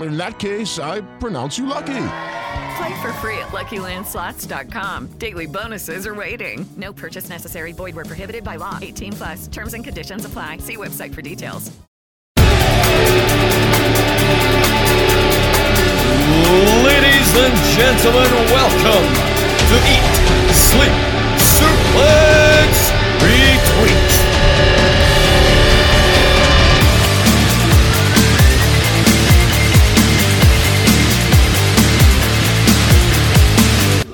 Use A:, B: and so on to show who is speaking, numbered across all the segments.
A: In that case, I pronounce you lucky.
B: Play for free at LuckyLandSlots.com. Daily bonuses are waiting. No purchase necessary. Void were prohibited by law. 18 plus. Terms and conditions apply. See website for details.
C: Ladies and gentlemen, welcome to Eat, Sleep, Suplex, Retweet.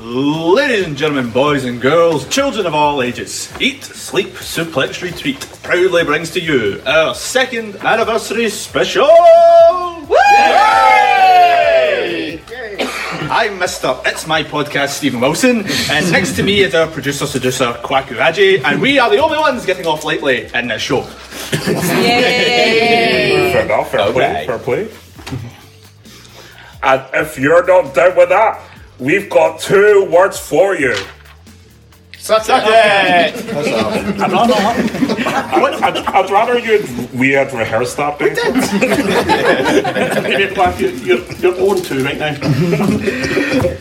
C: Ladies and gentlemen, boys and girls, children of all ages, Eat, Sleep, Suplex, Retreat proudly brings to you our second anniversary special! Woo! I'm Mr. It's My Podcast, Stephen Wilson, and next to me is our producer seducer, Kwaku Haji, and we are the only ones getting off lightly in this show.
D: Fair enough, fair
C: Okay.
D: play, fair play. And if you're not down with that, we've got two words for you. I would- I'd, I'd rather you we had rehearsed that bit.
C: Maybe Kwaku, you're, you're on two right now.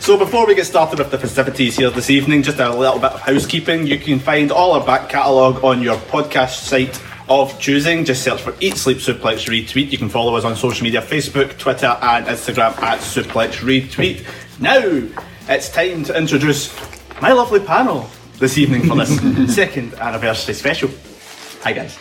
C: so before we get started with the festivities here this evening, just a little bit of housekeeping. You can find all our back catalogue on your podcast site of choosing. Just search for Eat Sleep Suplex Retweet. You can follow us on social media Facebook, Twitter, and Instagram at Suplex Retweet. Now it's time to introduce my lovely panel this evening for this second anniversary special. Hi guys.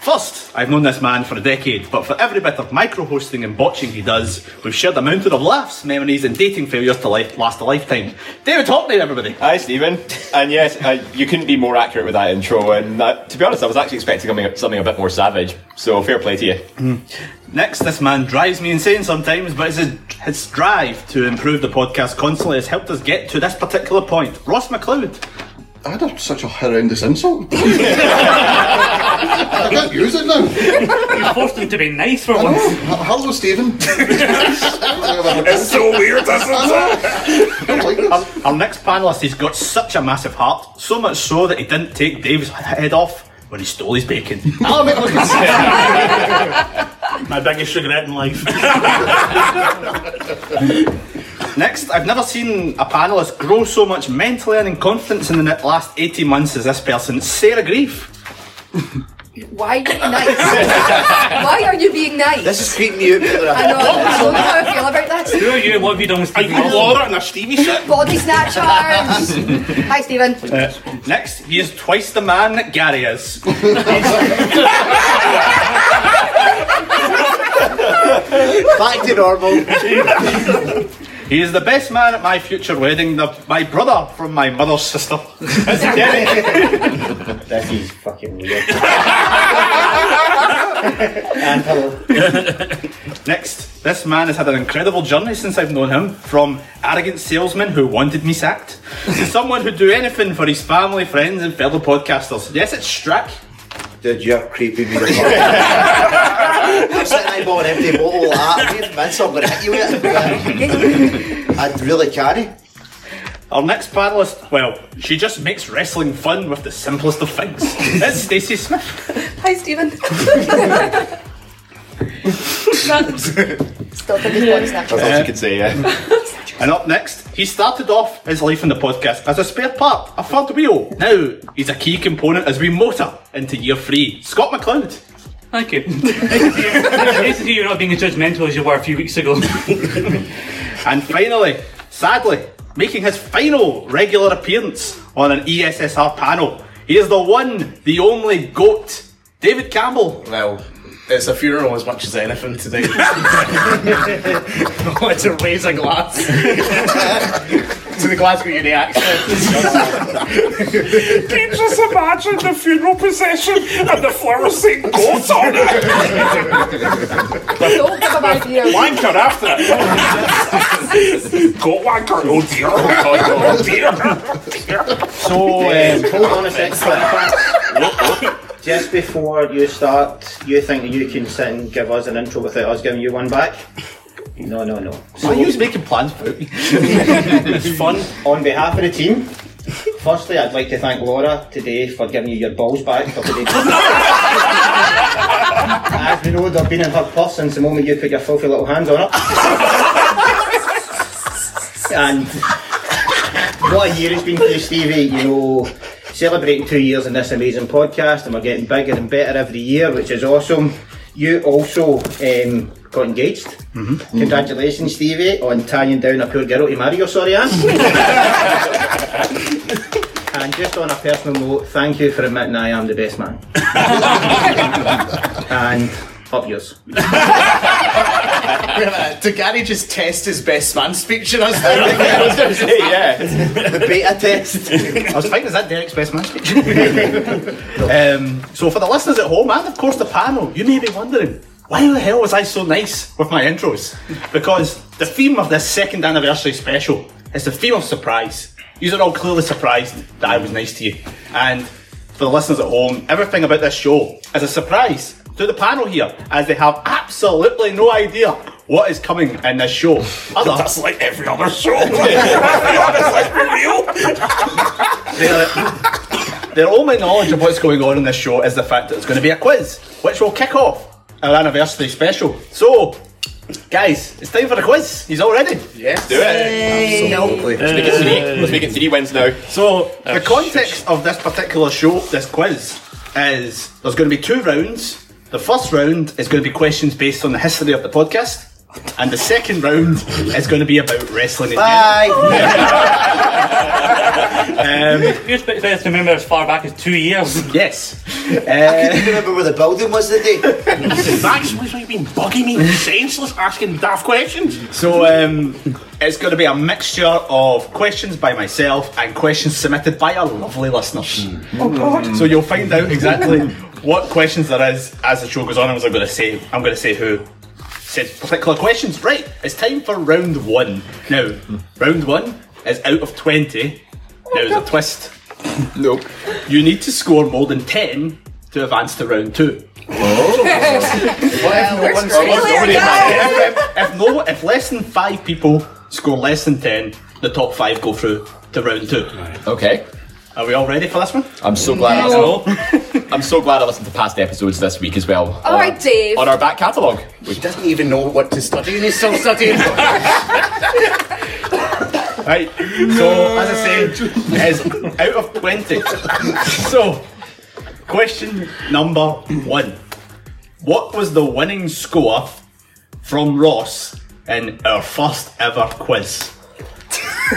C: First, I've known this man for a decade, but for every bit of micro hosting and botching he does, we've shared a mountain of laughs, memories, and dating failures to life, last a lifetime. David Hockney, everybody.
E: Hi, Stephen. And yes, I, you couldn't be more accurate with that intro. And uh, to be honest, I was actually expecting something, something a bit more savage. So fair play to you.
F: Hmm.
C: Next, this man drives me insane sometimes, but his, his strive to improve the podcast constantly has helped us get to this particular point. Ross McLeod.
F: I had a, such a horrendous insult. I can't use it now.
G: You're forced him to be nice for
F: I know.
G: once.
F: H- Hello, Stephen.
D: It's
F: I
D: so weird, isn't it?
F: don't like
C: Our,
F: this.
C: our next panelist, he's got such a massive heart, so much so that he didn't take Dave's head off when he stole his bacon. Alan McLeod.
G: My biggest regret in life.
C: Next, I've never seen a panelist grow so much mentally and in confidence in the net- last 18 months as this person, Sarah Grief.
H: Why are you being nice? Why are you being nice?
E: This is creeping me out.
H: I know, I don't know how I feel about
G: Who
H: this.
G: are you? What have you done with Stephen
C: Laura and a Stevie shit.
H: Body snatchers! Hi, Stephen.
C: Uh, Next, he is twice the man that Gary is.
E: Back to normal.
C: He is the best man at my future wedding, the, my brother from my mother's sister. It's Derek.
E: That is fucking weird.
C: Next, this man has had an incredible journey since I've known him. From arrogant salesman who wanted me sacked, to someone who'd do anything for his family, friends, and fellow podcasters. Yes, it's Strack.
E: Dude, you're creeping me out. I'm sitting there with an empty bottle like that. If you miss, I'm going to hit you with it. I'd really carry.
C: Our next panelist, well, she just makes wrestling fun with the simplest of things. It's Stacey Smith.
H: Hi, Stephen. Still thinking body snatchers.
E: That's all you could say, yeah.
C: And up next, he started off his life in the podcast as a spare part, a third wheel. Now he's a key component as we motor into year three. Scott McLeod.
G: Thank you. nice to see you're not being as judgmental as you were a few weeks ago.
C: And finally, sadly, making his final regular appearance on an E ESSR panel, he is the one, the only GOAT, David Campbell.
E: Well,
C: It's a funeral as much as anything today. I want to raise a glass to the Glasgow Uni accent.
D: Can you just imagine the funeral procession and the fluorescent goats on it?
I: Don't give him ideas.
D: Wanker after it. Goat wanker, oh dear, oh god, oh dear.
J: So, um, hold on a second. Just before you start, you think you can sit and give us an intro without us giving you one back? No, no, no.
C: Why are you making plans for me?
J: it's fun. On behalf of the team, firstly, I'd like to thank Laura today for giving you your balls back for today. As we know, they've been in her purse since the moment you put your filthy little hands on it. and what a year it's been for you, Stevie. You know, celebrating two years in this amazing podcast, and we're getting bigger and better every year, which is awesome. You also um, got engaged.
C: Mm-hmm.
J: Congratulations, Stevie, on tying down a poor girl to marry your sorry eh? ass. and just on a personal note, thank you for admitting I am the best man. and up yours.
C: Wait a minute, did Gary just test his best man speech in us? yeah.
J: The beta test.
C: I was thinking, is that Derek's best man speech? um, so, for the listeners at home and of course the panel, you may be wondering. Why the hell was I so nice with my intros? Because the theme of this second anniversary special is the theme of surprise. You are all clearly surprised that I was nice to you. And for the listeners at home, everything about this show is a surprise to the panel here, as they have absolutely no idea what is coming in this show. Other
D: That's like every other show. Let's be real.
C: their, their only knowledge of what's going on in this show is the fact that it's going to be a quiz, which will kick off our anniversary special. So, guys, it's time for the quiz. He's all ready.
K: Yes, do it.
C: Absolutely.
K: Let's make it three. Let's make it three wins now.
C: So, the context of this particular show, this quiz, is there's going to be two rounds. The first round is going to be questions based on the history of the podcast. And the second round is going to be about wrestling. in
G: Um, You're supposed to remember as far back as two years.
C: Yes.
L: I couldn't even remember where the building was today.
C: That's why you've been bugging me, senseless, asking daft questions. So um, it's going to be a mixture of questions by myself and questions submitted by our lovely listeners.
D: Oh, God.
C: So you'll find out exactly what questions there is as the show goes on. I'm going to say I'm going to say who said particular questions. Right, it's time for round one. Now, round one is out of twenty. Now there's a twist. nope. You need to score more than ten to advance to round two.
D: Oh.
F: Oh.
D: Well,
C: If- if, if no, if less than five people score less than ten, the top five go through to round two.
K: Okay.
C: Are we all ready for this one?
K: I'm so glad.
C: No.
K: I, I'm so glad I listened to past episodes this week as well.
I: All right, Dave.
K: On our back catalogue.
C: He doesn't even know what to study and he's still studying. right, so as I say, it's out of 20. So, question number one What was the winning score from Ross in our first ever quiz?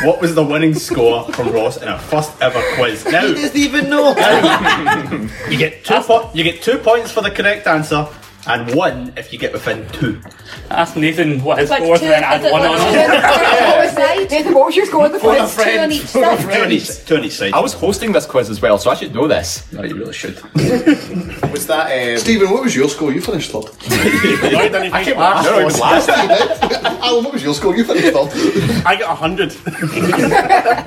C: What was the winning score from Ross in our first ever quiz? Now,
L: He doesn't even know.
C: you get two po- you get two points for the correct answer and one if you get within two.
G: Ask Nathan what his
I: Like
G: score was,
I: two,
G: and then add
I: is it
G: one
I: like
G: on.
I: two? What was that? Nathan, what was your score? The
K: Phone a
I: first two on
K: friend.
I: each
K: Phone a
I: side.
K: friend.
C: Tony side.
K: I was hosting this quiz as well, so I should know this. No, you really should.
F: Was that. Um... Stephen, what was your score? You finished third.
K: I came last. No, I was last.
F: Alan, what was your score? You finished third.
D: I got 100.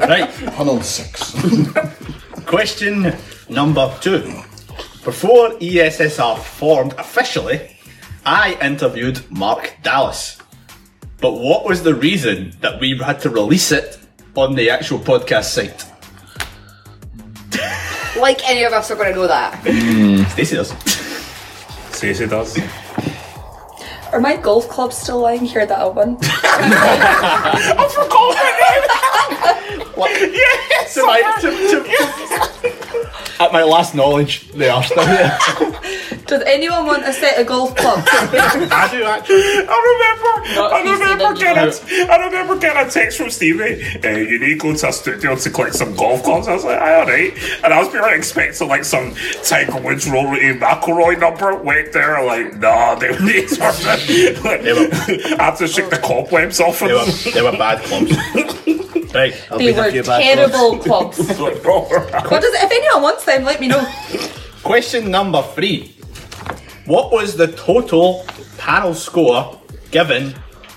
C: Right.
F: 106.
C: Question number two. Before E ESSR formed officially, I interviewed Mark Dallas. But what was the reason that we had to release it on the actual podcast site?
I: Like any of us are going to know that.
C: Stacey does.
D: Stacey does.
I: Are my golf clubs still lying here that I won?
D: I forgot my name! Yes!
K: To my- to- to- At my last knowledge, they are still here.
I: Does anyone want a set of golf clubs?
C: I do actually.
D: I remember,
I: Not
D: I
I: easy,
D: remember
I: don't you
D: getting, I remember getting a text from Stevie. Uh, you need to go to a studio to collect some golf clubs. I was like, all right. And I was really expecting like some Tiger Woods, Rory E. McIlroy number. Went there, like, nah, they need something. like, I had to shake the cobwebs off. They
M: were, they were bad clubs. right, I'll
I: they were terrible clubs. What does, if anyone wants them, let me know.
C: Question number three. What was the total panel score given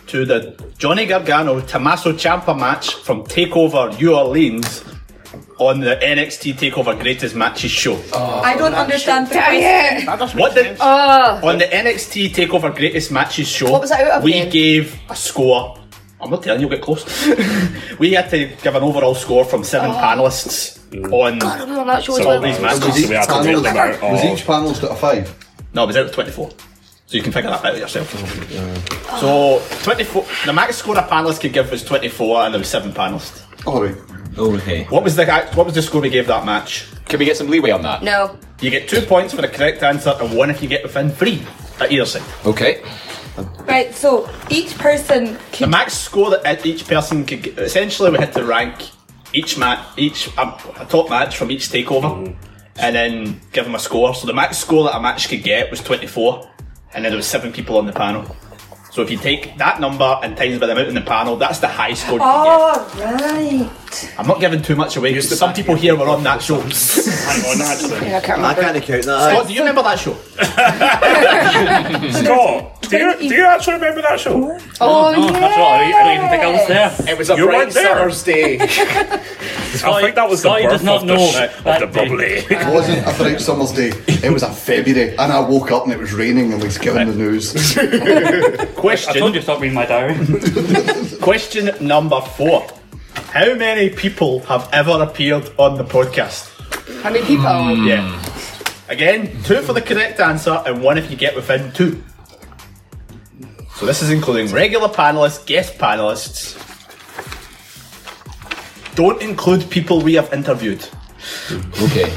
C: to the Johnny Gargano Tommaso Ciampa match from TakeOver New Orleans on the NXT TakeOver Greatest Matches show?
I: Oh, I don't understand the
C: Damn
I: question.
C: What did
I: Ah.
C: on the NXT Takeover Greatest Matches show?
I: What was that out of
C: we
I: then?
C: gave a score. I'm not telling you, get close. we had to give an overall score from seven
I: Oh.
C: panelists on
I: God, I remember that show as
C: so
I: well.
C: all these
I: Was
C: matches.
I: each panel- was each
C: panelist at a five? No, it was out of twenty-four. So you can figure that out yourself. So twenty-four. The max score a panelist could give was twenty-four, and there was seven panelists.
I: Oh,
C: All right. Okay. What was the guy- what was the score we gave that match? Can we get some leeway on that?
I: No.
C: You get two points for the correct answer and one if you get within three at either side. Okay.
I: Right, so each person
C: The max score that each person could get, essentially we had to rank each match, each um, a top match from each takeover,
I: Mm.
C: and then give them a score. So the max score that a match could get was twenty four, and then there was seven people on the panel. So if you take that number and times by the amount in the panel, that's the high score. you could get.
I: Oh, right.
C: I'm not giving too much away because some people here were on that show. Hang on,
I: Yeah, I can't I remember.
C: can't
L: account
C: that. Scott, do you remember that show?
D: Scott, do you, do you actually remember that show?
I: Oh,
D: no,
I: yeah.
D: that's all right. I don't even think I was there.
M: It was a
D: You
M: bright
D: weren't there.
M: summer's day.
D: I think that was the
M: Scotty does
D: birth
M: not
D: of the,
M: know
D: sh- of the bubbly.
F: It wasn't a bright summer's day. It was a February, and I woke up and it was raining and was given the news.
C: Question. I told you stop reading my diary. Question number four. How many people have ever appeared on the podcast? Hmm.
I: How many people?
C: Yeah. Again, two for the correct answer and one if you get within two. So this is including regular panelists, guest panelists. Don't include people we have interviewed. Okay.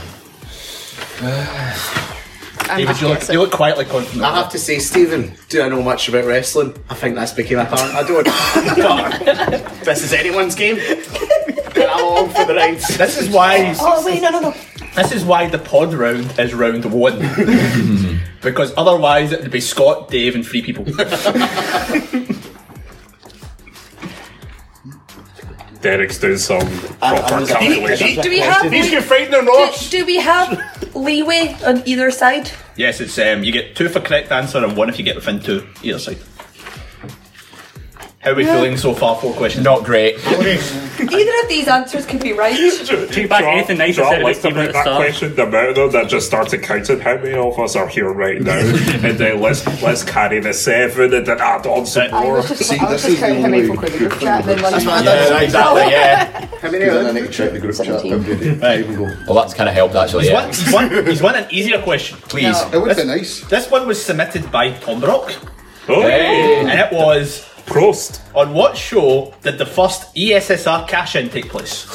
C: David, you look, you look quietly confident.
M: I have to say, Stephen, do I know much about wrestling? I think that's became apparent. I don't. this is anyone's game. And I'm along for the ride.
C: This is why.
I: Oh, wait, no, no, no.
C: This is why the pod round is round one. because otherwise it would be Scott, Dave, and three people.
D: Derek's doing some
C: I
D: proper
C: was- he-
D: calculations.
I: Do we have.
C: These
I: can
C: fight no
I: do, do we have leeway on either side?
C: yes, it's um, you get two for correct answer and one if you get within two either side. How are we
I: Yeah.
C: feeling so far? Four questions. Not great.
I: Either of these answers could be right.
D: Take back anything nice I said about that question, the amount though that just started counting how many of us are here right now, and then let's let's carry the seven and then add on some more.
F: See, this is the only group chat.
D: That's
F: what I
D: Yeah,
F: did.
D: exactly,
K: yeah.
F: How many are there? I need to check the group chat.
K: Well, that's kind of helped actually.
C: He's
K: yeah.
C: won, he's, won, he's won an easier question.
K: Please. No. It
C: would be nice. This one was submitted by Tom Brock.
D: Oh.
K: Hey.
C: And it was.
D: Prost.
C: On what show did the first E ESSR cash in take place?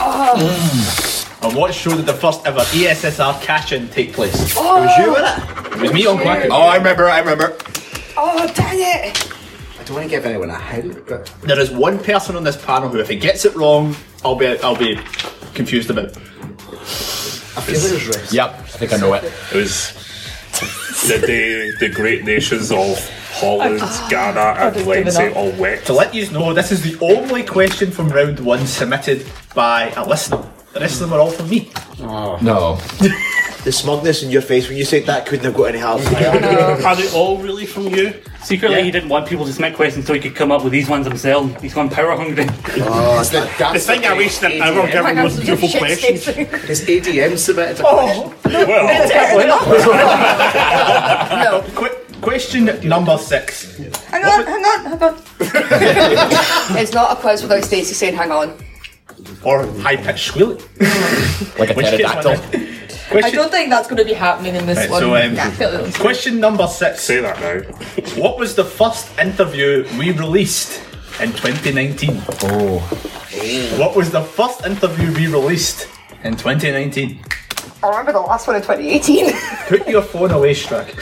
I: Oh.
K: Hmm.
C: On what show did the first ever E ESSR cash in take place?
I: Oh. It was you,
C: wasn't it? It was me on Quack.
K: Oh, I remember, I remember.
I: Oh, dang it.
C: I don't want to give anyone a hint, but. There is one person on this panel who, if he gets it wrong, I'll be, I'll be confused about.
K: Yep, I think I know it.
D: It was the day the great nations of Holland, Ghana, and Lindsay all went.
C: To let you know, this is the only question from round one submitted by a listener. The rest of them are all from me.
L: No. the smugness in your face when you said that couldn't have got any harder.
G: Are they all really from you? Secretly, he didn't want people to submit questions so he could come up with these ones himself. He's gone power hungry.
M: Oh, the,
G: that's the thing I wish that I were given Hang on, those beautiful shit, questions.
M: Is ADM submitted a
C: Oh,
M: well.
C: Qu- question number six.
I: Hang on, hang on, hang on. it's not a quiz without Stacey saying, hang on.
C: Or high pitched squealing. like a
K: pterodactyl.
I: I don't think that's going to be happening in this
C: Right,
I: one.
C: so, um,
I: Yeah, I feel it.
C: Question number six. Say
D: that now.
C: What was the first interview we released in 2019? Oh. What was the first interview we released in 2019?
H: I remember the last one in 2018.
C: Put your phone away, Strack.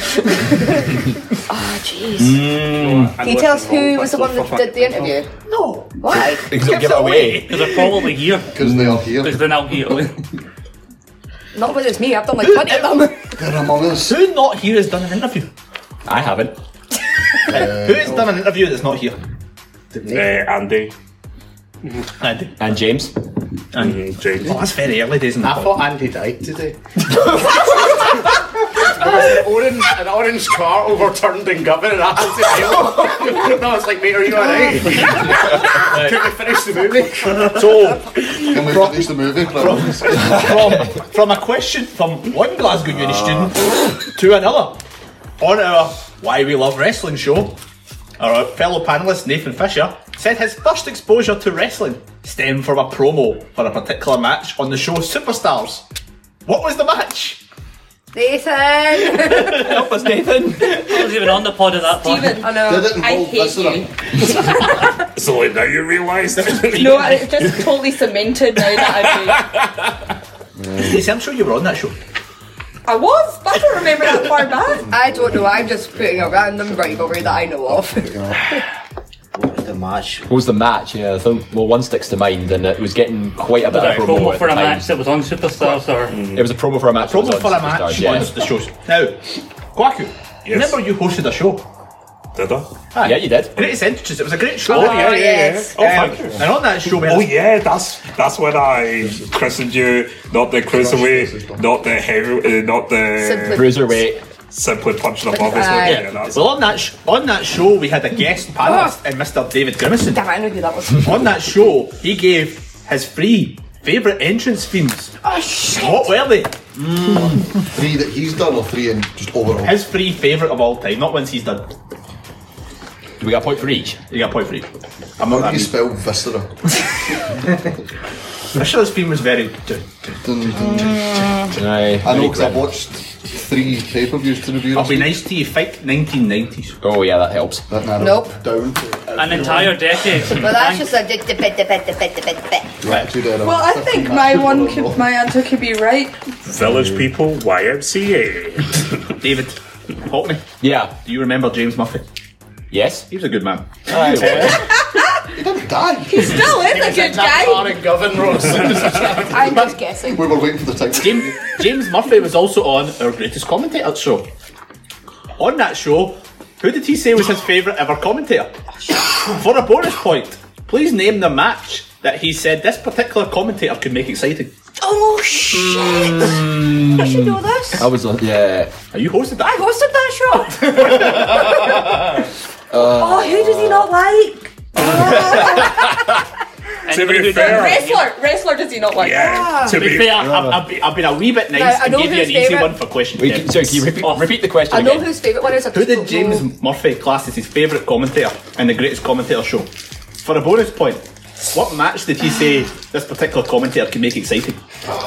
H: oh, jeez.
C: Mm.
H: Can you tell us who was the one that did the interview? No. Why?
K: Because they'll give it away.
G: Because they're probably here. Because
F: they're here.
G: Because they're now here.
H: Not whether it's me, I've done like 20 of them.
F: They're among us.
C: Who not here has done an interview?
K: I haven't.
C: Who has done an interview that's not here?
D: Uh, Andy.
C: Andy.
K: And James.
C: And James. Oh, that's very early days in the
M: I thought Andy died today. There was an orange, an orange car overturned in Govan, and I was in hell. And I was like, mate, are you alright? Can we finish the movie?
C: So,
F: Can we finish the movie? please?
C: from, from a question from one Glasgow Uni student to another on our Why We Love Wrestling show, our fellow panelist Nathan Fisher said his first exposure to wrestling stemmed from a promo for a particular match on the show Superstars. What was the match?
H: Nathan!
C: Help us, Nathan.
G: I was even on the pod at that point.
H: Steven, I know.
G: Did it
H: I
G: involve
H: hate you.
D: So like, now you realise that.
H: No, I- it's just totally cemented now that
D: Mm.
C: Lisa, I'm sure you were on that show.
H: I do. I was, but I don't remember that far back. I don't know, I'm just putting a random rivalry that I know of.
K: The match. What was the match? Yeah, I think. Well, one sticks to mind, and it was getting quite a bit
G: Was
K: of
G: it a
K: promo,
G: promo
K: at
G: for
K: the
G: a
K: time.
G: match that was on Superstars or
K: It was a promo for a match. that was
C: Promo
K: on
C: for a
K: Superstars,
C: match
K: yeah.
C: on the show. Now, Kwaku, remember you hosted a show?
D: Did I?
C: Aye.
K: Yeah, you did.
C: Greatest Entrances. It was a great show.
D: Oh, yeah, yeah, yes.
C: Oh,
D: yeah.
C: thank you. And on that show, we had
D: Oh yeah, that's that's when I christened you. Not the cruiserweight, not the heavy, uh, not the
C: Simply- Cruiserweight.
D: Simply punching above us.
C: Aye.
D: Yeah, that's
C: Well, on that sh- on that show, we had a guest panelist and Mr. David Grimison. Damn,
H: Oh. I know who that was.
C: on that show, he gave his three favourite entrance themes. Oh shit! What were they?
F: Three that he's done, or three in just overall.
C: His three favourite of all time, not ones he's done.
K: Do we got a point for each?
C: You got a point for each.
F: I'm not going to spell viscera.
C: Viscera's theme was very.
K: Aye,
F: I know
C: very
F: because I
C: grim.
F: watched three pay per views to review.
C: I'll be nice to you. Fight 1990s.
K: Oh yeah, that helps.
F: That narrows
H: Nope.
F: down.
G: an entire decade?
H: Well, that's just a bit, bit, bit, bit, bit, bit, bit.
F: Well,
H: Well, I think my one could, my answer could be right.
D: Village people, YMCA.
C: David, help me.
K: Yeah.
C: Do you remember James Murphy?
K: Yes.
C: He was a good man.
K: Aye, well.
F: He didn't die.
H: He still is a good guy.
C: Govan
H: I'm just guessing.
F: We were waiting for the time.
C: James, James Murphy was also on our greatest commentator show. On that show, who did he say was his favourite ever commentator? For a bonus point, please name the match that he said this particular commentator could make exciting.
H: Oh shit! I should know this.
K: I was on. Yeah.
C: Are you hosted
H: I
C: that?
H: hosted that show.
K: Uh,
H: oh, who does he not like?
D: to be fair,
H: Wrestler, wrestler does he not like?
I: Ah.
D: Yeah, to
C: To be
D: be-
C: fair, I've, I've, been, I've been a wee bit nice
H: Now, I
C: and
H: know
C: gave you
H: who's
C: an easy
H: favourite.
C: one for question. Oh.
K: Wait,
C: ten.
K: sorry, can you repeat, repeat the question
H: I know
K: again?
H: whose favourite one is. I
C: Who
H: just
C: did
H: don't
C: James
H: know.
C: Murphy class as his favourite commentator in the greatest commentator show? For a bonus point, what match did he say this particular commentator can make exciting?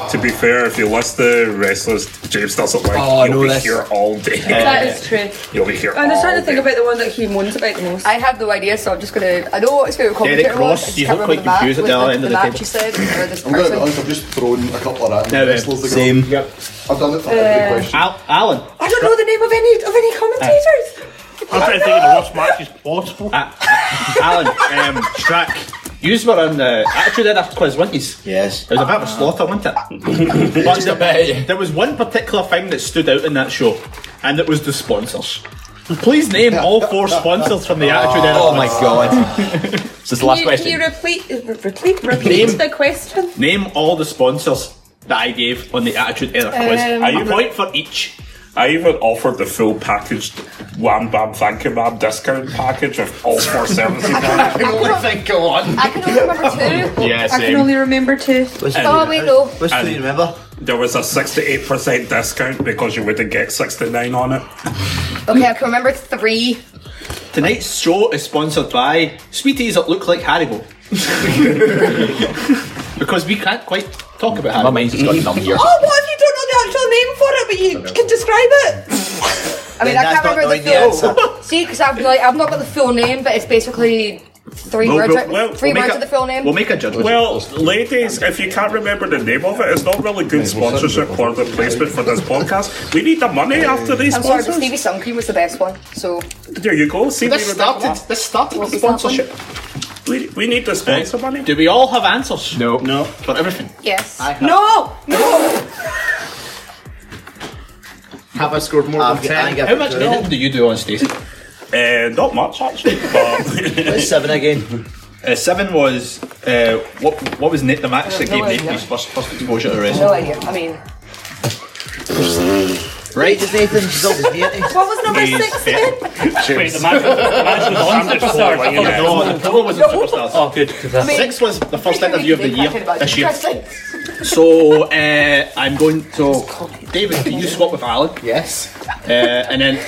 D: to be fair, if you list the wrestlers, James doesn't like.
C: Oh, I
D: you'll
C: know
D: be
C: this. Uh,
D: here all day.
H: That is true.
D: You'll be here.
H: I'm
D: all
H: just
C: Oh,
H: trying to think
D: day.
H: about the one that he moans about the most. I have no idea, so I'm just gonna. I know what his favourite
C: Derek
H: commentator was.
C: Ross,
H: I just
C: you
H: can't
C: look
H: remember
C: quite confused at the other
H: ma-
C: end
H: with
C: of the
H: match
C: table.
H: he said, or this
F: I'm going to be
H: person.
F: honest, I've just thrown a couple of random
C: No, then.
F: wrestlers to go.
K: Same.
F: I've done it for
H: Uh,
F: every question.
C: Al- Alan.
H: I don't know the name of any of any commentators.
C: I'm trying to think of the worst matches possible. Alan, um, Strack, you were on the Attitude Era quiz, weren't you?
M: Yes.
C: It was a bit of a slaughter, wasn't it? but there, there was one particular thing that stood out in that show, and it was the sponsors. Please name all four sponsors from the Attitude Era.
K: Oh
C: quiz.
K: my god. Is this the last
H: Can you,
C: question.
H: can you repeat, repeat, repeat
C: Name.
H: the question?
C: Name all the sponsors that I gave on the Attitude Era quiz.
H: Um,
C: a
H: Are you-
C: point for each.
D: I even offered the full packaged Wham Bam Thank You Ma'am discount package of all four services.
H: I can only
M: think, go on.
H: I can only remember two.
D: Yeah,
H: I can
D: same.
H: only remember two.
D: Listen,
H: oh wait, no.
D: And There was a 68% discount because you wouldn't get 69 on it.
H: Okay, I can remember three.
C: Tonight's show is sponsored by Sweeties that look like Haribo. because we can't quite talk about Haribo.
K: My mind's just gone numb here.
H: Oh, what if you don't know the actual name for it, but you can describe it? I mean,
M: Then
H: I can't
M: that's not
H: remember
M: knowing the
H: the full. See, because I've like I've not got the full name, but it's basically Three
D: Well,
H: words.
D: we'll-
H: out-
D: well,
H: 3
D: we'll make
H: words
D: a-
H: of the full name.
D: judgment. Well, ladies, if you can't remember the name of it, it's not really good sponsorship or the placement for this podcast. We need the money after these
H: I'm sorry, but
D: sponsors.
H: Stevie Sun Cream was the best one. So
D: There you go. See,
H: This
D: we remember
H: started-
D: that.
C: This started
H: the sponsorship.
D: We, we need the sponsor money.
C: Do we all have answers? No. No. For everything.
H: Yes.
C: No!
H: No!
C: Have I scored more
K: Um,
L: I've got- I think I've
C: How much
L: got it.
C: editing do you do on stage?
D: Uh, not much actually. But
L: seven again?
N: Uh, seven was uh, what? What was Nate the match that
H: No
N: gave Nate
H: idea.
N: his first, first exposure to
H: No
N: wrestling?
H: idea. I mean,
L: Right, does Nathan result his beauty?
H: what was number
L: He's
H: six again?
G: Wait, the match was, the match was on Superstars. I thought it was
C: No,
G: on.
C: Oh, the pillow was in Superstars.
G: Oh, good. 'cause that's-
C: Six was the first interview of the year this year.
H: Wrestling.
C: So uh, I'm going. So David, do you swap with Alan? Yes. Uh, and then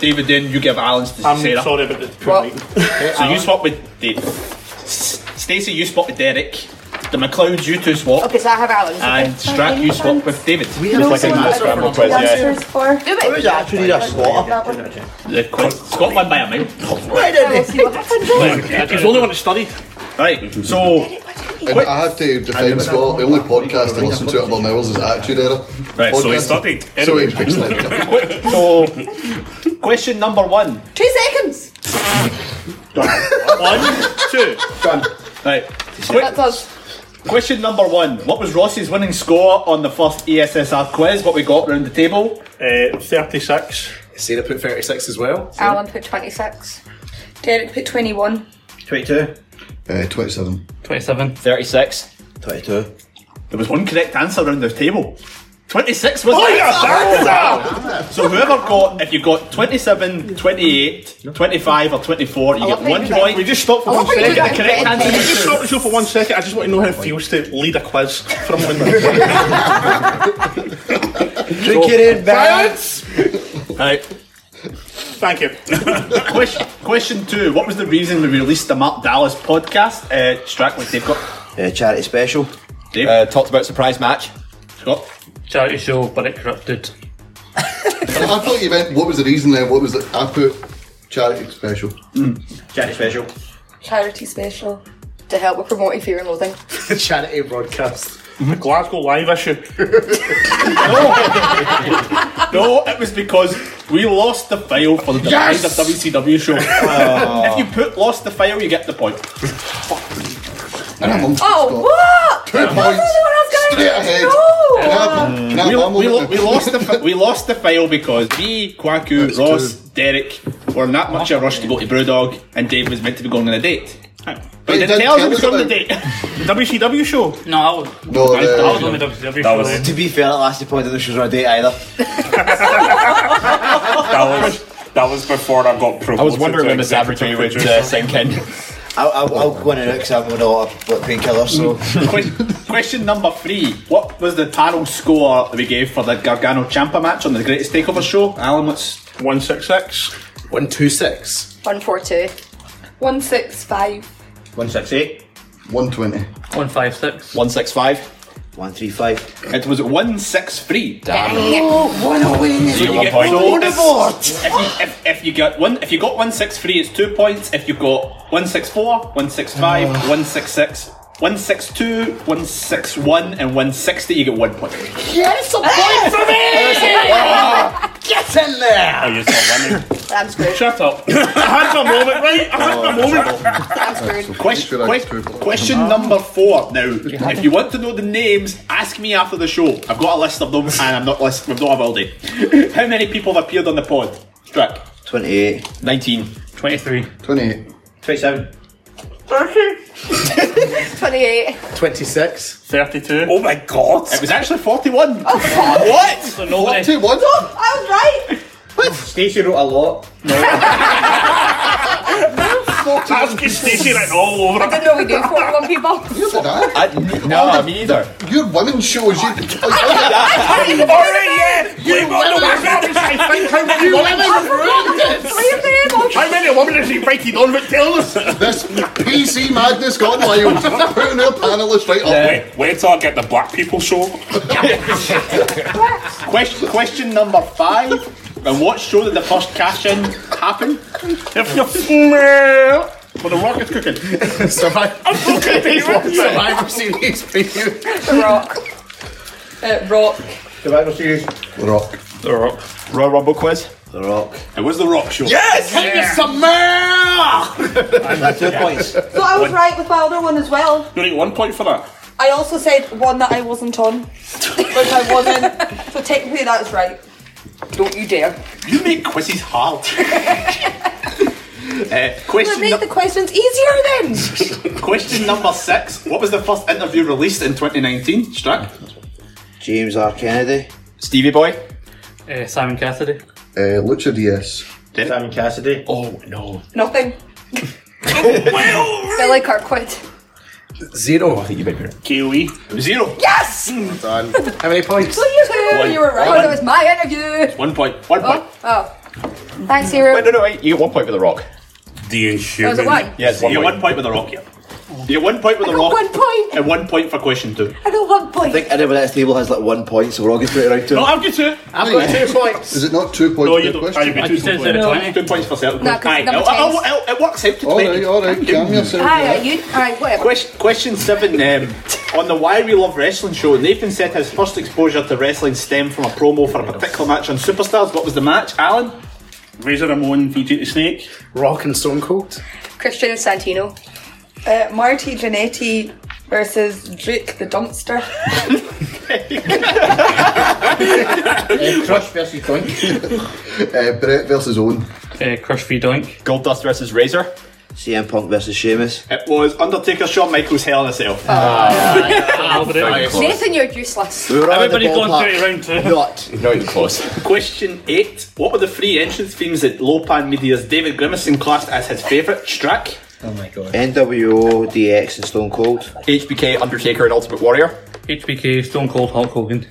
C: David, then you give Alan's to
D: I'm
C: Sarah.
D: sorry about the
C: So you swap with David. Stacey, you swap with Derek. The McLeods, you two swap.
H: Okay, so I have Alan.
C: And Strack, Oh. you swap with David. We
H: have also had dancers for. Do it.
C: Who's actually a swap? The quiz. Scott won by a mile.
H: Why didn't see what happens.
C: He's the only one that studied. Right, so
F: And uh, I had to defend Scott. The only podcast I listen to at Burn Hours is Attitude Era.
C: Right, so he
F: Podcast.
C: studied.
F: So he
C: Anyway.
F: picks that.
C: so question number one.
H: Two seconds.
C: One, two, done. Right.
H: That does.
C: Question number one. What was Ross's winning score on the first E ESSR quiz? What we got round the table?
D: Uh, 36.
M: Sarah put 36 as well.
H: Alan put 26. Derek put 21.
C: 22.
F: Uh, 27.
G: 27.
C: 36.
F: 22.
C: There was one correct answer around the table. 26 was
D: Oh,
C: the
D: yeah,
C: correct
D: that's
C: answer! So whoever got, if you got 27, 28, 25 or 24, you
D: I
C: get
D: love how
C: one
D: you do that.
C: point.
D: We just stop for one
C: You
D: second.
C: get the correct
D: Can you just
C: answer.
D: stop the show for one second? I just want to know how it feels to lead a quiz from one minute.
C: Drink it in, balance. Right.
D: Thank you.
C: question, question two. What was the reason we released the Mark Dallas podcast? Uh, Strack, what they've got.
L: Uh, charity special.
C: Dave? Uh, talked about surprise match. Scott?
G: Charity show, but it corrupted.
F: I thought you meant what was the reason then? What was it? I put charity special.
C: Mm. Charity special.
H: Charity special to help with promoting fear and loathing.
D: Charity broadcast. The Glasgow Live issue.
C: No, it was because we lost the file for the
D: Yes!
C: yes! WCW show. if you put lost the file, you get the point.
H: Oh, what?
C: Two points.
H: Straight
F: ahead.
C: Can I- we, we lo- we lost the fi- we lost the file because me, Kwaku, Ross, Derek were in that much a rush to go to Brewdog, and Dave was meant to be going on a date. But he didn't tell us he was going on a date. WCW show?
G: No, I was,
L: No,
G: I, was- I was on the WCW show.
L: to be fair, that last point of the show's not a date either.
D: that was that was before I got promoted.
L: I was wondering
D: to
L: when this
D: executive
L: advertising would, uh,
D: producer.
L: sink I'll, I'll, I'll go in and out because I'm going to like painkillers. So
C: Mm. Que- Question number three. What was the panel score that we gave for the Gargano Champa match on the Greatest Takeover show? Alan, what's
D: 166?
C: 126.
H: 142. 165.
C: 168.
F: 120.
G: 156.
C: 165.
L: 135.
C: It was 163.
H: Damn. Oh,
L: one away.
C: So you
L: One
C: get
L: point.
C: so
L: One
C: if-
L: aboard.
C: If you, if, if you got one, if you got one six three, it's two points. If you got one six four, one six five,
H: Oh.
C: one six six, one six two, one six one, and one sixty, you get one point.
H: Yes, a point
C: for me!
H: Get in there!
C: Are Oh, you still winning?
H: I'm screwed.
D: Shut up. I had my moment, right? I had my moment.
C: Question, que- question number four. Now, if you want to know the names, ask me after the show. I've got a list of them, and I'm not list. We've not have all day. How many people have appeared on the pod? Strick.
L: 28.
C: 19.
G: 23.
F: 28.
C: 27.
H: 28.
C: 26.
D: 32. Oh my god. Oh,
C: It was actually 41.
H: What?
G: So
H: nobody-
C: Two, one.
H: I was right.
J: Stacey wrote a lot.
D: Asking Stacey right all over.
H: I didn't know we do 41 people.
C: no, me either.
F: Your women's shows, you.
D: Alright, yeah!
F: You
D: We've got
F: women.
D: the women. I think how many
F: You
D: women?
F: women ruined
D: How many women is he breaking on with? Tell us!
F: This PC madness gone wild. Putting our panelists right up.
D: Wait, wait till I get the black people show.
C: question, question number five. And what show did the first cash in happen?
D: If you smell
A: But the rock is cooking.
M: Survival. Survival series for you.
I: Rock. Uh, rock.
A: Survival series.
F: The Rock.
A: The Rock. Royal Rumble quiz. The Rock. It was The
G: Oh,
A: Rock show.
M: Yes!
A: Yeah.
M: Yes, Samara!
A: two points.
I: So I was right with my other one as well.
A: You need one point for that.
I: I also said one that I wasn't on, which I wasn't. So technically that's right. Don't you dare.
A: You make quizzes hard.
C: Uh,
I: Well,
C: question,
I: make the questions easier then.
C: nu- question number six. What was the first interview released in 2019? Strack?
L: James R. Kennedy.
C: Stevie Boy.
G: Uh, Simon Cassidy.
F: Uh, Lucha Diaz.
J: Simon Cassidy.
F: Oh no.
I: Nothing. Billy Kirkwood.
M: Zero. I think you might be
A: KOE. Zero.
I: Yes!
M: Done. How many points?
I: Two,
M: One.
I: you were right.
M: One.
I: Oh, it was my interview.
A: One point. One
I: Oh, oh. Thanks, Hero.
E: Wait, no, no, wait. You get one point with the rock.
A: The
I: Was it one?
C: Yes, you get one point with The Rock, yeah. You get one point with The Rock. One
I: point.
C: And one point for question two.
I: I got one
L: I
I: point.
L: think anyone at this table has like one point, so we're all going to put it around to
C: No,
L: him.
C: I've got two.
L: I've got two
C: points.
F: Is it not two points
C: No,
F: per
C: you don't.
F: question?
C: I've got two, points. two points for certain.
I: No, 'cause
C: Aye,
I: number
C: it- it-
I: tens.
C: it- it works out to
F: All
C: 20.
F: right, all right, calm yourself.
I: Hi, are you? Alright, whatever.
C: Question, question seven um, on the Why We Love Wrestling show. Nathan said his first exposure to wrestling stemmed from a promo for a particular match on Superstars. What was the match, Alan?
A: Razor Ramon VJ the Snake.
M: Rock and Stone Cold.
I: Christian Santino. Uh, Marty Jannetty versus Drake the Dumpster.
J: Crush versus Doink.
F: Uh, Brett versus Owen.
C: Uh, Crush v Doink. Goldust versus Razor.
L: CM Punk versus Sheamus.
C: It was Undertaker Shawn Michaels Hell in a Cell.
A: Ah,
I: Nathan, you're useless.
C: Everybody's
L: Not.
C: Not even close. Question eight. What were the three entrance themes that Lopan Media's David Grimason classed as his favourite? Strack?
L: Oh my god. NWO, DX, and Stone Cold.
C: HBK, Undertaker, and Ultimate Warrior.
G: HBK, Stone Cold Hulk Hogan.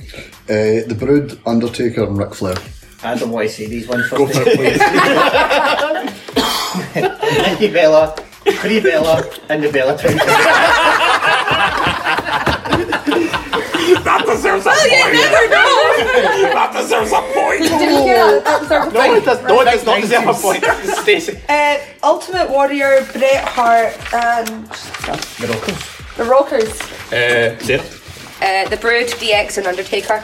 F: Uh, the Brood, Undertaker, and Ric Flair.
J: I don't want to say these ones. Go for it, please. Nikki Bella, Pre Bella, and the Bella Twins.
A: that deserves a
I: Well, you
A: point.
I: never know.
A: that deserves a point.
I: Did you hear that? That deserves a
A: No, it
I: point.
A: does, no, it does not
I: Right.
A: deserve a point.
C: Stacey.
I: Uh, Ultimate Warrior, Bret Hart, and The Rockers.
M: Uh, Zero.
H: Uh, the Brood, DX, and Undertaker.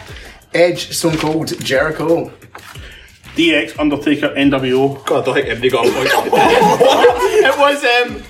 A: Edge, Stone Cold, Jericho. DX, Undertaker, NWO.
C: God, I don't think everybody got a point. it was um,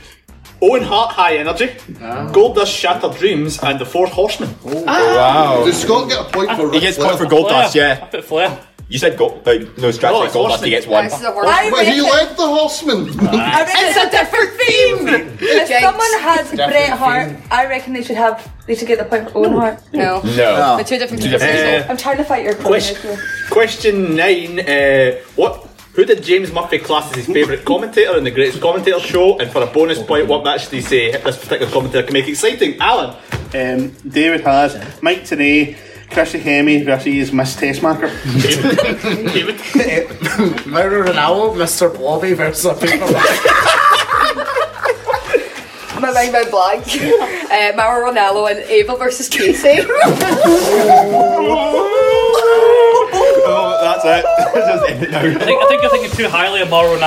C: Owen Hart High Energy,
E: Oh.
C: Gold Dust Shattered Dreams, and the Four Horsemen. Ah.
F: Wow. Does Scott get a point for
E: He
F: Ric
E: gets
F: Flair?
E: point for gold dust, yeah.
G: Flair.
E: You said gold. Uh, no, Strat
F: No,
E: said
F: it's
E: gold dust.
F: horseman.
E: He gets one.
F: This is a horse- I But he reckon- led the horseman.
I: It's a different theme. If
H: Yikes.
I: someone has
H: Different
I: Bret Hart, I reckon they should have. They should get the point for Owen Hart. No.
C: No. No. Eh.
I: They're two different.
C: Two different
I: people.
C: people.
I: I'm trying to fight your
C: Question.
I: corner.
C: Question nine. Uh, what? Who did James Murphy class as his favourite commentator in the Greatest Commentator Show? And for a bonus point, what match do you say this particular commentator can make exciting? Alan.
O: Um, David has Mike today. Chrissy Hemi versus Miss Testmarker.
M: Mauro Ronaldo, Mr. Blobby Oh, versus a paper
H: My mind went blank. uh, Mauro Ronaldo and Abel versus Casey.
C: Oh, that's it. Just end it now.
G: I think, I think you're thinking too highly of Mauro Ronaldo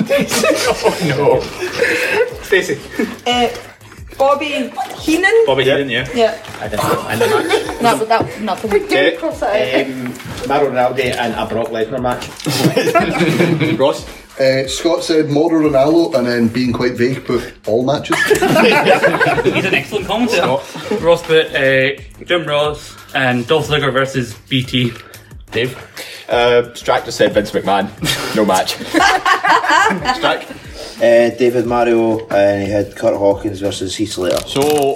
D: Oh,
G: there.
C: no. Stacey.
I: Uh, Bobby Heenan.
C: Bobby Heenan, yeah.
I: Yeah.
J: I don't know. I don't know.
I: No, that nothing. We
C: Eh.
I: do
J: Yeah.
I: cross it out.
J: Um, Mario Ronaldo and a Brock Lesnar match.
C: Ross?
F: Uh, Scott said Moro Ronaldo and then being quite vague put all matches.
G: He's an excellent commentator. Ross Burt, uh, Jim Ross, and Dolph Ziggler versus BT.
E: Dave. Uh, Strat just said Vince McMahon. No match. Strat.
L: Uh, David Mario, and he had Kurt Hawkins versus Heath Slater.
C: So,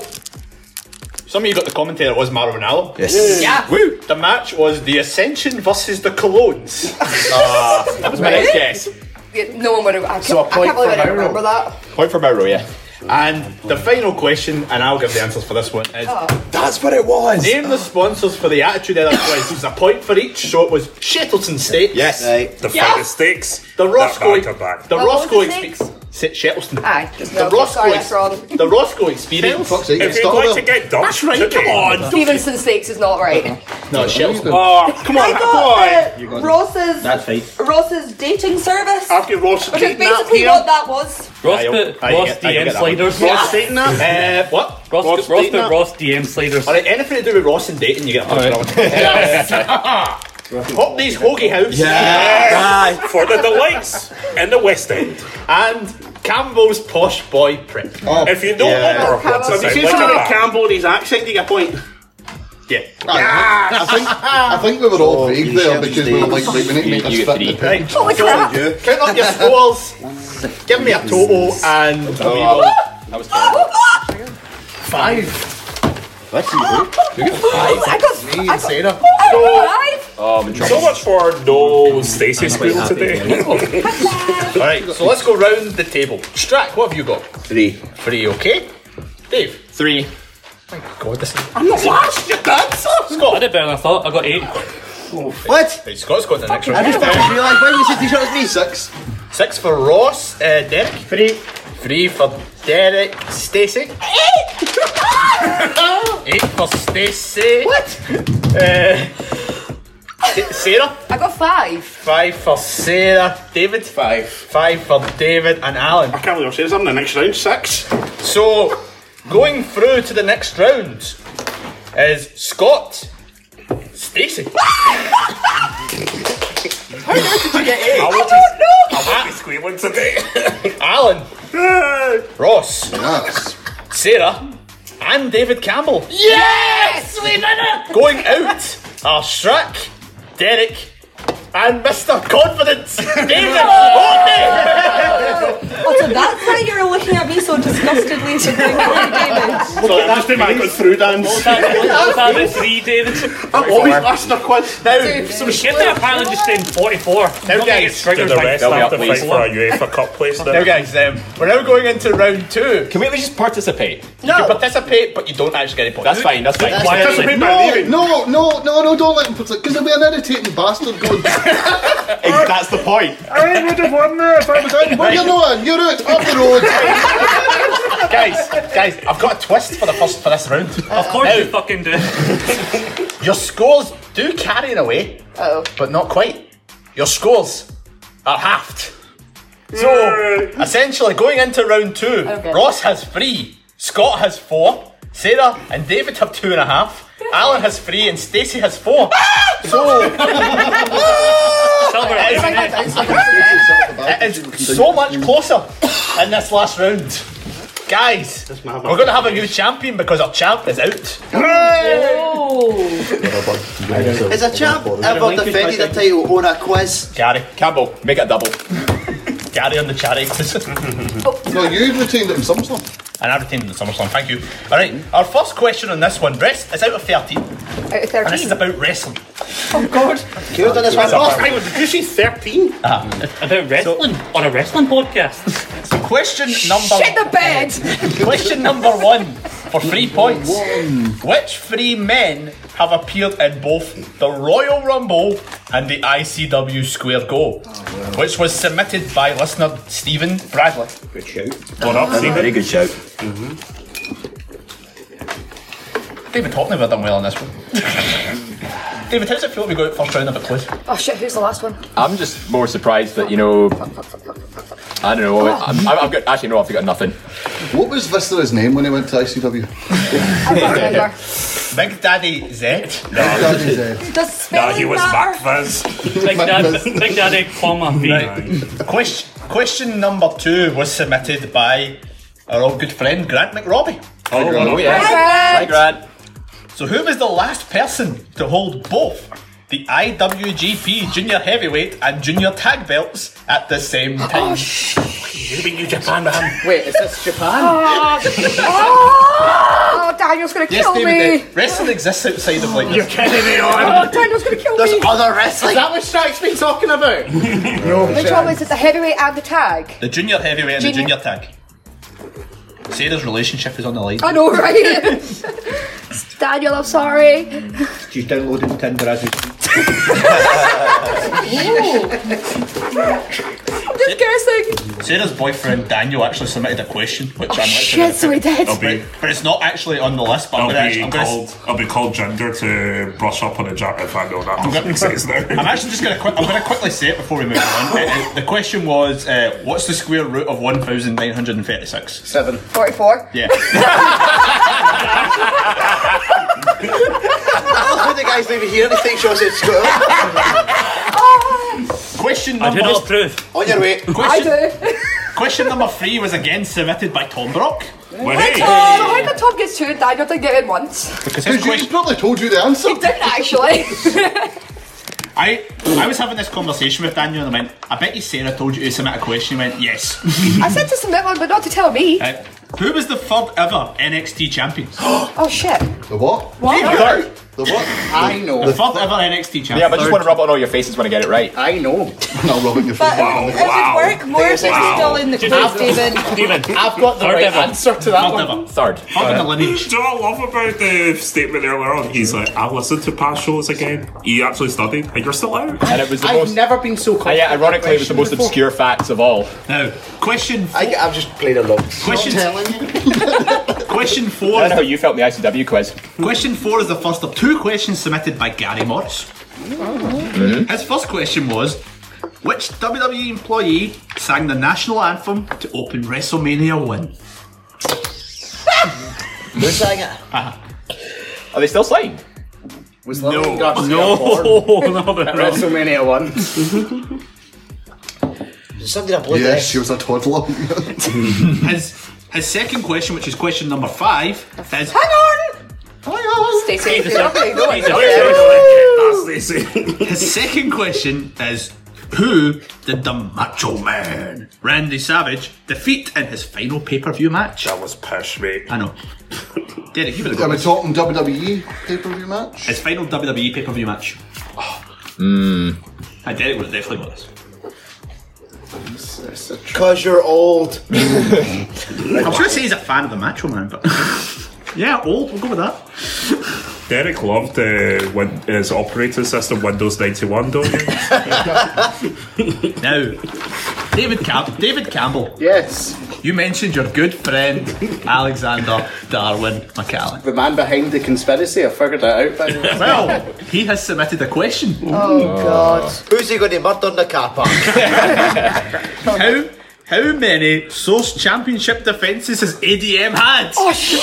C: some of you got the commentator was Mario Ronaldo.
L: Yes. Yes.
C: Yeah. Woo. The match was the Ascension versus the Colognes. Ah, that was my next
H: Really?
C: guess.
H: Yeah, no one would have. I can't,
C: So a
H: I
C: point
H: can't believe I
C: for
H: didn't
C: Mauro.
H: remember that.
C: Point for Mauro, yeah. And the final question, and I'll give the answers for this one, is
I: Oh.
M: That's what it was.
C: Name the sponsors for the Attitude Era quiz. It's a point for each, so it was Shettleton Steaks.
A: Yes. Right. The
C: Yeah.
A: finest steaks.
C: The
A: Roscoe. Back
C: Roscoe.
A: to back.
C: The
A: What
I: Oh,
A: was
C: Roscoe
A: the
C: Steaks. Se- Shettleston.
I: Aye.
C: The Roscoe,
I: sorry,
C: ex-
I: that's wrong.
C: the Roscoe experience.
I: Fuck's sake,
C: If
I: it's
C: you're
I: Scotland.
C: going to get Dutch,
I: That's right,
C: today-
I: come Stevenson Stakes is not right.
C: No, it's Shettleston.
I: Oh, come on, I got, boy. Uh, Ross's
C: That's fine.
I: Ross's dating service. I've
C: got Ross
I: Which is
C: dating app
I: basically
C: here.
I: what that was.
G: Ross
C: Aye,
G: put
C: aye,
G: Ross
C: you get- aye, you
G: DM
C: get that
G: sliders.
C: one. Ross dating
G: app?
C: Uh, what?
G: Ross, Ross,
C: dating
G: put
C: app?
G: Ross DM sliders.
C: Alright, anything to do with Ross and dating, you get a punch
G: Alright.
C: on. Hop these hoagie house.
D: Yes. Aye.
C: For the delights in the West End. And Campbell's posh boy prep. if you don't
A: yeah.
C: know what's
A: So if you see someone like Campbell and his accent, you get a point.
C: Yeah.
F: I think I think we were all vague there because we were like, like we need to make this fit the
C: Right,
F: pitch.
C: John,
F: John, you.
C: count up your scores. Give me a total and a wee roll. Five.
M: What do you do?
I: I got
M: me and Sarah.
D: Oh, so much for no Stacey school today.
C: Alright, so let's go round the table. Strack, what have you got? Three. Three, okay. Dave. Three. Thank God, this is.
G: I'm not
C: last, you dancer! Scott!
G: I did better than I thought. I got eight.
C: What? Hey, Scott's got the next round.
G: I just fucking
C: realised why you said t shirt was me. Six. Six for Ross, uh, Derek. Three. Three for Derek, Stacey. Eight! Eight for Stacey. What? Uh, Sa- Sarah.
I: I got five.
C: Five for Sarah. David. Five. Five for David and Alan. I can't believe I've said something. The next round, six. So, going through to the next round is Scott. Stacey. How did you get eight? I don't know. I won't be squealing today. Alan. Ross. Sarah. And David Campbell.
I: Yes, we did it.
C: Going out are Shrek, Derek, and Mr. Confidence, David Horton!
I: Oh, so that's why you're looking at me so disgustedly to bring up David.
C: Sorry, I'm just doing my good through dance. three, David? I'm always last in a quiz. Now,
G: So we should have apparently just in 44.
C: Now, guys,
D: Did the rest have to fight for a UEFA Cup place now?
C: now, guys, um, we're now going into round two. Can we at least just participate? No. You can participate, but you don't actually get any points. That's fine, that's fine.
F: Participate by leaving. No, no, no, no, don't let him put it because there'll be an irritating bastard going. that's the point. I would have won there if I was out. Well, you're not in, you're out, up the road.
C: guys, guys, I've got a twist for the first for this round. Of course you fucking do. your scores do carry in a way,
I: oh
C: but not quite. Your scores are halved. So essentially, going into round two,
I: Okay.
C: Ross has three, Scott has four, Sarah and David have two and a half, Alan has three, and Stacey has four. so it is so much closer in this last round. Guys, we're going to have a new champion because our champ is out.
L: Has a champ ever defended a title on a quiz?
C: Gary. Campbell, make it double. Gary on the charity quiz.
F: no, you've retained it in SummerSlam.
C: And I retained the SummerSlam, thank you. Alright, our first question on this one, rest is out of
I: Out
C: 13.
I: of 13.
C: And this is about wrestling.
I: Oh God.
C: Who's done this one?
D: Last night was did you 13?
C: About wrestling? on a wrestling podcast? So question number
I: Shit the bed.
C: Question number one for three points. Which three men have appeared in both the Royal Rumble and the ICW Square Go? Which was submitted by listener Stephen Bradley. Good shout. One up, Stephen.
M: Very good shout.
C: Mm-hmm. David Hockney have done well on this one. David, how's it feel to go out first round of a quiz?
I: Oh shit, who's the last one?
N: I'm just more surprised that you know. I don't know. I'm, I'm, I've got actually no. I've got nothing.
F: What was Vista's name when he went to ICW?
C: Big Daddy Z.
F: Daddy Zed.
I: Does spelling matter?
G: Big, dad, big Daddy, comma, B.
C: Question, question number two was submitted by our old good friend Grant McRobbie.
N: Oh, Grant. oh, yeah. Hi,
C: Hi, Grant. So, who was the last person to hold both the IWGP Junior Heavyweight and Junior Tag belts at the same
I: Oh,
C: time? You've been New Japan, man.
M: Wait, is this
I: Oh,
M: Japan?
I: oh, Daniel's gonna
C: Yes,
I: kill me.
C: David. the- Wrestling exists outside of like. You're
M: kidding me,
I: Oh, Daniel's gonna kill me.
M: Is that what Strike's been talking about?
I: Which one was it? The heavyweight and the tag?
C: The junior heavyweight and
I: Junior-
C: the junior tag. Sarah's relationship is on the line.
I: I know, right? Daniel, I'm sorry.
C: She's downloading Tinder as we
I: I'm
H: just guessing.
C: Sarah's boyfriend Daniel actually submitted a question, which
I: Oh,
C: I'm literally
H: shit,
C: gonna
H: so he
C: pick.
H: did.
C: I'll be- but it's not actually on the list. But I'm
D: I'll
C: gonna, actually,
D: be,
C: I'm gonna,
D: called, I'll be called gender to brush up on a jar if I know that
C: I'm,
D: doesn't
C: gonna,
D: make sense now.
C: I'm actually just gonna quick, I'm gonna quickly say it before we move on. Uh, uh, the question was, uh, what's the square root of one thousand nine hundred and thirty-six? Seven.
H: 44.
C: Yeah.
L: I love when the guy's leaving here and he thinks yours at school.
C: Question
G: I do
C: number.
G: not approve.
C: On your way. Question,
H: do.
C: question number three was again submitted by Tom Brock.
H: Well, hey, Tom, Oh, I think the Tom gets two and Daniel didn't get in once.
C: Because his question, probably told you the
H: He didn't actually.
C: I I was having this conversation with Daniel and I went, I bet you Sarah told you to submit a question. He went, yes.
H: I said to submit one, but not to tell me.
C: Uh, who was the third ever NXT champion?
H: Oh shit.
C: The what?
H: What?
E: Third.
C: The what?
E: I know.
C: The fourth ever NXT champion.
E: Yeah, but I just want to rub it on all your faces when I get it right.
M: I know.
E: I'll rub it your
I: But it would work more if it's still in the quiz, David.
E: I've got the
D: Third
E: right
D: ever.
E: answer to that
D: Third
E: one.
D: ever.
E: Third.
D: Do you know what I love about the statement earlier on? He's like, I listened to past shows again. You actually studied, and you're still out.
E: And it was the
D: I've
E: most.
M: never been so.
E: Uh, yeah, ironically, it was the most obscure facts of all.
C: No question. Four, I,
E: have just played a lot.
C: Question- question four.
E: I know how you felt in the ICW quiz.
C: Question four is the first of two questions submitted by Gary Morris.
E: Mm-hmm.
C: His first question was Which WWE employee sang the national anthem to open WrestleMania 1?
L: Who sang it?
E: Are they still signed?
M: Was
C: no,
M: Garcia born
C: no,
M: at WrestleMania one.
L: Somebody upload
C: Yes,
L: she was a toddler.
C: his, his second question, which is question number five, is Hang
H: on!
C: Hang on!
H: Stay safe.
C: Jesus.
H: Okay, go on.
C: Jesus. His second question is Who did the Macho Man, Randy Savage, defeat in his final pay per view match? That was pish, mate. I know. Derek, you would have
F: Are
C: got
F: we
C: this.
F: talking E, WWE pay per view match?
C: His final WWE pay per view match.
E: Mmm.
C: And Derek would have definitely got this.
L: Because you're old.
C: I was going to say he's a fan of the Macho Man, but. yeah, old, we'll go with that.
D: Derek loved uh, win- his operating system, Windows 91, don't you?
C: now, David, Cam- David Campbell.
M: Yes.
C: You mentioned your good friend, Alexander Darwin McCallum.
M: The man behind the conspiracy. I figured that out. By the way.
C: Well, he has submitted a question.
H: Oh,
L: Who's he going to murder in the car park?
C: How how many Source Championship defences has ADM had?
H: Oh shit!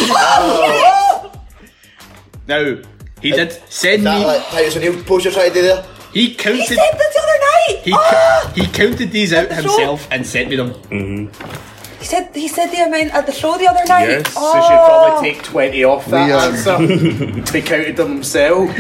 C: Now he did send me.
L: Titus O'Neill poster trying to do there.
C: He counted. He
H: said this the other night. Ah!
C: He, he counted these out himself and sent me them. Mm-hmm.
I: He said he said the amount at the show the other night.
M: Yes.
I: Oh.
M: So she'd probably take 20 off that
I: We, um,
M: answer. they counted them themselves.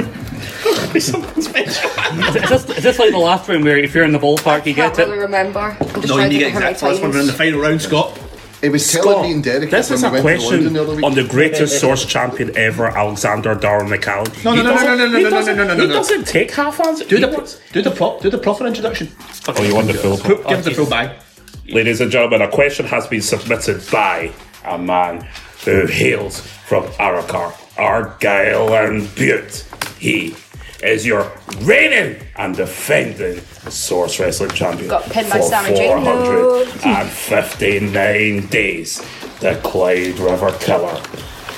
G: Is it just- is this like the last round where if you're in the ballpark you get
H: I can't
G: it?
H: really remember. I'm just
G: No,
H: trying
G: you
H: to
G: get
H: think how
G: exact last
H: many
G: one round.
H: times.
C: In the final round, Scott.
F: It was telling me and Derek
D: This
F: when
D: is
F: we
D: a
F: went to London
D: question
F: the other week.
D: on the greatest source champion ever, Alexander Darwin McCallum.
C: No, no,
D: He
C: no, no,
D: doesn't-
C: no, no,
D: he
C: no, no, no,
D: doesn't-
C: no, no,
D: He
C: no.
D: doesn't take half answers.
C: Do the do the prop do the proper introduction. Oh,
D: Oh, you want the full?
C: Give us the full bang.
D: Ladies and gentlemen, a question has been submitted by a man who hails from Arrochar, Argyle and Butte. He is your reigning and defending Source Wrestling Champion
H: Got pinned by
D: for
H: Sam and Jane. No.
D: 459 days. The Clyde River Killer,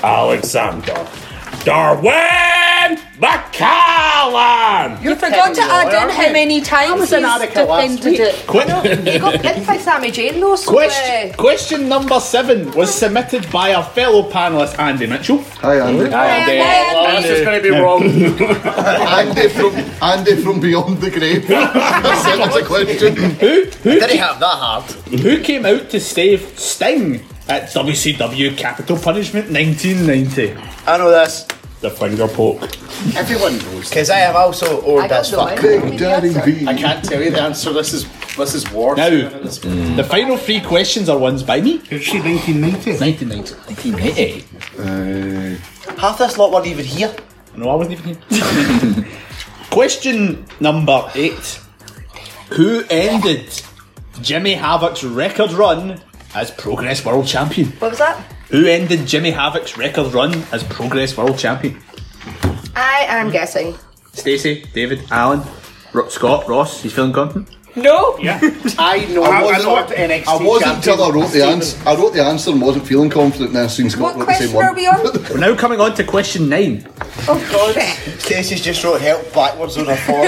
D: Alexander Darwin McCallum!
I: You forgot to add in how many
H: I
I: times
H: was
I: he's
H: an addict last
I: defended it.
E: Quick.
H: He got pinned by Sammy Jane though, so
E: Question,
H: uh,
E: question number seven was submitted by our fellow panellist Andy Mitchell. Hi
F: Andy.
E: Hi Andy.
F: Hello,
E: Andy.
F: this is gonna be wrong. Andy from Andy from beyond the grave. sent us a question.
E: Who? Who
F: Didn't
E: ca-
F: have
L: that hard.
E: Who came out to save Sting at WCW Capital Punishment 1990?
L: I know this.
D: The finger poke.
M: Everyone knows.
L: Because I am also old as fuck. Big Daddy B.
M: I can't tell you the answer. This is this is war.
E: Now, the final three questions are ones by me. Who's she? 1990. 1990. 1990.
L: Half this lot weren't even here.
E: No, I wasn't even here. Question number eight. Who ended Jimmy Havoc's record run as Progress World Champion?
I: What was that?
E: Who ended Jimmy Havoc's record run as Progress World Champion?
H: I am guessing.
E: Stacey, David, Alan, Ro- Scott, Ross, he's feeling confident?
G: No.
F: Yeah.
M: I know.
F: I
M: I
F: wasn't-
M: wasn't to NXT
F: I wasn't
M: champion.
F: until I wrote the answer. I wrote the answer and wasn't feeling confident. And I soon Scott wrote the same one.
I: we on?
C: We're now coming on to question nine.
I: Oh god.
L: Casey's just wrote help backwards on her form.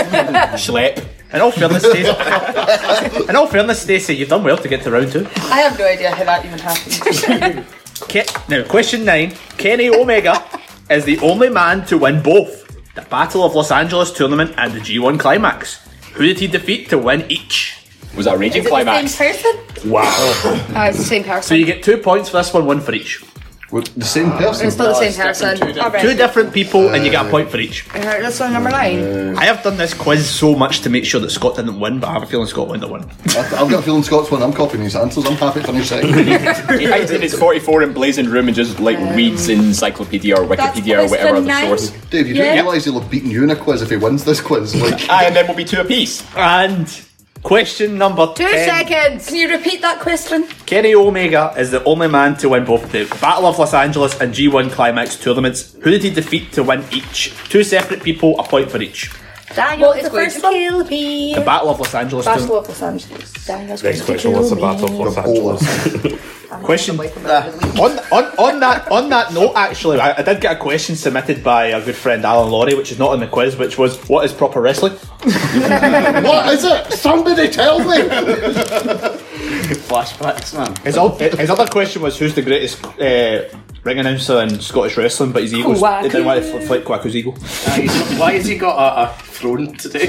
C: Schlep. In all fairness, Stacey, in all fairness, Stacey, you've done well to get to round two.
I: I have no idea how that even happened.
C: Ke- now, question nine. Kenny Omega is the only man to win both the Battle of Los Angeles tournament and the G1 climax. Who did he defeat to win each? Was that
H: Is it the same person?
C: Wow.
H: Oh, it's the same person.
C: so you get two points for this one, one for each. The same person.
H: It's not the same person. Alright.
C: Two different people, and you get a point for each.
H: Alright, That's on number nine.
F: Uh,
C: I have done this quiz so much to make sure that Scott didn't win, but I have a feeling Scott won the win.
F: I've I've got a feeling Scott's one. I'm copying his answers. I'm happy to finish second.
K: he hides in his 44 emblazoned room and just like
I: Um,
K: reads encyclopedia or Wikipedia or whatever other source.
F: Dave, you do
K: Yeah.
F: realise he'll have beaten you in a quiz if he wins this quiz. Like,
E: Ah,
C: Aye, and then we'll be two apiece. And question number
H: Two
C: ten.
H: seconds. Can you repeat that question?
C: Kenny Omega is the only man to win both the Battle of Los Angeles and G1 Climax tournaments. Who did he defeat to win each? Two separate people, a point for each.
H: Daniel is going to kill me.
C: The Battle of Los Angeles.
H: Battle of Los Angeles. Daniel's going to kill me.
C: Question. on, on, on that on that note, actually, I, I did get a question submitted by a good friend Alan Laurie, which is not in the quiz, which was what is proper wrestling?
F: what is it? Somebody tell me.
C: Flashbacks, man. His, oth- his other question was who's the greatest uh, ring announcer in Scottish wrestling, but his ego's
M: Quack.
C: they didn't want to fl- flip Quacko's ego.
M: Why has he got a, a throne today?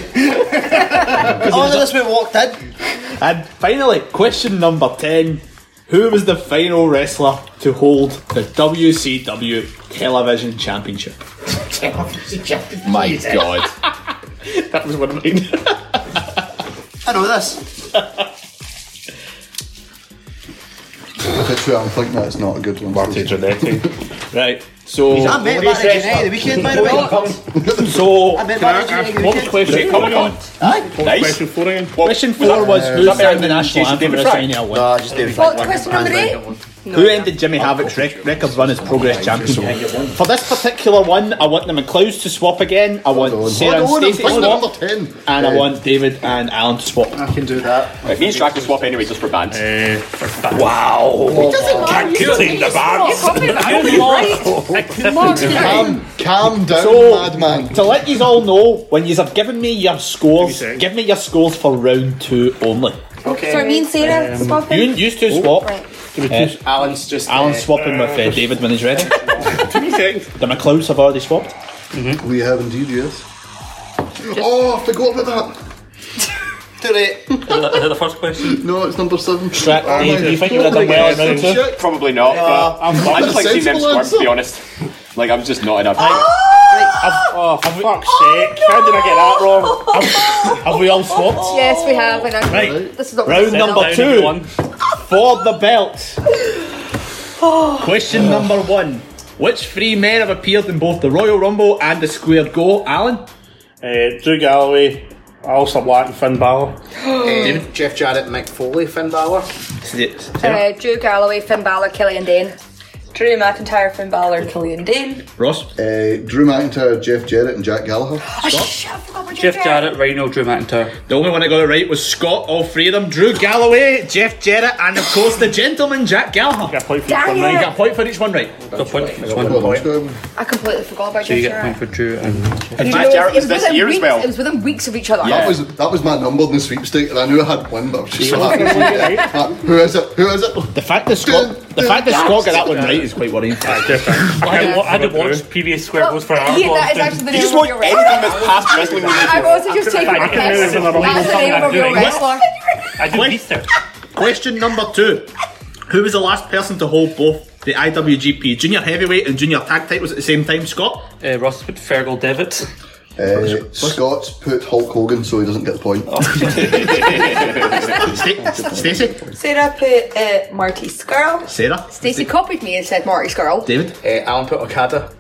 C: Only this we walked in. And finally, question number 10. Who was the final wrestler to hold the WCW Television Championship? My God. that was one of mine.
L: I know this.
C: Oh.
F: if it's who I'm thinking, that's not a good one. Marty
C: Giannetti. right. So
L: I met Marty
C: eh?
L: Jannetty the weekend, by the way.
C: So
L: I met
C: Can I
L: Marty Jannetty
C: ask
L: the
C: one
L: weekend.
C: question? Coming on. Nice.
A: Question four again.
C: Question four was
F: Uh,
C: who sang the national anthem at WrestleMania one?
L: Nah, just David
I: What, question number eight?
C: Who ended Jimmy Havoc's rec- record run as Progress Champion? For this particular one, I want the McLeods to swap again. I want Sarah
F: Hold on,
C: and
F: I'm
C: Stacey to
F: thinking
C: swap,
F: number ten.
C: and I
F: Yeah.
C: want David and Alan to swap. I
L: can do that.
K: It means Jack to swap anyway, just for bands.
C: Wow.
D: Can't contain the
F: Calm, calm down, madman.
C: To let you all know, when you have given me your scores, give me your scores for round two only.
I: Okay. So it means Sarah swapping?
C: Um, You used to swap. Uh,
M: Alan's just.
C: Alan's swapping with uh, David when he's ready. the McLeods have already swapped.
F: Mm-hmm. We have indeed, yes. Oh, I forgot about that.
L: Too late.
G: the first question?
F: No, it's number seven.
K: Shrek, do you- do you think you would've done well in round two? Probably not. but
F: I'm
K: I just like seeing them
F: sensible
K: squirm, to be
F: answer.
K: honest. Like, I'm just not enough.
G: Oh, for fuck's sake. How did I get that wrong? Have,
C: have we all swapped?
H: Yes, we have. And I'm-
C: Right.
H: This is not
C: Round number two for the belt. Question number one. Which three men have appeared in both the Royal Rumble and the Squared Go? Alan?
D: Uh, Drew Galloway, Alistair Black, and Finn Balor.
M: Um, Jeff Jarrett, Mick Foley, Finn Balor.
I: Uh, Drew Galloway, Finn Balor, Killian Dane. Drew McIntyre, Finn Balor, and Killian Dane.
C: Ross?
F: Uh, Drew McIntyre, Jeff Jarrett, and Jack Gallagher.
H: Oh,
G: Jeff Jarrett, Rhino, Drew McIntyre.
C: The only one I got it right was Scott, all three of them. Drew Galloway, Jeff Jarrett, and of course the gentleman Jack Gallagher. Got a
H: for
C: point
H: each one Dang right. it.
C: Got a point for each one right. Got a point for each one
H: I completely forgot about Jeff Jarrett.
C: for Drew and
H: You know, it within weeks, It was within weeks of each other.
F: That was that was my number in the sweepstake, and I knew I had one, but I was just so happy.
H: Yeah.
F: Uh, Who is it? Who is it?
C: The fact that Scott, the fact that Scott got that one right is quite worrying.
F: Uh,
G: I had, wa- I had watched previous Square Goes for hours.
H: yeah, that is actually the name of your wrestler.
G: past wrestling
H: I've also just taken
G: I
H: the
G: couldn't remember
H: piss.
G: the name
H: That's the name of your
C: doing.
H: wrestler.
G: I do research.
C: Question number two. Who was the last person to hold both the IWGP Junior Heavyweight and Junior Tag titles at the same time, Scott?
G: Uh, Ross put Fergal Devitt.
F: Uh, Scott's put Hulk Hogan, so he doesn't get the point.
C: Oh, Stacey?
I: Sarah put uh, Marty Skrull.
C: Sarah?
M: Eh, er
H: Stacey copied me and said Marty Skrull.
C: David? Hmm?
M: Uh, Alan put Okada.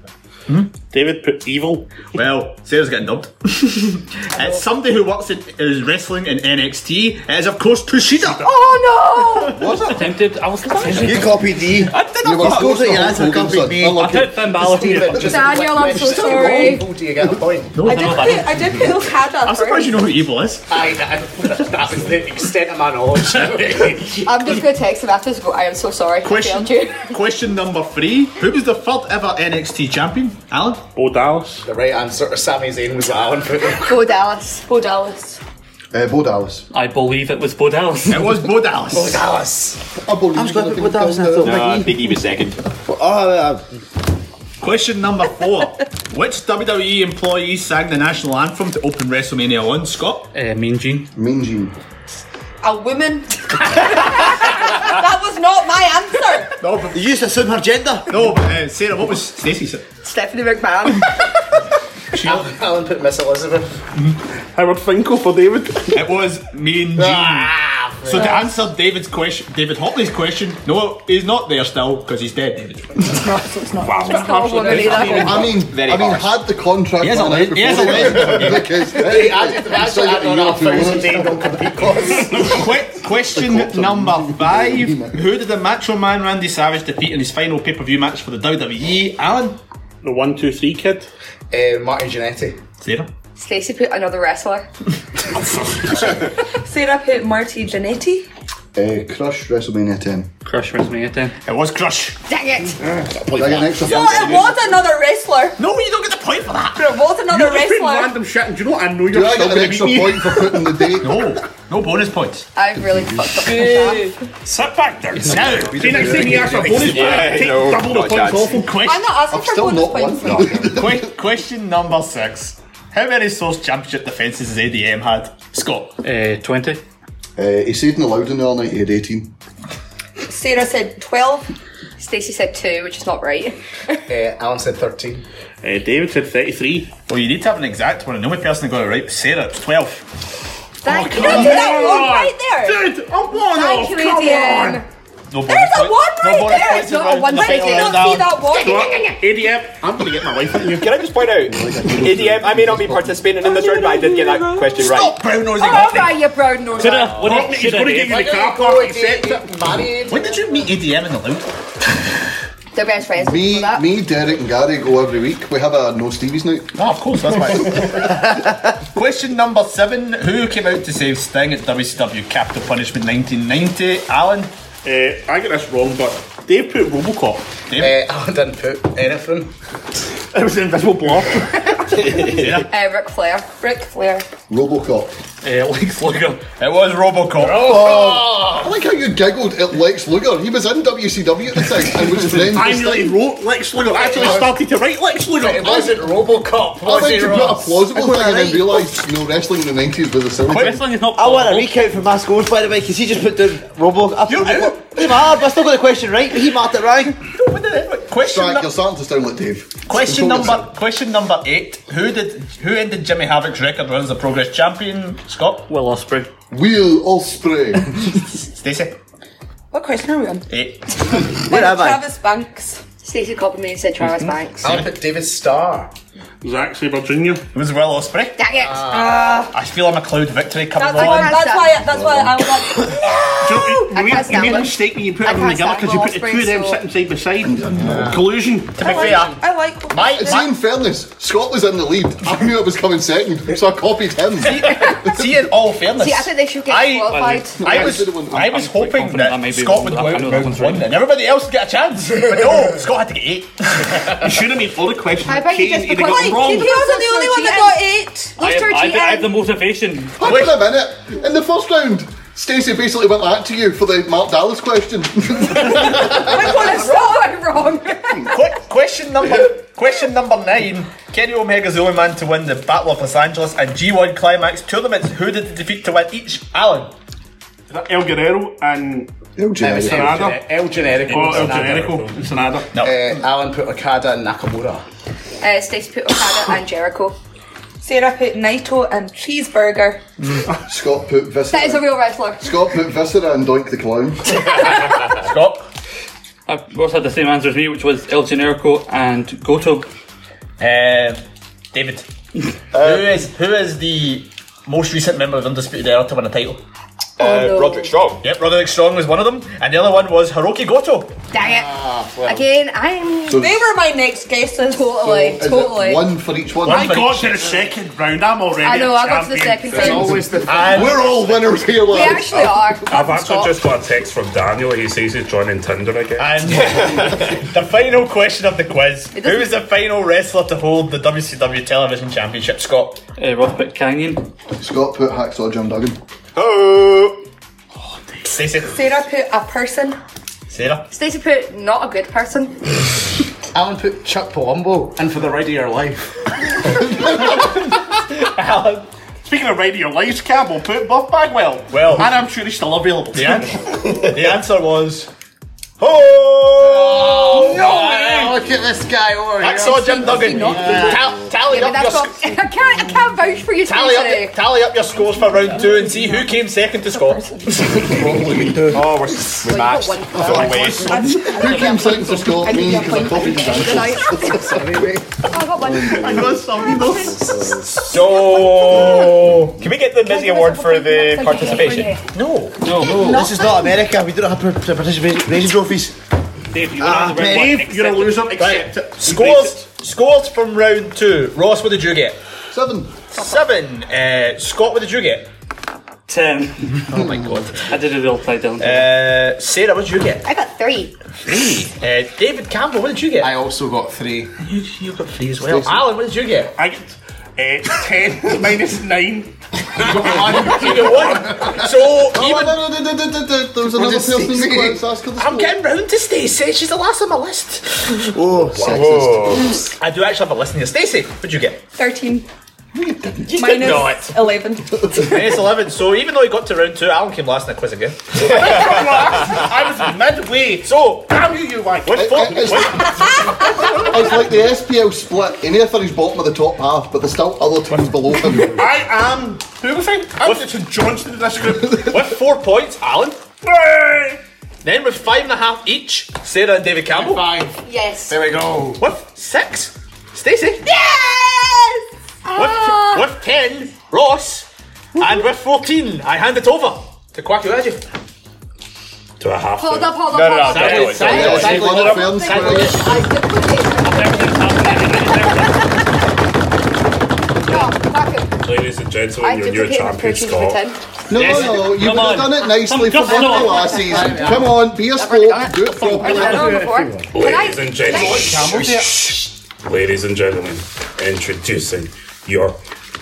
D: David put evil.
C: Well, Sarah's getting dubbed. it's somebody who works in is wrestling in NXT. It is of course Kushida.
H: Oh
C: no! Was it
G: attempted? I was
C: attempted.
L: You copied D. I
C: did
L: You were supposed to answer copied me.
I: Daniel, I'm so sorry.
L: Do you get a point?
I: I did put, I did put Okada
C: I'm surprised you know who Evil is.
M: I, that, that was the extent of my knowledge.
I: first. I'm just gonna text him after this. Go. I am so sorry. I failed you.
C: Question number three: Who was the third ever NXT champion? Alan.
D: Bo Dallas.
M: the right answer to Sami Zayn was Alan Footer.
I: Bo Dallas. Bo Dallas.
F: Uh, Bo Dallas.
G: I believe it was Bo Dallas.
C: It was Bo Dallas.
M: Bo Dallas.
F: I believe
M: was going
F: you
M: for
F: were
M: Bo Dallas and I
F: thinking
M: thought,
F: Big E.
C: think he was second. Oh, Question number four: Which WWE employee sang the national anthem to open WrestleMania 1? Scott.
G: Uh, mean Gene.
F: Mean Gene.
I: A woman. that was not my answer.
C: No, but you used to assume her gender. No, but uh, Sarah, what was Stacey's?
I: Stephanie McMahon.
M: Alan put Miss Elizabeth.
C: Howard Finkel for David. It was Mean Gene.
M: Ah,
C: so to
M: yeah.
C: answer David's question, David Hotley's question, no, he's not there still because he's dead. David.
I: It's not. It's not.
C: Wow.
I: It's not a woman either.
F: I mean,
C: Very
F: I mean,
C: harsh.
F: had the contract.
C: He is a
F: run out
C: leg- he is a
F: before
C: leg.
F: then, because then
C: Hey,
F: it's
C: I
F: like,
C: just-
F: you
C: I
F: still
C: just-
F: got a
C: I
F: year
C: got
F: to
C: a
F: run.
C: thousand Quick question number five: Who did the Macho Man Randy Savage defeat in his final pay-per-view match for the WWE? Alan.
D: The one, two, three kid.
M: Uh, Martin Jannetty.
C: Sarah.
I: Stacey put another wrestler. Sarah put Marty Jannetty.
F: Uh, Crush WrestleMania 10.
G: Crush WrestleMania 10.
C: It was Crush.
I: Dang it!
F: Did I get an extra
I: No, it was another wrestler.
C: No, you don't get the point for that.
I: But it was another
D: You're just putting
I: wrestler.
D: random shit, and do you know what? I know
F: Do
D: you're
F: I
D: still
F: get an
D: going to
F: extra
D: beat me.
F: point for putting the date?
C: No, no bonus points.
I: I've really fucked up myself.
D: Sit back down.
C: No.
D: See, next time you ask for a bonus point,
C: Yeah, Oh,
D: take
C: no,
D: double the
C: not a
D: points
C: chance.
D: off and
I: I'm
D: question.
I: not asking for bonus points.
C: Que- question number six: How many Source Championship defenses has ADM had? Scott.
G: Uh, Twenty.
F: Uh, he said in the Loudon the other night he had 18.
I: Sarah said 12. Stacey said 2, which is not right.
M: Uh, Alan said 13.
D: Uh, David said 33.
C: Well, you need to have an exact one, and the only person that got it right was Sarah. It's 12. Oh,
I: Thank you. Did
D: on.
I: that one right there.
D: Dude, I'm one
I: Thank
D: off.
I: you,
D: Come
I: ADM.
D: on.
C: No bonus
I: There's a
C: points.
I: one right
C: bonus
I: there.
C: points
I: It's not a
C: involved
I: one
C: in the
I: right there.
C: final
I: Did
C: round.
I: not see that
D: You know what?
I: one.
D: ADM, I'm going to get my wife in you.
E: Can I just point out, ADM, I may not be participating in this round, but I did get that question right.
C: Stop brown nosing.
I: Oh, right, you brown nose.
G: Shoulda- woulda-
D: Courtney, he's
G: shoulda
D: going to
G: did.
D: give you the car
M: Oh,
D: park.
M: it did- it married.
C: When did you meet ADM in the Loud?
I: They're best friends.
F: Me, me, Derek, and Gary go every week. We have a No Stevie's night.
C: Oh, of course, that's why. Question number seven Who came out to save Sting at WCW Capital Punishment 1990? Alan?
D: Uh, I got this wrong, but Dave put Robocop.
C: David?
M: Uh, Alan didn't put anything.
D: It was Invisible Blur.
C: Sarah?
I: Uh, Ric Flair. Ric Flair.
F: Robocop. Oh.
G: Uh, Lex Luger.
C: Eh, It was Robocop. Oh.
F: I like how you giggled at Lex Luger. He was in WCW at the time and was friends
D: I
F: with
D: really
F: Sting.
D: wrote Lex Luger. I actually started to write Lex Luger.
M: It wasn't Robocop,
F: Oh, I
M: was
F: meant
M: it,
F: to put a
M: Ross?
F: plausible thing and
L: right.
F: then realised, no, wrestling in the 90s was a silly
G: Wrestling is not.
L: I want a
G: plausible.
L: recount for my scores, by the way, because he just put down Robo. I put Robo. Doesn't matter, but I still got the question right. He marked it right.
C: Question,
F: Strike,
C: num-
F: you're starting to sound like Dave.
C: question
F: Control
C: number question number eight. Who did who ended Jimmy Havoc's record run as a progress champion? Scott?
G: Will Ospreay.
F: yourself. Will Ospreay.
C: Stacey?
I: What question are we on?
C: Eight.
L: Where am I?
I: Travis Banks. Stacey copied me and said Travis Banks.
M: Alan put David Starr.
D: It was actually Virginia.
C: It was Will Ospreay.
I: Dang it.
C: I feel I'm a cloud victory coming
I: Uh, that's,
C: on.
I: why, that's why. That's why I was like,
D: You,
I: I
D: made,
I: can't
D: you
I: stand
D: made a
I: it.
D: mistake when you put
I: I
D: them
I: can't
D: together
I: stand
D: because you put the
I: Osprey,
D: two of them
I: so-
D: sitting side by side. Collusion.
C: To be fair,
I: I like.
C: my,
F: It's
C: my,
F: in fairness, Scott was in the lead. I knew it was coming second, so I copied him.
C: See, in all fairness,
I: See, I think they should get
C: I-
I: qualified.
C: I was, I was hoping
G: confident that may
C: that
G: be
C: Scott
G: one,
C: would
G: but
C: go
G: I
C: out
G: know
C: in
G: that
C: round
G: one's
C: one
G: right.
C: and everybody else would get a chance. But no, Scott had to get eight.
D: You should have made all the questions.
I: I bet you
D: Kane,
I: just
D: he'd have
I: because-
D: got them
I: He
D: wrong.
I: wasn't the only one that got eight.
G: I
I: Let's
G: have,
I: turn
G: I have- I have the
I: GM.
G: motivation.
F: Hang on a minute. In the first round, Stacey basically went back to you for the Mark Dallas question.
I: I want to wrong.
C: Qu- question number question number nine. Kenny Omega's the only man to win the Battle of Los Angeles and G1 Climax tournaments. Who did they defeat to win each? Alan.
D: El Guerrero and
F: El
M: It was El
D: Sanada.
F: Generico.
M: Gener- El Generico.
D: Oh, El
M: and Sanada.
D: Generico and Sanada.
C: No.
M: Uh, Alan put Okada and Nakamura.
I: Uh, Stacey put Okada and Jericho. Sarah put Naito and Cheeseburger.
F: Scott put Viscera.
I: That is a real wrestler.
F: Scott put Viscera and Doink the Clown.
C: Scott.
G: I also had the same answer as me, which was El Generico and Goto.
C: Uh, David,
F: Uh,
C: who is who is the most recent member of Undisputed Era to win a title?
M: Oh,
H: Uh, no. Roderick
C: Strong. Yep, Roderick Strong was one of them, and the other one was Hiroki Goto.
H: Dang it.
C: well.
H: Again, I'm.
C: So-
H: they were my next guesses. Totally.
C: is it
H: totally.
F: One for each one.
H: One I for got each.
F: to the second round. I'm already.
H: I know, a I got to the champion. second It's round. always the- And-
F: We're all winners here,
H: We
F: lads.
H: actually are.
D: I've actually just got a text from Daniel. He says he's joining Tinder again.
C: the final question of the quiz: Who
D: It
C: is the final wrestler to hold the WCW Television Championship? Scott. Uh, Rob put Canyon.
F: Scott put Hacksaw Jim Duggan.
C: Oh. Stacey.
H: Sarah put a person.
C: Sarah.
H: Stacey put not a good person.
M: Alan put Chuck Palumbo in for the ride of your life.
C: Alan.
A: Speaking of radio lives, Campbell put Buff Bagwell.
C: Well.
A: And I'm sure he's still available.
C: The, an- the answer was. Oh,
M: no! Look at this guy over here.
C: Hacksaw Jim
M: Does he
C: Duggan.
M: not do
C: Yeah.
M: that?
C: Tal- tally
H: Yeah,
C: up
H: but
C: your
H: that's
C: sc-
H: not- I can't. I can't vouch for you.
C: Tally up,
H: Stacey.
C: tally up your scores for round two and see who came second to Scott.
A: oh, we're,
C: we're matched.
F: Who came second to Scott? Me, because I copied his answer.
C: I got some So, can we get the Mizzy Award for the participation? No.
L: No, this is not America. We don't have par- par- participation trophies.
C: Dave,
L: you Ah, won the red Dave, one. you're a Accept it. loser. Accept it.
C: Scores, scores from round two. Ross, what did you get?
F: Seven.
C: Seven. Uh, Scott, what did you get? Ten. oh my god. I did a real play down. Uh, Sarah, what did you get?
H: I got three.
C: Three. Uh, David Campbell, what did you get? I
M: also got three.
C: You, you got three as well. Alan, what did you get?
A: I get uh, 10 minus 9.
C: You get one. So,
F: Oh,
C: even.
F: no, no, no, no, no, no, There was
C: What
F: another
C: is
F: person in the
C: sexy?
F: quiz. Ask her the
C: I'm getting round to Stacey. She's the last on my list.
F: Oh,
C: Whoa. I do actually have a list here. Stacey, what'd you get?
H: Thirteen.
C: You
H: Minus
C: did not.
H: eleven.
C: Minus 11. So even though he got to round two, Alan came last in the quiz again.
A: I was midway.
C: So,
A: damn you, you wank.
C: What
F: It's like the SPL split. He near finished bottom of the top half, but there's still other teams below him.
A: I am. Who was I? I'm Richard Johnston in this group.
C: with four points, Alan. Then with five and a half each, Sarah and David Campbell. Five.
H: Yes.
C: There we go. With six, Stacey.
H: Yes.
C: With, with ten, Ross. And with 14, I hand it over to Quacky Reggie.
D: Do I have
H: Hold
D: to?
H: up, hold up, hold up.
D: I'll do it, I'll do it. Ladies and gentlemen, your new champion, Scott.
F: No,
D: Yes.
F: no, no. You've
D: Come
F: not
D: on.
F: done it nicely for
D: Come
F: one
D: on.
F: last season.
D: Yeah.
F: Come on, be a sport. Do it properly.
D: Ladies and gentlemen, ladies and gentlemen, introducing your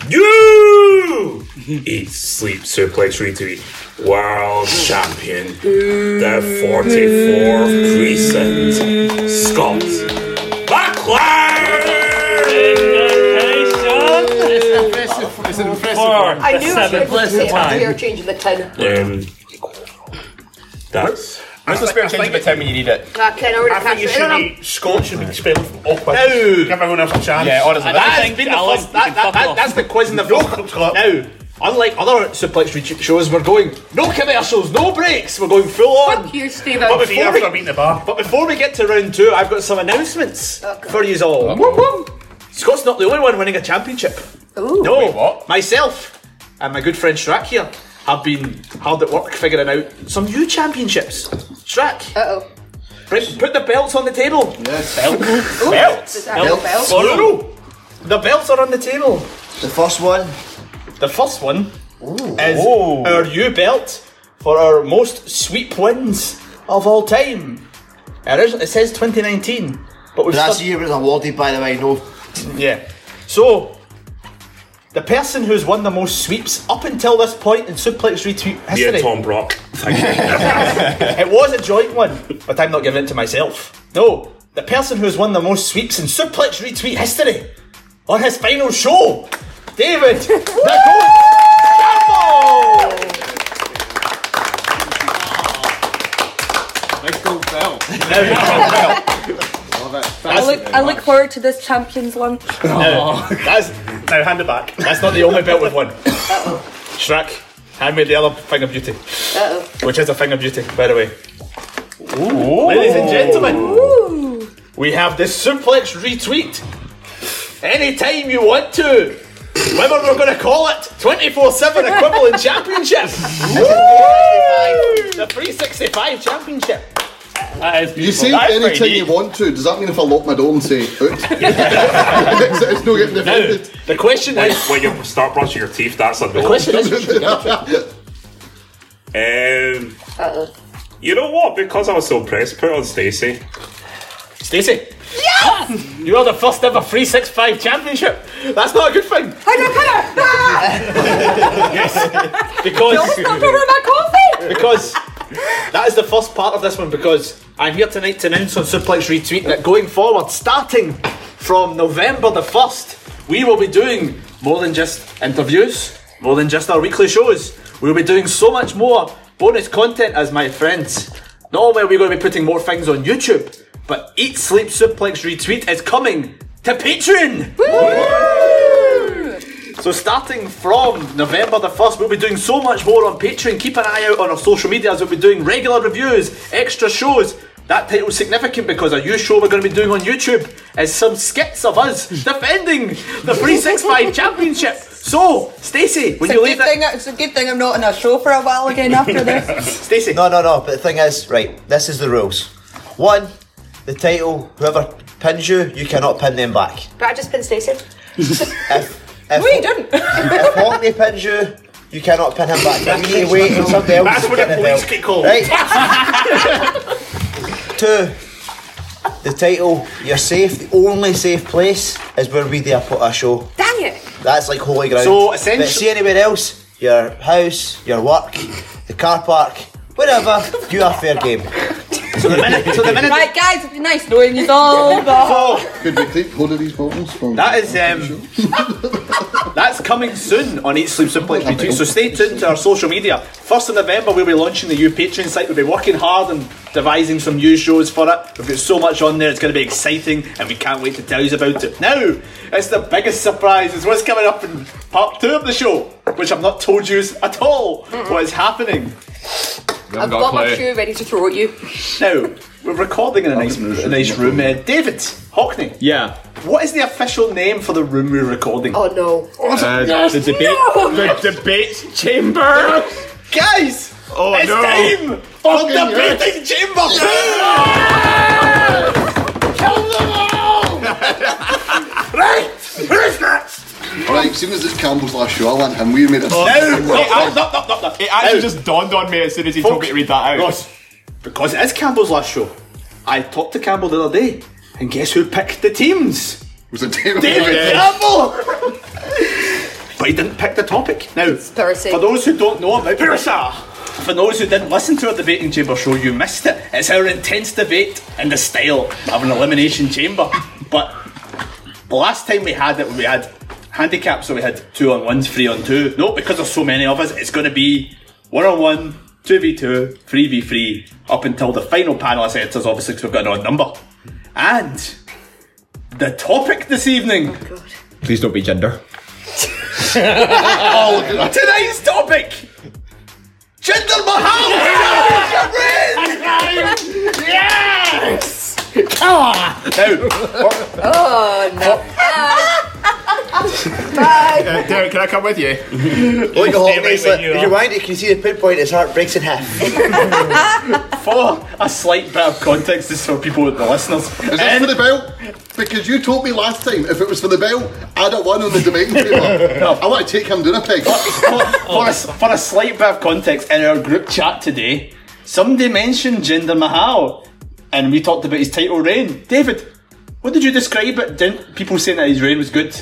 D: new Eat Sleep Suplex Retweet World Champion, the 44th Precinct, Scott Backlash!
M: It's an impressive
D: Four.
M: one.
H: I knew I should have
D: Seven.
H: been
D: Time.
H: here changing the tin.
D: Um, that's.
C: Where's the spare change of the time when you need it?
H: Uh, I can already catch it. No, no,
D: Scott should be expelled from all quizzes.
C: No.
D: Give everyone else a chance.
C: Yeah, honestly,
D: And that's
C: that has been the first. That, that, that, that's the quiz in the first. Now, unlike other suplex retreat shows, we're going no commercials, no breaks. We're going full on.
H: Fuck you, Steve.
C: But
H: See you
C: before,
H: after I
C: we, but before we get to round two, I've got some announcements
H: Oh,
C: for you all. Whoop, whoop. Scott's not the only one winning a championship. No, myself and my good friend Shrek here have been hard at work figuring out some new championships. Shrek.
H: Uh oh.
C: Put the belts on the table. Yes. Belts. belts.
H: Is that Belts. belts?
C: Plural. The belts are on the table. The first one. The first one is our new belt for our most sweep wins of all time. It, is, it says 2019, but we've
L: Last
C: still-
L: year was awarded, by the way, no.
C: yeah. So, the person who's won the most sweeps up until this point in suplex retweet history.
D: Yeah, Tom Brock.
C: it was a joint one, but I'm not giving it to myself. No, the person who's won the most sweeps in suplex retweet history on his final show, David the Goat Campbell.
M: Big gold bell.
I: I look, I look forward to this champions lunch.
C: Now, that's, now hand it back. That's not the only belt we've won. Shrek, hand me the other thing of beauty. Which is a thing of beauty, by the way. Ladies and gentlemen, we have the suplex retweet anytime you want to. Whether we're going to call it 24 7 equivalent championship. Woo! the 365 championship. That is
F: You say anytime you want to. Does that mean if I lock my door and say out? it's, it's no getting defended.
C: the question
D: when, is when you start brushing your teeth. That's a no.
F: The question is-
D: um, you know what? Because I was so impressed, put on Stacey.
C: Stacey. Yes! You are the first ever 365 championship. That's not a good thing.
I: I don't care!
C: yes. Ah! Because.
I: Don't stop over my coffee!
C: because that is the first part of this one because I'm here tonight to announce on Suplex Retweet that going forward, starting from November the 1st, we will be doing more than just interviews, more than just our weekly shows. We'll be doing so much more bonus content as my friends. Not only are we going to be putting more things on YouTube, but Eat Sleep Suplex Retweet is coming to Patreon! So starting from November the 1st, we'll be doing so much more on Patreon. Keep an eye out on our social medias. We'll be doing regular reviews, extra shows. That title's significant because our new show we're going to be doing on YouTube is some skits of us defending the 365 Championship. So, Stacey,
I: it's,
C: when
I: a
C: you
I: good
C: leave that...
I: thing, it's a good thing I'm not in a show for a while again after this.
C: Stacey.
L: No, no, no. But the thing is, right, this is the rules. One, the title, whoever pins you, you cannot pin them back.
H: But I just pinned Stacey.
L: no, you didn't. if Orkney pins you, you cannot pin him back. You need to wait until somebody else
C: That's
L: is
C: when the
L: pinning
C: police
L: them.
C: get called.
L: Right? Two, the title, you're safe. The only safe place is where we there put our show.
H: Dang it!
L: That's like holy ground.
C: So,
L: But see anywhere else, your house, your work, the car park, wherever, you are fair game. So the minute,
I: right, guys, it'd be nice knowing you all.
C: but-
F: Could we take one of these bottles from?
C: That is um, that's coming soon on Eat Sleep Suplex Retweet. So stay tuned to our social media. First of November, we'll be launching the new Patreon site. We'll be working hard and devising some new shows for it. We've got so much on there; it's going to be exciting, and we can't wait to tell you about it. Now, it's the biggest surprise. Is what's coming up in part two of the show, which I've not told you at all what is happening.
H: I've got, my shoe ready to throw at you.
C: Now, we're recording in a nice, a nice room. Uh, David Hockney.
E: Yeah.
C: What is the official name for the room we're recording?
H: Oh no.
E: Uh, the debate, the debate chamber.
C: Guys,
E: oh
C: it's
E: no!
C: time for
E: Fucking
C: the
E: yes.
C: beating chamber.
N: Ah!
F: Kill them all!
C: right, who's next?
F: Alright, seeing as it's Campbell's last show, I'll let him. We made a
E: Oh, No, it, act-
C: Oh, no, no, no, no.
E: it actually just dawned on me as soon as he told me to read that out.
C: Ross, because it is Campbell's last show, I talked to Campbell the other day, and guess who picked the teams?
F: Was it David?
C: David
F: Yes.
C: Campbell. but he didn't pick the topic. Now, for those who don't know about Bursa, for those who didn't listen to our debating chamber show, you missed it. It's our intense debate in the style of an elimination chamber. But the last time we had it, we had handicaps, so we had two on ones, three on two. No, because there's so many of us, it's going to be one on one, two v two, three v three, up until the final panelist enters, obviously, because we've got an odd number. And the topic this evening.
E: Please don't be gender.
C: Tonight's topic: Jinder Mahal. yes. Come on. Now,
H: Oh no.
E: Uh, Derek, can I come with you?
L: Look
E: Stay
L: at Hockney,
E: right
L: he's
E: where
L: like,
E: you
L: if
E: are.
L: you wind it, you can see the pinpoint, his heart breaks in half.
C: for a slight bit of context, this is for people, the listeners.
F: Is that for the belt? Because you told me last time if it was for the belt, I'd have won on the debating paper. I want to take him down a peg.
C: for, a, for a slight bit of context, in our group chat today, somebody mentioned Jinder Mahal, and we talked about his title reign. David, what did you describe it? Didn't people saying that his reign was good?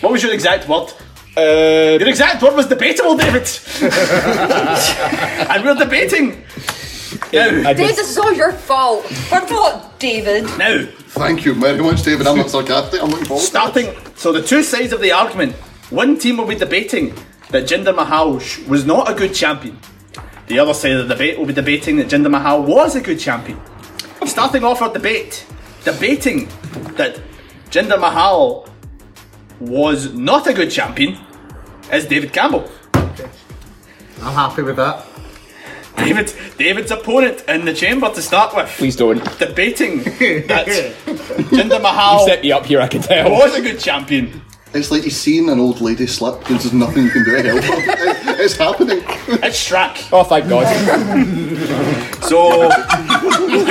C: What was your exact word? your exact word was debatable, David. and we're debating. Now,
H: Dave, this is all your fault. We're not David.
C: now,
F: Thank you very much, David. I'm not sarcastic. I'm looking forward.
C: Starting, so the two sides of the argument. One team will be debating that Jinder Mahal sh- was not a good champion. The other side of the debate will be debating that Jinder Mahal was a good champion. Starting off our debate, debating that Jinder Mahal was not a good champion is David Campbell.
E: I'm happy with that.
N: David, David's opponent in the chamber to start with.
K: Please don't.
N: Debating that Jinder Mahal.
K: You set me up here, I can tell.
N: Was a good champion.
F: It's like he's seen an old lady slip because there's nothing you can do to help her. It- it's happening.
N: It's Shrek.
K: Oh, thank God.
N: so.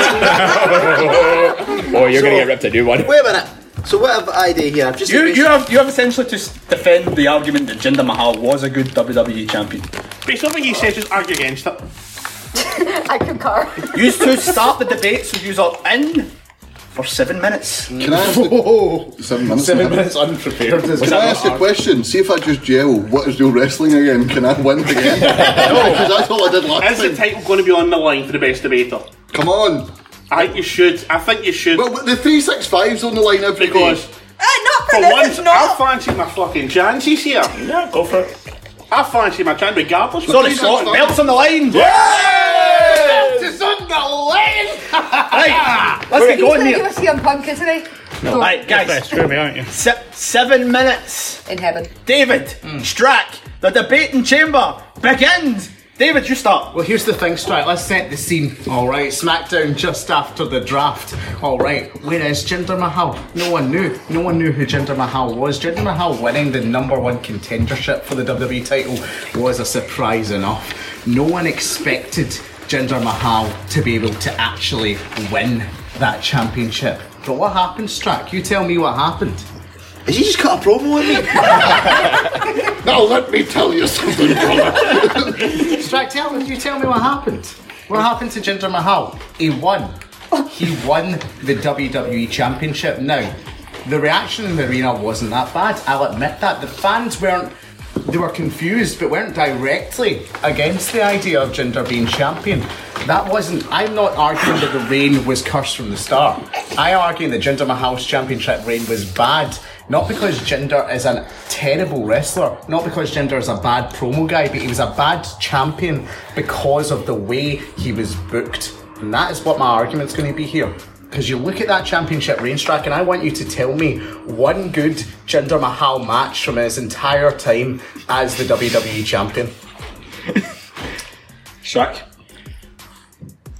K: oh, you're going to get ripped a new one.
N: Wait a minute. So what have I done here? you, you have you have essentially to s- defend the argument that Jinder Mahal was a good WWE champion.
A: Based on what he said, just argue against it.
H: I concur.
N: You two start the debate, so you are in for seven minutes.
F: Can I ask the, seven minutes?
N: Seven minutes unprepared.
F: Can
N: Was that
F: I
N: not
F: ask a
N: hard?
F: question? See if I just yell, "What is real wrestling again?" Can I win again?
N: oh.
F: no, because that's all I did last
A: Is the title going to be on the line for the best debater?
F: Come on.
A: I think you should. I think you should.
F: Well, the three six fives on the line every
A: because
I: Eh, not
A: for once, I fancy my fucking chances here.
D: Yeah, go for it.
A: I fancy my chance regardless.
N: Sorry, Scott, belts on the line.
A: Yeah!
N: Right, let's
H: He's
N: get going
H: gonna give
N: here.
H: us CM Punk, isn't he? Go.
N: Right, guys. Se- seven minutes.
H: In heaven.
N: David,
M: Hmm.
N: Strack, the debating chamber begins. David, you start.
M: Well, here's the thing, Strike. Let's set the scene. All right, SmackDown just after the draft. All right, where is Jinder Mahal? No one knew. No one knew who Jinder Mahal was. Jinder Mahal winning the number one contendership for the WWE title was a surprise enough. No one expected Jinder Mahal to be able to actually win that championship. But what happened, Strack? You tell me what happened. Did you just cut a promo on me?
F: now let me tell you something, brother.
M: Strike, tell me, you tell me what happened. What happened to Jinder Mahal? He won. He won the WWE Championship. Now, the reaction in the arena wasn't that bad. I'll admit that. The fans weren't. They were confused, but weren't directly against the idea of Jinder being champion. That wasn't. I'm not arguing that the reign was cursed from the start. I am arguing that Jinder Mahal's championship reign was bad. Not because Jinder is a terrible wrestler, not because Jinder is a bad promo guy, but he was a bad champion because of the way he was booked. And that is what my argument's going to be here. Because you look at that championship range track, and I want you to tell me one good Jinder Mahal match from his entire time as the WWE champion.
N: Shrek.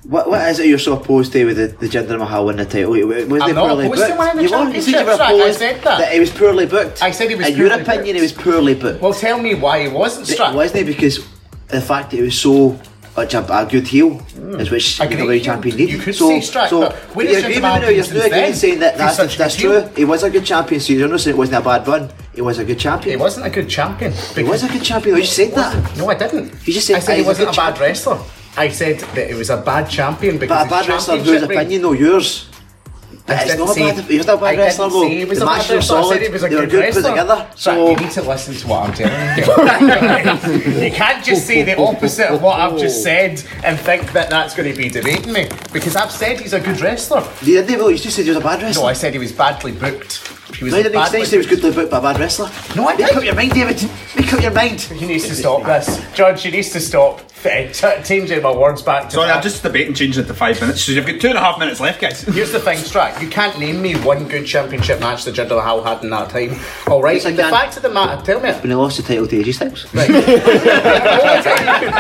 L: What, what is it you're so opposed to with the, the Jinder Mahal winning the title? Wasn't
M: I'm
L: he
M: not
L: poorly
M: opposed to
L: booked?
M: winning the
L: You were- you said you were
M: championship, Strack, I
L: opposed
M: said that.
L: he was poorly booked. I
M: said he was
L: In your
M: poorly
L: opinion, he was poorly booked.
M: Well, tell me why he wasn't,
L: Strack. Wasn't he because the fact that he was so much a, a good heel
M: Hmm.
L: is which the WWE champion needs. You
M: could
L: so,
M: say Strack,
L: so
M: but where
L: you
M: is
L: agree with
M: Jinder
L: me
M: Mahal
L: now, you're
M: since
L: not
M: then?
L: again saying that
M: He's
L: that's,
M: such a
L: that's
M: good heel.
L: true. He was a good champion, so you're not saying it wasn't a bad run. He was a good champion. He
M: wasn't a good champion.
L: He was a good champion, though. you said that.
M: No, I didn't.
L: You just said
M: I
L: that
M: said he
L: he's a
M: wasn't a,
L: good
M: bad wrestler. I said that he was a bad champion because
L: But a bad
M: his
L: wrestler whose
M: championship reign-
L: opinion, no yours.
M: I
L: But it's
M: didn't
L: not a
M: say-
L: bad, he was not a
M: I
L: bad
M: didn't
L: wrestler
M: say
L: though.
M: he was
L: the
M: a bad
L: matches were
M: wrestler, I said
L: solid.
M: he was a
L: they were
M: good
L: good
M: wrestler.
L: put together.
M: Right,
L: So
M: you need to listen to what I'm telling you. you can't just say the opposite of what I've just said and think that that's going to be debating me because I've said he's a good wrestler.
L: Yeah, they well, you just said he was a bad wrestler.
M: No, I said he was badly booked. He was
L: No, you didn't
M: badly
L: say he was good to book by a bad wrestler.
M: No, I
L: Make up your mind, David. Make up your mind.
M: He needs to stop this. Judge, he needs to stop. F- uh, t- Changing my words back to
N: Sorry, I'm just debating changing it to five minutes. So you've got two and a half minutes left, guys.
M: Here's the thing, Strack. You can't name me one good championship match that Jinder Mahal had in that time. All right,
L: Yes, I
M: the
L: can.
M: fact of the matter, tell me.
L: When he lost the title to AJ Styles.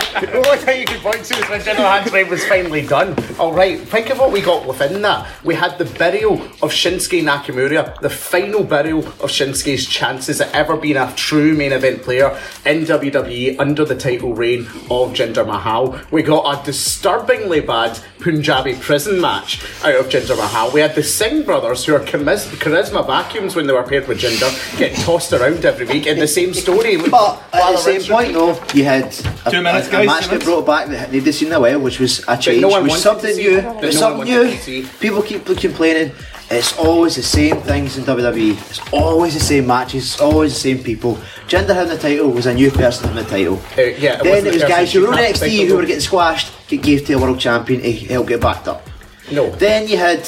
M: The only thing you could point to is when General Hands reign was finally done. All right, think of what we got within that. We had the burial of Shinsuke Nakamura, the final burial of Shinsuke's chances at ever being a true main event player in WWE under the title reign of Jinder Mahal. We got a disturbingly bad Punjabi prison match out of Jinder Mahal. We had the Singh brothers, who are charis- charisma vacuums when they were paired with Jinder, get tossed around every week in the same story.
L: But at the same point, though, you had a,
M: Two minutes,
L: a, a
M: guys, two
L: match that
M: minutes.
L: brought back that they'd seen in a while, which was a change,
M: no one
L: which
M: wanted
L: was
M: to
L: something
M: see.
L: new.
M: That
L: It
M: no one
L: was something
M: wanted
L: new.
M: to see.
L: People keep complaining. It's always the same things in WWE. It's always the same matches. It's always the same people. Jinder having the title was a new person having the title.
M: Uh, yeah, it
L: then
M: wasn't
L: it was
M: the
L: guys who
M: person
L: were on
M: who had the
L: NXT
M: title,
L: who were
M: though.
L: getting squashed, get gave to a world champion to help get backed up.
M: No.
L: Then you had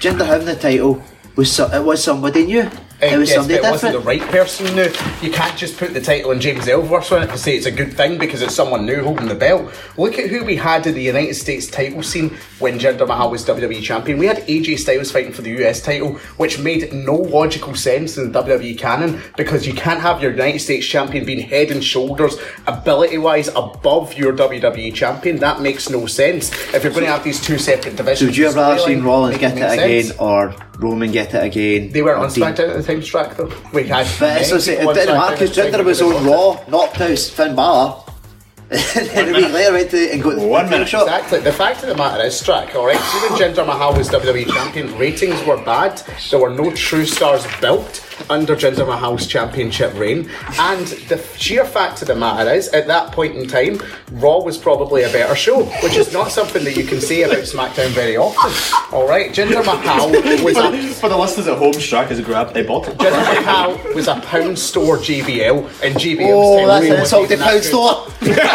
L: Jinder having the title was so, it was somebody new.
M: And
L: It was
M: Uh, yes,
L: somebody
M: but it wasn't the
L: different.
M: right person now. You can't just put the title and James Ellsworth on it and say it's a good thing because it's someone new holding the belt. Look at who we had in the United States title scene when Jinder Mahal was WWE champion. We had AJ Styles fighting for the US title, which made no logical sense in the WWE canon because you can't have your United States champion being head and shoulders ability wise above your WWE champion. That makes no sense. If you're going to have these two separate divisions,
L: So would you have rather
M: storyline
L: seen Rollins get
M: doesn't
L: it
M: make sense.
L: again or Roman get it again?
M: They weren't
L: or
M: on
L: Dean-
M: SmackDown at the time, Strack, though. We had.
L: But it's so say, it didn't matter because Jinder was on Raw, knocked out Finn Balor. and a week later went to and got the
M: One minute. Exactly. The fact of the matter is, Strack, alright, see when Jinder Mahal was WWE champion, ratings were bad. There were no true stars built under Jinder Mahal's championship reign. And the sheer fact of the matter is, at that point in time, Raw was probably a better show, which is not something that you can say about SmackDown very often. Alright, Jinder Mahal was
N: for,
M: a
N: the, for the listeners at home, Strack has grabbed a bottle.
M: Jinder Mahal was a pound store GBL, and GBL's
L: Oh, that's
M: terrible.
L: an insult to pound store.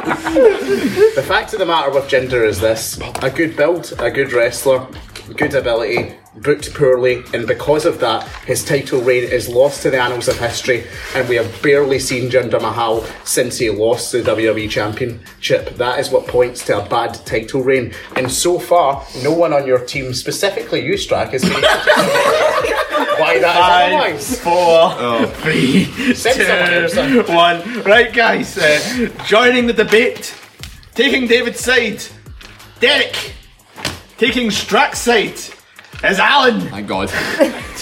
M: the fact of the matter with gender is this a good build, a good wrestler, good ability, booked poorly, and because of that, his title reign is lost to the annals of history, and we have barely seen Jinder Mahal since he lost the WWE Championship. That is what points to a bad title reign, and so far, no one on your team, specifically you, Strack, is why
N: Five,
M: that is otherwise.
N: four, Oh. three,
M: Send someone here,
N: two, one. Right, guys, uh, joining the debate, taking David's side, Derek, taking Strack's side, is Alan. Thank God.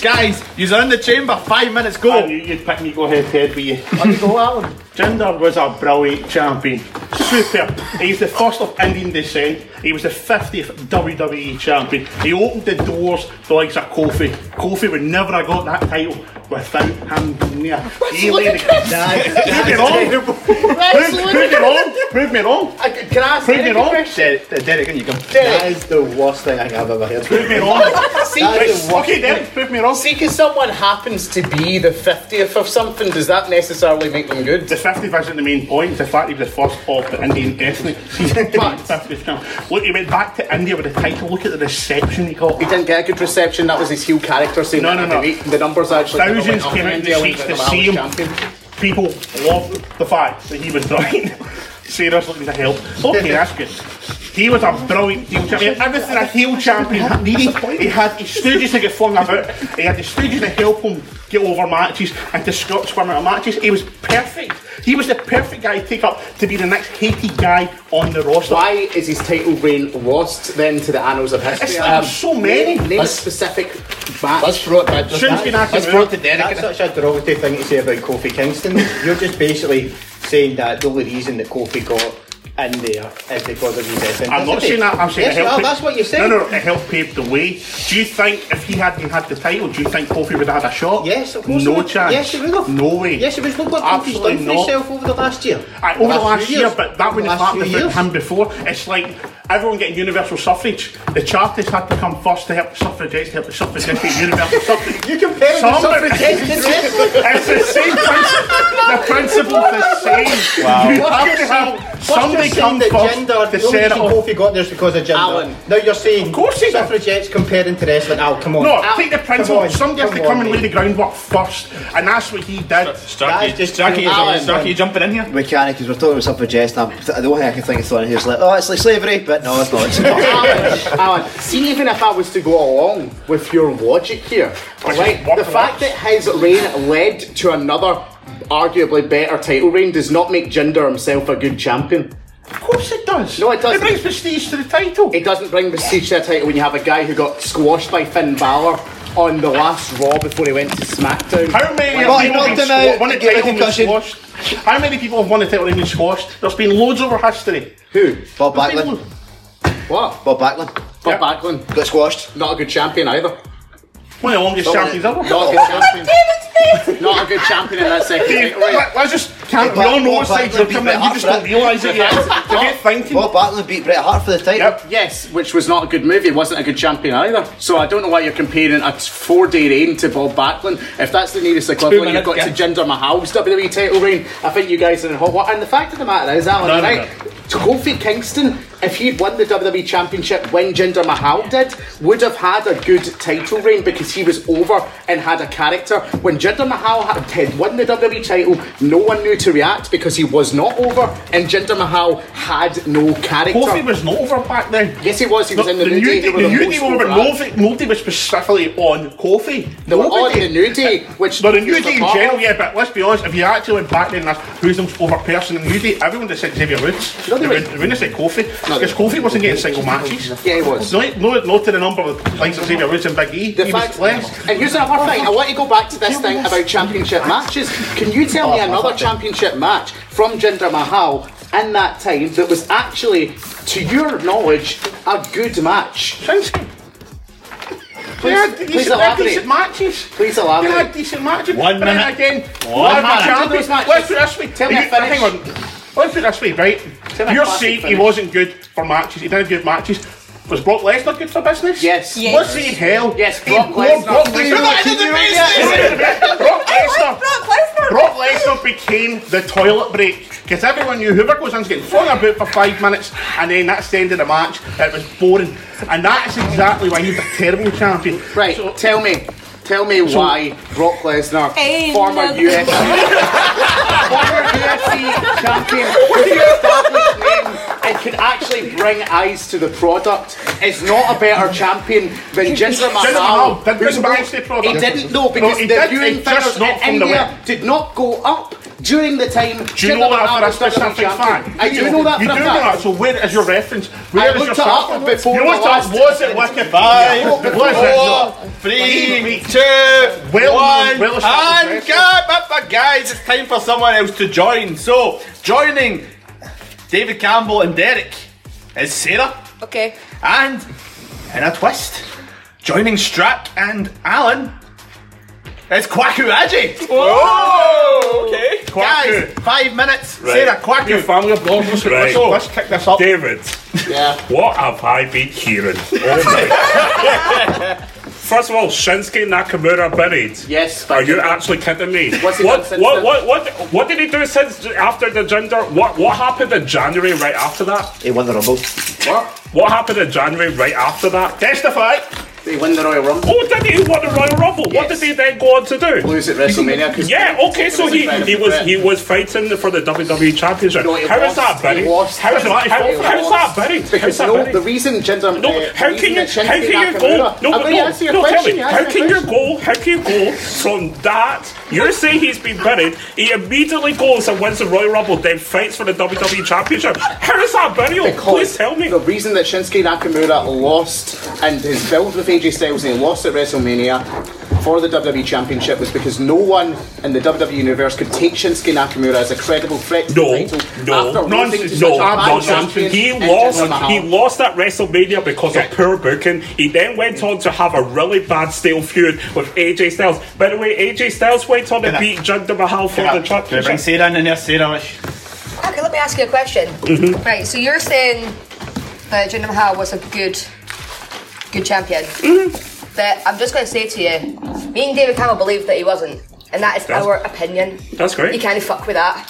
N: guys, you're in the chamber, five minutes go.
A: I knew you'd pick me go head to head with you.
M: On you go, Alan.
A: Jinder was a brilliant champion. Superb. He was the first of Indian descent. He was the 50th WWE E champion. He opened the doors to the likes of Kofi. Kofi would never have got that title without him being there. He
M: Look
A: laid
M: at
A: the-
M: this.
A: Prove me wrong.
M: That's
A: Prove prove me wrong. Prove me wrong.
M: I, can I ask
A: Prove me
M: Derek a
A: wrong.
M: question?
N: Derek, Derek, in you come.
M: Derek.
L: That is the worst thing I think I've ever heard.
A: Prove me wrong.
M: See,
L: That
M: okay,
L: is the worst thing.
M: then, prove me wrong. See, because someone happens to be the 50th of something, does that necessarily make them good?
A: The 50th isn't the main point, the fact he was the first of the Indian ethnic. but, look, he went back to India with the title. Look at the reception he got.
M: He didn't get a good reception, that was his heel character saying
A: No,
M: that
A: no,
M: every
A: no.
M: week, and The numbers actually kinda
A: Thousands
M: went up
A: came
M: in
A: out in the
M: India when
A: streets to
M: Jinder Mahal
A: see
M: was
A: him.
M: champion.
A: People love the fact that he was right. Sarah's looking to help. Okay, that's good. He was a brilliant heel champion. Everything a heel champion had needed. He had his stooges to get flung about. He had his stooges to help him get over matches and to squ- squirm out of matches. He was perfect. He was the perfect guy to take up to be the next hated guy on the roster.
M: Why is his title reign lost then to the annals of history?
A: It's
M: Um,
A: like there's so many.
M: Name, name
A: Let's-
M: specific match.
J: Let's throw it back.
A: Shouldn't be knocking
J: Let's
A: him
J: throw
A: out.
J: it to Derek. That's such a derogative thing to say about Kofi Kingston. You're just basically saying that the only reason that Kofi got in there is because of his ethnicity.
A: I'm not saying that. I'm saying
J: yes,
A: it
J: you are.
A: helped.
J: That's what you're saying.
A: No, no, it helped pave the way. Do you think if he hadn't had the title, do you think Kofi would have had a shot? Yes, of
J: course he
A: No
J: would.
A: chance.
J: Yes, he would have.
A: No way.
J: Yes, he was. Look what Kofi's
A: Absolutely
J: done for
A: not.
J: himself over the last year.
A: Aye, over the last
J: few
A: year,
J: years.
A: but that wouldn't have
J: Last few
A: happened without
J: years.
A: him before. It's like everyone getting universal suffrage. The Chartists had to come first to help the suffragettes, to help the suffragettes get universal suffrage. You
J: comparing the suffragettes to wrestling?
A: It's the same principle. The principle's the same.
J: Wow.
A: You
J: What's
A: have to
J: your saying-
A: have
J: what's your
A: somebody
J: saying
A: come
J: that
A: first
J: gender,
A: to
J: the only
A: set it
J: reason
A: off.
J: Kofi got there is because of gender.
A: Alan.
J: Now you're saying of
A: course he's
J: suffragettes comparing to wrestling. Al, oh, come on.
A: No,
J: Al,
A: take the
J: come
A: principle.
J: on,
A: Somebody has to come and lay the groundwork first, and that's what he did.
L: That's just
A: Jackie,
L: too Alan.
N: jumping in here?
L: Mechanic, because we're talking about suffragettes, and I'm, the only thing I can think of throwing in here is like, oh, it's like slavery, but no, it's not. It's not.
M: Alan, Alan, see, even if I was to go along with your logic here, alright, the fact that his reign led to another arguably better title reign does not make Jinder himself a good champion.
A: Of course it does.
M: No, it doesn't. It brings
A: prestige to the title.
M: It doesn't bring prestige to the title when you have a guy who got squashed by Finn Balor on the last Raw before he went to SmackDown.
A: How many
M: Well,
A: people
M: knocked
A: have
M: him
A: been
M: out
A: squashed? Won a
M: and gave him
A: title and been
M: concussion.
A: squashed? How many people have won a title and been squashed? There's been loads over history.
M: Who?
L: Bob
A: Backlund.
M: What?
L: Bob Backlund.
M: Bob Backlund.
L: Got squashed.
M: Not a good champion either.
A: One of the longest
M: Not a-
A: champions ever.
M: Not a good champion. Not a good champion in that second
A: Dave,
M: title reign.
A: let- let's just can't. We all know what sides are coming. in, You just don't realise it yet. You get thinking.
L: Bob Backlund beat Bret Hart for the title.
M: Yes, which was not a good movie. It wasn't a good champion either. So I don't know why you're comparing a four-day reign to Bob Backlund. If that's the nearest equivalent you've
N: minutes,
M: got to
N: yeah.
M: Jinder Mahal's WWE title reign, I think you guys are in hot water. And the fact of the matter is, Alan,
N: No, no,
M: right? Kofi Kingston if he'd won the WWE Championship when Jinder Mahal did, would have had a good title reign because he was over and had a character. When Jinder Mahal had, had won the WWE title, no one knew to react because he was not over, and Jinder Mahal had no character.
A: Kofi was not over back then.
M: Yes, he was. He was in the, New
A: Day,
M: Day. They were
A: the
M: the
A: New
M: most
A: Day were, but
M: overacting.
A: nobody, nobody was specifically on Kofi.
M: They were on
A: Nobody.
M: the New Day, which
A: No, the New
M: was
A: Day in
M: the
A: general,
M: bar.
A: yeah, but let's be honest, if you actually went back then, that's who's the most over person in the New Day, everyone would have said Xavier Woods. No, they wouldn't. They wouldn't have said Kofi, because Kofi wasn't getting single matches.
M: Yeah, he was.
A: No, no, no to the number of likes of Xavier Woods and Big E.
M: The
A: he
M: fact,
A: was less.
M: and here's another thing. I want to go back to this thing about championship matches. Can you tell me another championship match from Jinder Mahal in that time that was actually, to your knowledge, a good match?
A: They had decent-
M: Please, please
A: they had
M: elaborate.
A: decent matches.
M: Please
A: They had
M: elaborate.
A: decent matches.
M: One
A: but then
M: minute.
A: Again,
M: One
A: what about
M: minute.
A: champions?
M: Those matches.
A: Let's put it this way.
M: Tell me
A: You-
M: a finish.
A: Hang on. Let's put it this way, right?
M: me a
A: You're
M: classic
A: saying he
M: finish.
A: wasn't good for matches. He didn't have good matches. Was Brock Lesnar good for business? Yes.
M: Yes.
A: Was he in hell? Yes,
M: Brock Lesnar.
A: Brock
M: Please don't
A: Lesnar.
M: keep
A: in the
M: doing
A: business.
M: that.
A: Brock
M: I like
A: Lesnar.
M: Brock Lesnar.
A: Brock Lesnar became the toilet break because everyone knew whoever goes in's getting flung about for five minutes, and then that's the end of the match. It was boring, and that's exactly why he's a terrible champion.
M: Right. tell me. Tell me
A: So-
M: why Brock Lesnar,
A: Ain't
M: former
A: nothing.
M: UFC, former UFC champion, with your established name and can actually bring eyes to the product, is not a better champion than Jinder Mahal.
A: Jinder Mahal didn't
M: who's
A: bring eyes to the product.
M: He didn't know
A: No,
M: because
A: he
M: the
A: did,
M: viewing
A: it's just
M: figures in
A: not from the
M: India
A: web.
M: did not go up during the time.
A: Do you
M: Jinder
A: know that
M: Mahal
A: for a
M: was WWE
A: specific
M: champion.
A: fact?
M: I do know that
A: you
M: for a
A: do
M: fact.
A: know that. So where is your reference?
M: I
A: Where is your
M: looked it up
A: sample?
M: before
A: You
M: the
A: looked
M: last-
A: up. Was it Wikipedia? Was it?
E: Four,
A: not?
E: three, two,
A: Well
E: one,
A: known, well
E: and
A: established
E: go! But, but guys, it's time for someone else to join. So, joining David Campbell and Derek is Sarah.
H: Okay.
E: And in a twist, joining Strack and Alan is Kwaku Aji.
A: Whoa, okay.
E: Guys, five minutes. Sarah, Kwaku.
A: Your family of God. Let's,
D: Right.
A: let's, let's kick this up.
D: David. Yeah. What have I been hearing? Oh my. First of all, Shinsuke Nakamura buried.
M: Yes.
D: Are you actually kidding me?
M: What's he done
D: what,
M: since
D: what,
M: then?
D: what, what, what did he do since after the gender? What what happened in January right after that?
L: He won the Rumble.
D: What? What happened in January right after that? Testify.
M: They win the Royal Rumble.
D: Oh, did he win the Royal Rumble? What did he then go on to do?
M: Lose at WrestleMania. 'cause
D: Yeah. Okay.
M: it
D: So
M: was
D: he,
M: incredible
D: he was
M: threat.
D: he was fighting for the WWE Championship.
M: No, it
D: how is
M: was-
D: that, Barry?
M: it
D: How
M: was-
D: is that? How,
M: it was-
D: how's that, Barry?
M: Because
D: how's that,
M: no,
D: Barry?
M: the reason Jinder.
D: No,
M: uh,
D: how can
M: the reason
D: you
M: that Shinsuke
D: how can you go?
M: Nakamura-
D: No, but
M: I'm going to
D: no,
M: answer your
D: no, tell
M: question.
D: me,
M: you
D: how
M: asked
D: can
M: me a
D: you go? How can you go from that? You're saying he's been buried. He immediately goes and wins the Royal Rumble, then fights for the WWE Championship. How is that burial? Please tell me.
M: The reason that Shinsuke Nakamura lost and his build with AJ Styles and he lost at WrestleMania for the WWE Championship was because no one in the WWE universe could take Shinsuke Nakamura as a credible threat to
D: No,
M: the title Uh,
D: no,
M: after losing to
D: nonsense. No,
M: such a bad
D: nonsense.
M: champion
D: He
M: in Jinder
D: lost.
M: Mahal.
D: He lost at WrestleMania because of poor booking. He then went on to have a really bad stale feud with AJ Styles. By the way, AJ Styles went on to
P: Can I-
D: beat Jinder Mahal for
P: Can I-
D: the
P: can I bring
D: championship.
P: Sarah in there, Sarah?
H: Okay, let me ask you a question.
D: Mm-hmm.
P: Mhm.
H: Right, so you're saying that Jinder Mahal was a good, good champion.
D: Mm-hmm.
H: But I'm just going to say to you, me and David Campbell believe that he wasn't, and that is
D: That's-
H: our opinion.
D: that's great.
H: You can't fuck with that.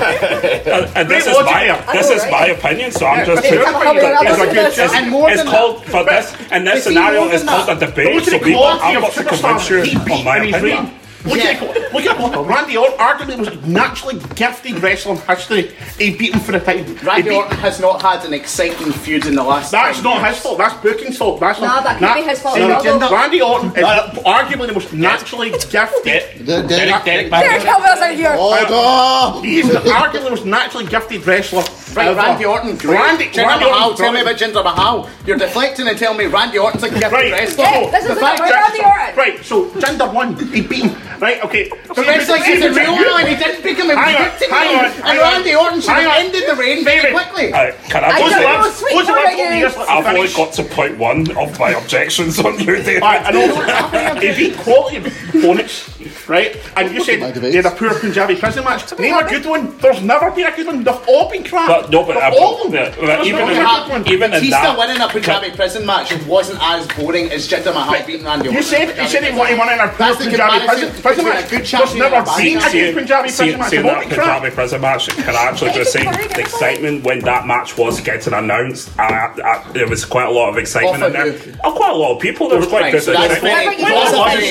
D: and, and this
H: Wait,
D: is
H: what
D: my
H: do you-
D: this
H: I know,
D: is
H: right?
D: my opinion, so
H: Yeah,
D: I'm just
H: but it's not coming up
D: it's, a
H: with
D: good,
H: this.
D: it's,
H: And more
D: it's
H: than
D: called for this and this
H: But see, more
D: scenario
H: than
D: is called a
H: that.
D: debate,
H: Look
D: so
H: at the
D: people
H: quality
D: I've
H: of
D: got to convince
H: superstars
D: you on my
A: and he's
D: opinion.
A: Look at him. Look at him. Randy Orton arguably was naturally gifted wrestling history. He beat him for the title.
M: Randy Orton has not had an exciting feud in the last.
A: That's
M: ten
A: not
M: years.
A: his fault. That's Booking's fault. That's
H: No,
A: not.
H: that could
A: not-
H: be his fault.
A: See,
H: No, no, no.
A: Randy Orton is arguably the most naturally gifted.
F: Derek- Derek
H: Derek Campbell's out here.
F: Order.
A: He's arguably the most naturally gifted wrestler.
M: Right,
A: ever.
M: Randy Orton, great.
A: Randy,
M: Jinder
A: Randy
M: Mahal,
A: Orton's
M: tell me
A: brilliant.
M: about Jinder Mahal. You're deflecting and telling me Randy Orton's a gifted
A: Right,
M: wrestler.
A: so-
M: The fact that-
A: Right, so Jinder won. He beat him. Right, okay.
M: The wrestling is a real one, he didn't pick him, he
A: Hang on,
M: picked him.
A: hang on,
M: And
A: hang on.
M: Randy Orton should have
A: Hang on.
M: ended the reign very
A: David,
M: quickly.
D: Uh, can I,
M: I
D: just
M: don't
D: let-
M: know, sweet
D: just let-
M: Oregon.
D: just let- I've only got to point one of my objections on you, David.
A: Alright, and also, if he quality opponents, right? And you said they had a poor Punjabi prison match. Name a good one. There's never been a good one. They've all been crap.
D: But no, but
A: They've
D: I-
A: all of them.
D: but- but
A: There's
D: even
A: never
D: in-
A: been a good one.
D: even in
A: He's
D: that-
A: still
M: Still winning a Punjabi prison match wasn't as boring as Jinder Mahal beating Randy
A: You
M: Orton.
A: said you said he won, he won in a poor
M: That's the
A: Punjabi
M: comparison
A: prison, prison
M: between
A: match.
M: a good
A: There's
M: champion
A: never
M: and a
A: been
M: bad
A: a good Punjabi prison
D: seeing,
A: match.
D: seeing
A: They've all
D: that
A: been crap.
D: Punjabi prison match can actually just say the excitement when that match was getting announced. I, I, there was quite a lot of excitement in there. Uh, quite a lot of people. There was quite
M: Right,
D: good.
M: so that's very-
D: excitement.
M: that's
D: Well,
M: very-
D: well, well,
M: that's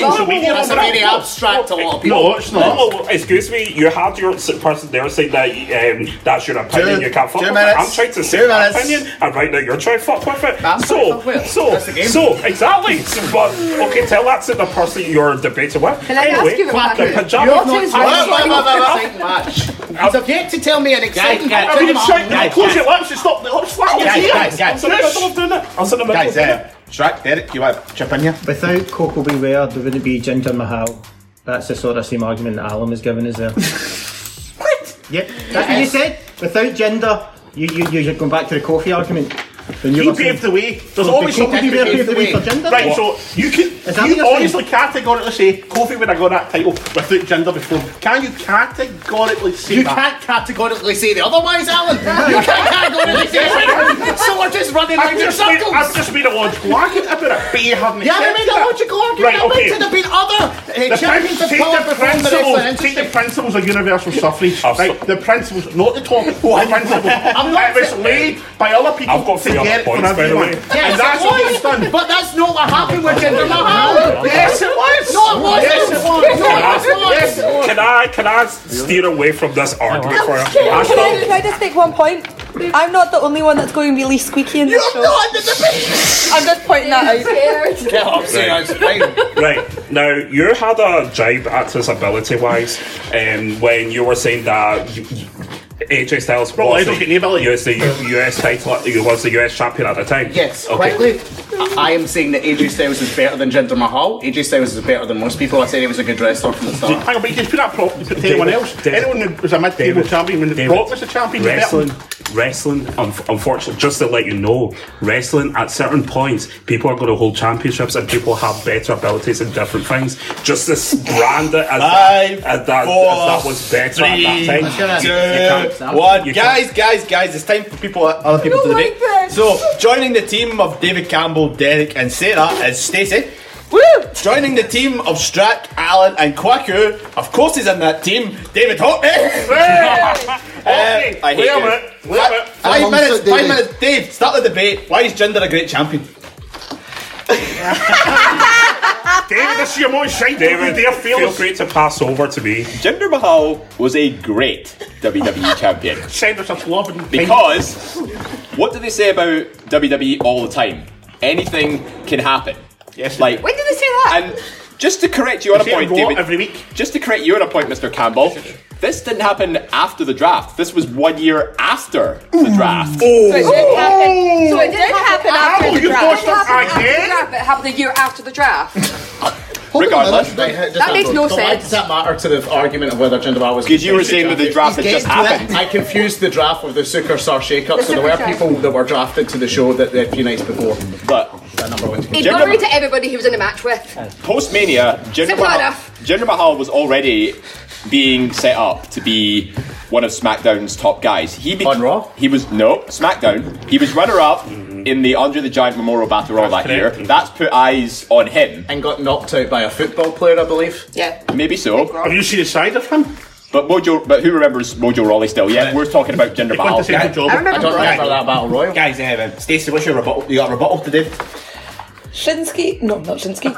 D: well,
M: very
D: well, well,
M: abstract
D: well,
M: to a lot of people.
D: No, it's not. Well, well, excuse me. You had your s- person there saying that um, that's your opinion.
A: Two-
D: you can't fuck
A: two
D: with
A: minutes.
D: it. I'm trying to
A: Two
D: say my
A: minutes.
D: opinion, and right now you're trying to fuck with it. so, so,
A: That's the game.
D: so, exactly. So, but okay, tell that to the person you're debating with.
M: Can I ask
D: anyway,
M: you a
D: the
M: question?
D: pajama.
M: You're not-
D: I-
M: Wait, wait, wait, wait, wait.
C: match. He's have yet to tell me an exciting
D: guys,
C: match.
D: I mean, it's shite,
C: Guys,
D: close your
C: guys.
D: lips and stop the lips flapping.
C: Guys,
D: I'm
C: guys, guys.
D: sitting in the middle of doing it. I'm sitting in the middle
C: Guys,
D: of doing it.
C: uh, Shrek, Derek, you want to chip in here?
J: Without Coco Beware, there wouldn't be Ginger Mahal. That's the sort of same argument that Alan was giving us there. what? Yep, that's what you
C: Yes.
J: said. Without gender, you, you, you- you're going back to the coffee argument. When you
A: He
J: were saying-
A: paved the way. There's
J: Well,
A: always
J: did Coco
A: somebody
J: Beware
A: who
J: pave the way for gender?
A: Right, so
J: What?
A: you can
J: Is that what
A: you
J: you're
A: honestly categorically say Kofi would have got that title without gender before. Can you categorically say
M: You
A: that?
M: can't categorically say the otherwise, Alan. You can't categorically say that. So we're just running
A: I've
M: round in
A: just made-
M: circles.
A: I've just made a logical argument about it, but you haven't
M: You haven't
A: accepted
M: made a
A: that.
M: logical
A: Right,
M: argument.
A: okay.
M: There would have been
F: eh,
M: other uh,
A: The
M: champions
A: prin-
M: of
A: take
M: power
A: the
M: performing the
A: principles-
M: wrestling
A: Take the principles of universal suffrage. right, the principles, not the topic. the principles.
M: I'm
A: That
M: not
A: was
M: saying-
A: laid by other people
D: I've got
A: to
D: three other
A: get it for
D: points, by the
A: everyone.
D: way.
M: Yes,
A: and that's
M: it
A: what
M: was.
A: he's done.
M: But that's not what happened with Jinder Mahal.
A: Yes, it was.
M: No, it wasn't.
A: Yes, it was.
M: No, it was not.
A: Yes, it was.
D: Can I can I steer away from this argument for
I: Can, can, I,
D: a
I: can I just make one point? I'm not the only one that's going really squeaky in this
M: You're
I: show.
M: not the
I: I'm just pointing that out.
D: Yeah, I'm saying Right. it's Right now, you had a jibe at his ability wise, um, when you were saying that you- you- AJ Styles
A: Bro, I
D: was
A: don't get
D: the US, the U- US title, he was the US champion at the time.
M: Yes,
D: Okay.
M: quickly. I I am saying that AJ Styles is better than Jinder Mahal. AJ Styles is better than most people. I said he was a good wrestler from the start.
A: Hang on, but you just put that prop to anyone else. Anyone who was a mid-table
D: David,
A: champion when the
D: David,
A: Brock was a champion. you bet
D: Wrestling,
A: him.
D: wrestling. Un- unfortunately, just to let you know, wrestling at certain points, people are going to hold championships, and people have better abilities in different things. Just this brand it as,
E: Five,
D: that, as, that,
E: four,
D: as that was better
E: three,
D: at that time.
E: two,
D: You can't-
E: one.
D: you can't-
E: Guys, guys, guys, it's time for people, other people to debate. so, joining the team of David Campbell, Derek, and Sarah is Stacey. Woo! Joining the team of Strack, Alan, and Kwaku, of course, he's in that team, David
A: Oh,
E: Hockney.
A: Uh, Hockney,
E: I hate
A: wait a
E: you.
A: minute, wait a
E: Fi-
A: minute.
E: Five
A: Amongst
E: minutes,
A: it,
E: five
A: David.
E: minutes. Dave, start the debate. Why is gender a great champion?
A: David, this is your most shite. David,
D: David,
A: dear
D: feel
A: feels.
D: free to pass over to me.
E: Jinder Mahal was a great WWE E champion.
A: Send us a slob and
E: Because what do they say about WWE all the time? Anything can happen. Yes. Like
H: When did they say that?
E: and just to correct you on a
A: They say
E: point,
A: Raw
E: David.
A: every week.
E: Just to correct you on a point, Mr. Campbell. This didn't happen after the draft. This was one year after the draft.
A: Oh.
H: So it did happen. So it did happen after
E: Ow,
H: the
E: you
H: draft.
E: forced
H: It
E: us
H: happened after
E: again?
H: the draft, but It happened a year after the draft.
E: Regardless,
H: That makes no
M: So Why
H: sense.
M: does that matter to the argument of whether Jinder Mahal was?
E: 'Cause you were saying that the draft had
M: He's
E: just
M: getting to it.
E: happened.
M: I confused the draft with the Sukar Sar shake-up. So there were people that were drafted to the show that the few nights before.
E: But
M: that number one.
H: He got rid to everybody he was in a match with.
E: Post Mania, Jinder
H: Simple
E: Mahal,
H: enough.
E: Jinder Mahal was already being set up to be one of SmackDown's top guys. He be- on Raw. He was no SmackDown. He was runner-up in the Andre the Giant Memorial Battle Royal that year. That's put eyes on him.
M: And got knocked out by a football player, I believe.
H: Yeah.
E: Maybe so. Have
A: you seen a side of him?
E: But Mojo, but who remembers Mojo Rawley still? Yeah, we're talking about Jinder Mahal.
M: battle royal.
C: Guys, uh, Stacey, what's your rebuttal? You got a rebuttal to Dave?
I: Shinsky? No, not Shinsky.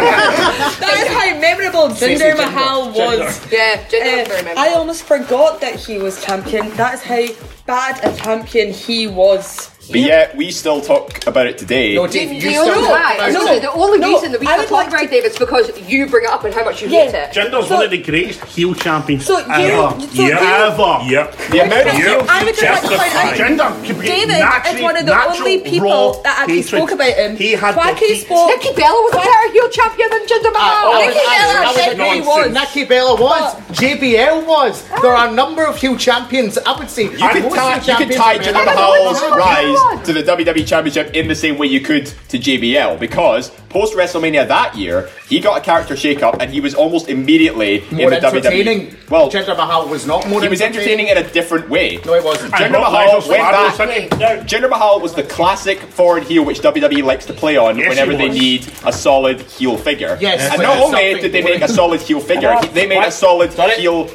I: that is how memorable
H: Stacey
I: Jinder
H: Jinder.
I: Mahal was. Eh,
H: Jinder. Yeah, Jinder was very memorable.
I: I almost forgot that he was champion. That is how bad a champion he was.
E: But yet we still talk about it today.
H: Do you know why? No, the only
I: no,
H: reason that we can
I: I would
H: talk about David is because you bring it up and how much you hate it.
A: Jinder's one of the greatest heel champions
H: So you-
A: ever.
H: so you-
A: ever.
D: Yep.
A: The amount of
I: So
A: heel
I: I would just like to point out,
A: justified. Jinder can be
I: David
A: naturally-
I: is one of the
A: natural,
I: only
A: raw
I: people that actually
A: hatred.
I: spoke about him.
A: He had the
I: Quacky
A: heat.
I: spoke.
H: Nikki Bella was a better heel champion than Jinder Mahal.
M: I
H: Oh, Nikki Bella said he was.
M: Nikki Bella was. JBL was. There are a number of heel champions. I would say
E: You could tie, you could tie Jinder Mahal's rise changes to the WWE Championship in the same way you could to JBL because post WrestleMania that year, he got a character shakeup and he was almost immediately
M: More
E: in the WWE.
M: entertaining. Well, Jinder Mahal was not more
E: He was entertaining in a different way. No,
M: it wasn't.
E: Jinder Mahal went back. Jinder Mahal was the classic foreign heel which WWE likes to play on
M: Yes,
E: whenever
M: he
E: they
M: was.
E: need a solid heel figure.
M: Yes,
E: and
M: but
E: not
M: it's
E: only
M: something
E: did they
M: more-
E: make a solid heel figure,
D: Come on,
E: they made a
D: what?
E: solid heel.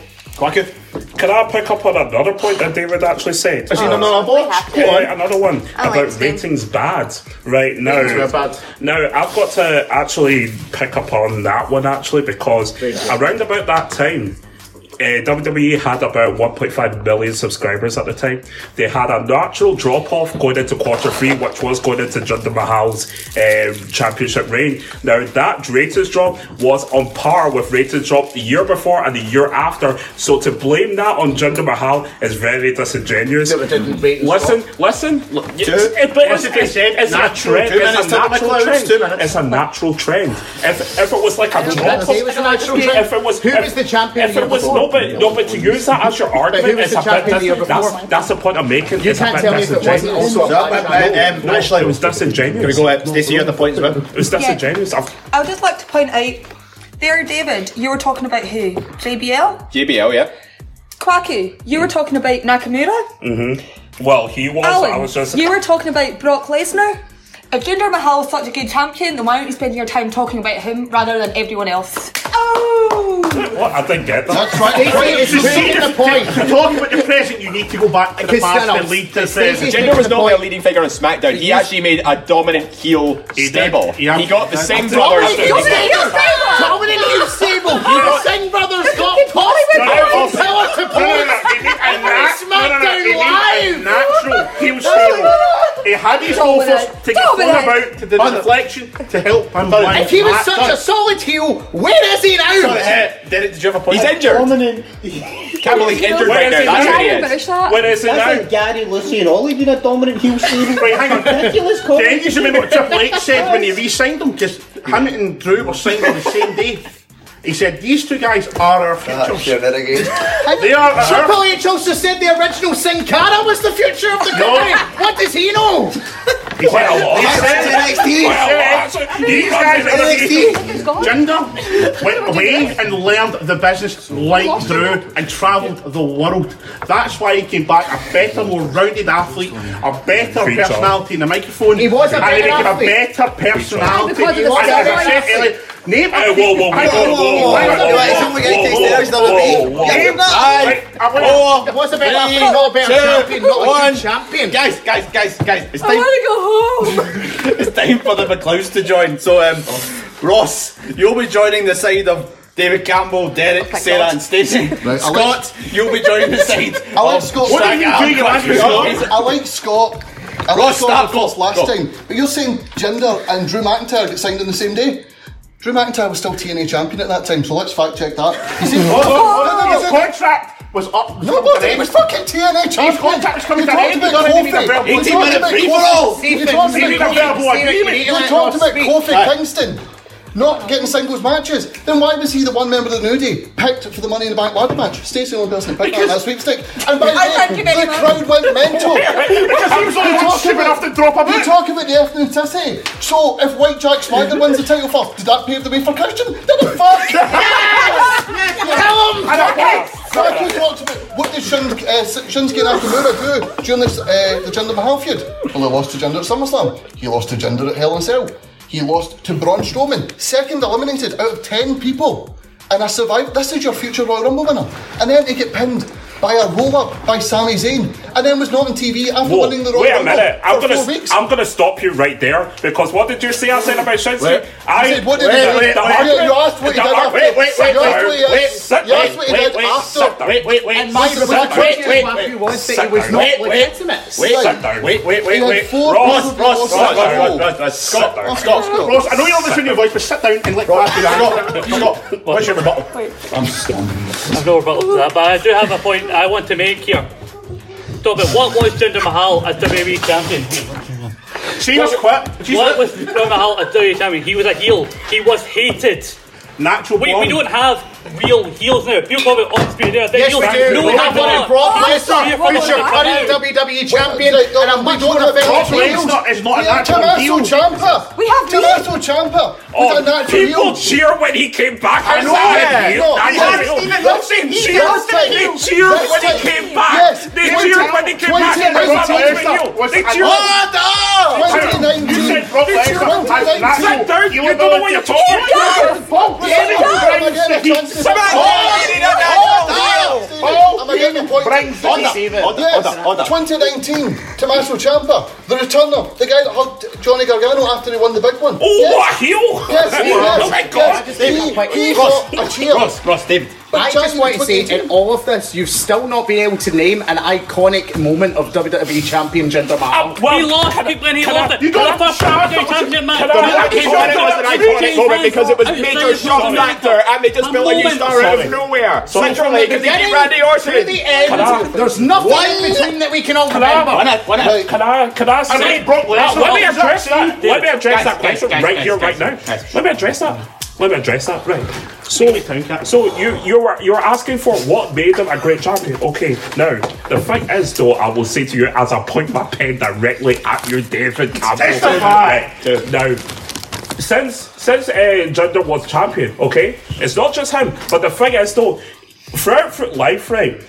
D: Can I pick up on another point that David actually said? Uh,
A: Is he not on our board?
D: Go on, another one
A: I like
D: about ratings bad right now.
A: Ratings were bad.
D: Now I've got to actually pick up on that one actually because around about that time. Uh, WWE had about 1.5 million subscribers at the time. They had a natural drop off going into quarter three, which was going into Jinder Mahal's um, championship reign. Now, that ratings drop was on par with ratings drop the year before and the year after. So, to blame that on Jinder Mahal is very disingenuous. Listen, listen, l- it's- it- but it's,
A: Listen to
D: it's,
A: it,
D: it's a
A: natural.
D: trend.
A: Two minutes
D: It's a
A: to the
D: natural
A: McLeod's,
D: trend.
A: two minutes.
D: It's a natural trend. If, if it was like a
A: It was
D: drop
A: a- it was a natural
D: if-
A: trend.
D: If it was,
A: Who
D: if-
A: was the champion
D: If
A: the
D: it
A: year
D: was
A: before?
D: no, but no, but to use that as your argument,
A: who was
D: it's
A: the
D: a bit
A: champion the year
D: dis- that's,
A: before?
D: that's the point I'm making.
A: You
D: it's a
A: can't
D: bit
A: tell me if it wasn't
D: disingenuous.
A: also a
D: No,
A: bad channel.
D: but, uh, um,
A: No.
D: It was disingenuous.
A: Can we go, uh,
D: Stacey, you had the points, man. It was
I: Yeah.
D: disingenuous. I've-
I: I would just like to point out there, David, you were talking about who? JBL?
E: JBL, yeah.
I: Kwaku, you were talking about Nakamura?
D: Mm-hmm. Well, he was. I
I: Alan,
D: was just.
I: you were talking about Brock Lesnar? If Jinder Mahal is such a good champion, then why aren't you spending your time talking about him rather than everyone else?
D: What? I didn't get that.
A: That's right.
D: It's-
A: It's,
D: it's
A: it's
D: making
A: the
D: the
A: point. To
D: point.
A: talk about the present, you need to go back to the
E: Because
A: past
E: Thanos-
A: and lead to the
E: Because
A: present.
E: Jinder was not only a leading figure on SmackDown, he actually made a dominant heel stable. He, got the same brothers.
A: Dominant heel stable. Dominant heel stable. The Singh brothers got
D: No, no,
A: tossed
D: also-
A: from pillar to
D: No, no, no,
A: pillar.
D: it need a
A: And they
D: nat- no, no, no,
A: SmackDown
D: it need a
A: Live.
D: natural heel stable. He had his offers to get thrown about to the
A: deflection to help
D: Unbalanced.
A: If he was such a solid heel, where is he now?
E: Sorry, uh, Derek, did you have a point? He's injured. Can't believe he's injured
A: Where
E: right
A: is
E: now.
A: he
E: That's
A: now?
E: what he is.
I: Finish that.
A: Where is it
J: That's
A: now?
J: like Gary, Lucy, and Ollie did a dominant heel stable. Wait,
A: hang on.
J: Ridiculous
A: Then you should remember what Triple H said when he re-signed him because him and Drew were signed on the same day. He said these two guys are our futures. they are. our-
M: Triple H also said the original Sin Cara was the future of
A: No.
M: the company. What does he know?
A: He said a lot.
M: He said NXT.
A: These guys are
M: NXT.
A: Jinder went away and learned the business like Drew and travelled the world. That's why he came back a better, more rounded athlete, a better
D: Preach on.
A: personality in the microphone. He
M: was a
A: and he
M: better
A: became
M: athlete.
A: a better
M: Aye, because
A: personality.
M: of the
A: And as I
M: steroids.
A: said earlier, Name
D: Aye, whoa, whoa, whoa,
A: Aye,
D: whoa, whoa,
A: aye,
D: whoa,
A: aye,
D: whoa,
A: aye,
D: whoa,
A: aye,
D: whoa,
A: aye,
D: whoa, whoa.
A: aye, aye, I wanna-
E: Four,
A: It was a better
E: three,
A: athlete, not a better
E: two,
A: champion, not a
E: one.
A: good champion.
E: Guys, guys, guys, guys. It's time.
I: want
E: to go home. it's time for the McLeods to join. So, um, Ross, you'll be joining the side of David Campbell, Derek, Sarah,
A: God.
E: and Stacey.
A: Right, I like-
E: Scott, you'll be joining the side.
F: I like
E: of
F: Scott.
E: What are you doing? You're asking Scott.
F: I like Scott. I like
E: Ross,
F: Scott
E: stop,
F: of course
E: go,
F: last
E: go.
F: time, but you're saying Jinder and Drew McIntyre get signed on the same day. Drew McIntyre was still TNA champion at that time, so let's fact check that. You see-
A: Oh, oh, oh,
F: No, no,
A: no,
F: you
A: his
F: said-
A: contract was up. was
F: No,
A: coming to an
F: but it
A: end.
F: was fucking TNA champion.
A: His contract was coming to
F: You
A: an
F: talked
A: end. We're
F: about
A: gonna need a
F: Kofi.
A: verbal-
F: You
A: 18
F: talked
A: minute
F: about
A: free-for-all.
F: Kofi.
A: See,
F: You
A: see,
F: talked
A: see,
F: about
A: see, verbal
F: Kofi.
A: agreement.
F: You
A: Let
F: talked
A: us
F: about
A: speak.
F: Kofi
A: Right.
F: Kingston not getting singles matches. Then why was he the one member of the New Day picked for the Money in the Bank ladder match? Stacey only person picked that last week's stick. And
A: I
F: by the
A: thank
F: way,
A: you very
F: the
A: much.
F: crowd went mental.
A: Because he was the only one
F: You talk
A: stupid
F: about-
A: enough to drop a
F: You
A: boot.
F: talk about the afternoon titty. So if White Jack Swagger wins the title first, did that pave the way for Christian? Did it fuck?
A: Tell him!
F: So I keep talking about what did Shin, uh, Shinsuke Nakamura do during this, uh, the Jinder Mahal feud? Well, he lost to Jinder at SummerSlam. He lost to Jinder at Hell in a Cell. He lost to Braun Strowman, second eliminated out of 10 people. And I survived. This is your future Royal Rumble winner. And then he get pinned by a roll up by Sami Zayn. And then was not on TV after
D: Whoa,
F: winning the Royal
D: wait a
F: Rumble.
D: minute! I'm
F: for
D: gonna,
F: four weeks.
D: I'm gonna stop you right there because what did you say? I said about Shinsuke. I
F: You said, what did he do?
D: the
F: You
D: argument-
F: asked what he
D: the
F: did
D: argument-
F: after.
D: Wait, wait, wait,
F: You asked what
D: wait, wait,
F: he did- you asked what he
D: wait,
F: did
D: wait,
F: after.
D: sit down, wait, wait, wait,
M: And my
D: sit down,
M: reaction
D: wait,
M: to
D: wait,
M: Wahoo
D: wait,
M: was that he
D: sit
M: was
D: down,
M: not
D: wait, wait,
M: legitimate.
D: Wait,
M: Like,
D: sit down, wait, wait,
A: he
D: wait,
A: had
D: wait,
A: four
D: Ross, Ross,
A: people
D: Ross, Ross,
A: sit down.
D: Ross, Ross, Ross, Ross, Scott,
A: Ross,
D: Scott,
A: Ross, I know you're listening to your
D: voice.
A: voice, but sit down and let Ross do that. Stop. Stop. What's your rebuttal?
G: I'm I've no rebuttal to that, but I do have a point I want to make here. Stop it. What was Jinder Mahal as WWE E champion?
A: She was quit.
G: E What was Jinder Mahal as WWE champion? He was a heel. He was hated.
D: natural
G: Wait,
D: born.
G: we don't have real heels now. People call it ox beard. Yes,
D: Yes, we do.
G: No,
D: We have one in Brock Lesnar, who's your current
A: WWE
F: champion, and I'm much more
D: Brock Lesnar is not a natural heel.
F: Champa.
A: We have
F: Tommaso Champa.
D: Oh,
F: a natural
D: people
F: heel.
D: cheer when he came back.
F: I
D: as
F: know
D: a
F: that.
D: heel.
F: No,
D: That's
F: yes,
D: real.
F: Stephen,
D: They
F: yes, yes,
D: cheered- They
F: yes, yes,
D: cheered
F: yes,
D: when he
F: yes,
D: came back.
F: yes,
D: They
F: yes,
D: cheered when he came back.
F: yes,
D: Brock
F: yes, yes,
D: Lesnar was
F: yes,
D: a heel.
F: yes, yes, yes,
D: You said Brock
F: yes,
D: Lesnar
F: yes,
D: has
F: yes,
D: natural-
F: yes, yes,
D: You don't know what you're talking
F: yes, yes,
D: about.
F: yes, yes, yes, yes, yes, yes, yes, Oh, Am I getting the point?
D: Order, order,
F: Yes.
D: order, order.
F: 2019, Tommaso Ciampa, the returner, the guy that hugged Johnny Gargano after he won the big one.
D: Oh, what a heel!
F: Yes, he
D: Oh
F: is.
D: my God.
F: Yes,
D: David,
F: he-
D: wait,
F: he
D: Ross,
F: got a cheer.
D: Ross, Ross, David.
F: But
A: I
F: Johnny
A: just want to
F: was
A: say,
F: twenty-two.
A: in all of this, you've still not been able to name an iconic moment of WWE Champion Jinder
D: Uh,
A: Mahal.
G: he lost it when he
A: Can
G: lost
A: I-
G: it.
A: you
G: For
A: don't-
G: the first
A: shut
G: time
A: up.
G: they champion match.
A: Can I- I
E: I
G: Can
E: thought
G: I-
E: it was an iconic moment because it was major shock factor and they just built a new star out
D: Sorry.
E: of nowhere.
D: Sorry.
E: Centrally, because they beat Randy
A: To
E: Orton.
A: the end, there's nothing in between that we can all
D: Can I,
A: remember.
D: when I, when I, can I, can I say,
A: mean,
D: Brock
A: Lesnar-
D: let me
A: Brock
D: address
A: Lesnar-
D: that, let me address
A: Guys,
D: that
A: guys,
D: question
A: guys,
D: right
A: guys,
D: here,
A: guys,
D: right now. Let me address that, let me address that, right. So, so you, you were, you were asking for what made him a great champion, okay, now, the thing is though, I will say to you as I point my pen directly at you, David Campbell.
Q: Testify.
D: Right, Now, since since uh, Jinder was champion, okay, it's not just him, but the thing is though, throughout through life, right.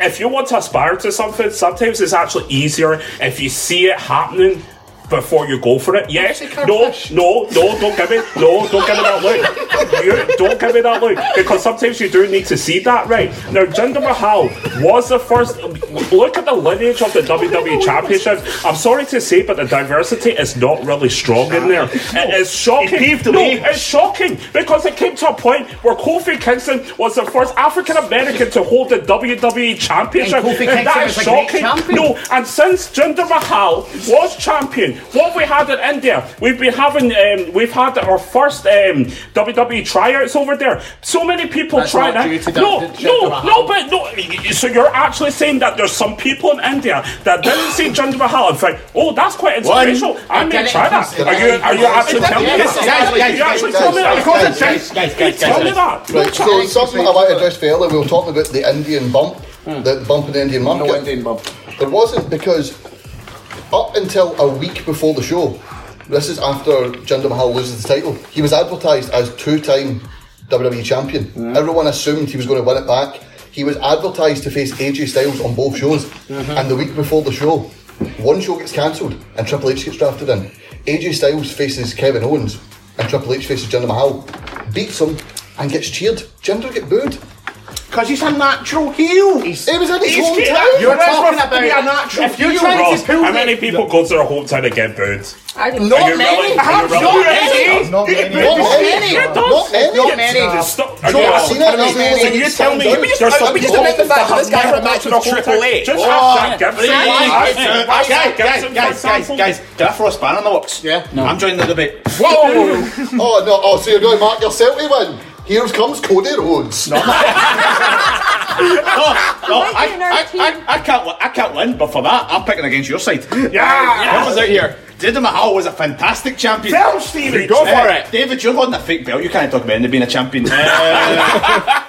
D: If you want to aspire to something, sometimes it's actually easier if you see it happening before you go for it. Yes, no, no, no, don't give me, no, Oh, don't give me that look. You don't give me that look because sometimes you do need to see that, right? Now, Jinder Mahal was the first. Look at the lineage of the WWE Championship. I'm sorry to say, but the diversity is not really strong in there. It is shocking. no, it's shocking because it came to a point where Kofi Kingston was the first African American to hold the WWE Championship.
A: And Kofi Kingston
D: that is
A: was a great
D: shocking.
A: champion.
D: No, and since Jinder Mahal was champion, what we had in India, we've been having, um, we've had our first um, WWE tryouts over there. So many people
A: That's
D: trying
A: not
D: out.
A: due to
D: No,
A: Jinder
D: no,
A: Mahal.
D: no, but no. So you're actually saying that there's some people in India that didn't see Jinder Mahal and think, oh, that's quite
A: One.
D: inspirational. I may
A: Again,
D: try that.
A: it
D: Are you, are you actually
F: Guys,
D: telling me
F: guys,
D: that?
F: guys,
D: Are you actually
F: guys,
D: telling me that?
F: guys,
D: Because it's
F: guys,
D: Jinder- it's Jinder that.
F: Right, so something I might address earlier, we were talking about the Indian bump, the bump in the Indian market. Hmm. Indian bump. There wasn't because up until a week before the show, this is after Jinder Mahal loses the title, he was advertised as two-time WWE champion. Everyone assumed he was going to win it back. He was advertised to face AJ Styles on both shows, and the week before the show, one show gets cancelled and Triple H gets drafted in. AJ Styles faces Kevin Owens, and Triple H faces Jinder Mahal, beats him, and gets cheered. Jinder get booed.
A: Because he's a natural heel.
F: it was in his hometown.
A: You're talking about If you're trying
D: Ross,
A: to pull
D: how
A: the-
D: many people go to their hometown and get booed?
A: I
D: Are
A: didn't-
D: you really-
A: Not
D: are you really?
A: many. Perhaps not many. Not
D: You get
A: many.
D: booed?
A: Not many.
D: Yeah,
A: Not many.
D: yeah,
A: Not many.
D: yeah, Stop. Are you
A: John
D: actually
A: Cena,
D: telling me-
A: not many.
D: So you're telling me
A: Can we just-
D: there's
A: can
D: some
A: we just
D: people
A: admit the fact that
D: that
A: this guy
D: have
A: had a
D: never
A: match
D: been
A: with
D: to their
A: Triple
D: hometown?
A: H? Ah,
D: Just
A: Oh,
D: have Zach
A: yeah.
D: Gibson.
A: Really?
D: Have
A: Yeah.
D: Zach
A: Guys,
D: Gibson, for
C: Guys, guys,
D: example.
C: guys, did I throw a spanner in the works? Yeah. No. I'm joining the debate.
F: Whoa! oh no! Oh, so you're going to mark yourself to win? Here comes Cody Rhodes.
C: no, no, I, I, I, I can't, wi- I can't win. But for that, I'm picking against your side. Yeah,
D: Yeah.
C: was out here. Jinder Mahal was a fantastic champion.
D: Tell him, Stevie.
C: Go for it, David. You're holding a fake belt. You can't talk about him being a champion. Uh,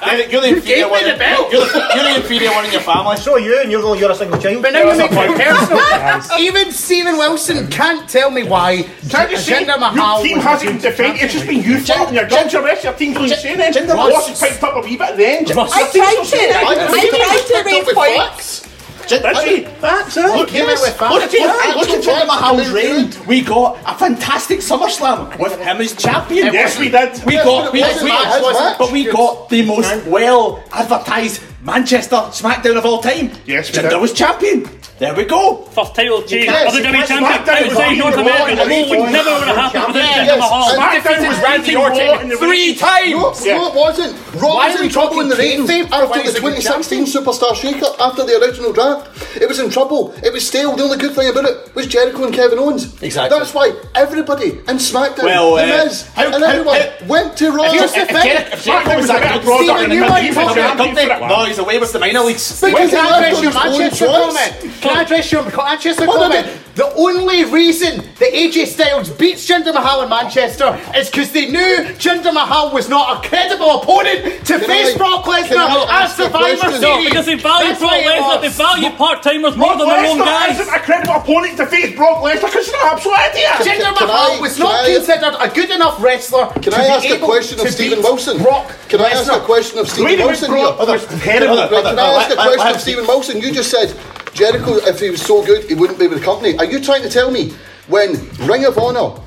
C: David, you're the inferior
M: gave me
C: one.
M: the belt.
C: You're, the, you're the inferior one in your family.
M: So are you, and you're, you're a single child.
A: But now you make it personal. Even Stephen Wilson can't tell me why.
D: Trying to say
A: Jinder Mahal
D: your team
A: was
D: hasn't
A: a
D: been defeated, it's just been you fault and your guns are rest, your team's going
A: Jin-
D: insane.
A: Jinder
D: Ross
A: Ross.
D: has picked up a wee bit then.
A: Ross. I tried to- I tried to raise
D: points. Did she?
C: That's it. Look,
D: yes.
C: look,
D: Look
C: at
D: at him.
C: him. Look at Jinder Mahal's reign. We got a fantastic SummerSlam with him as champion.
D: It Yes, wasn't- we did.
C: We
D: Yes,
C: got,
D: but it
C: we,
D: wasn't
C: we-
D: his
C: it wasn't,
D: match.
C: but we got the most well advertised Manchester SmackDown of all time. Yes,
D: we did.
C: Jinder was champion. There we go.
G: First title change.
C: Yes,
G: Other WWE
C: yes,
G: champion.
C: SmackDown was
G: Outside
C: Randy
G: North America.
C: Orton. Randy
G: Oh, would
C: Orton.
G: never would have happened without
C: Yes.
G: Jinder Mahal.
C: SmackDown was Randy Orton three times.
F: No, it wasn't. Raw
C: Why
F: was
C: are
F: in
C: we
F: trouble in the
C: talking
F: ratings
C: kayfabe? Why
F: after
C: is
F: the
C: it with
F: 2016 Superstar Shake-Up, after the original draft. It was in trouble. It was stale. The only good thing about it was Jericho and Kevin Owens. Exactly. That's why everybody in SmackDown,
C: Well,
F: The
C: uh,
F: Miz,
C: how-
F: and
C: how-
F: everyone
C: how-
F: went to Raw.
C: If Jer- if Jer- if Jericho was that good product and
F: you
C: he
F: might
C: was
F: talk
C: a
F: about
C: company- No, he's away with the minor leagues.
A: But
C: Wait,
A: can I
C: wait,
A: address
C: wait,
A: your
C: wait,
A: Manchester
C: wait, wait.
A: comment? Can I address your Manchester
F: Well,
A: comment?
M: The only reason that AJ Styles beats Jinder Mahal in Manchester is because they knew Jinder Mahal was not a credible opponent to face Brock Lesnar at Survivor Series.
G: No, because they value
M: That's
G: Brock
M: why it
G: Lesnar, they
M: works.
G: value part timers more than their own
A: Lesnar
G: guys.
A: isn't a credible opponent to face Brock Lesnar because she's an absolute idiot.
M: Jinder Mahal was not considered a good enough wrestler
F: Can
M: to
F: I
M: be
F: ask a
M: able
F: question of
M: to
F: Stephen
M: beat
F: Wilson?
M: Brock
F: Can I ask a
M: Lesnar.
F: question of Stephen
M: Read him
F: Wilson?
M: with
F: here?
M: Brock- other-
F: Can
M: other-
F: I can I
M: other-
F: ask a
M: other-
F: question
M: other-
F: of Stephen Wilson? You just said Jericho, if he was so good, he wouldn't be with the company. Are you trying to tell me when Ring of Honor?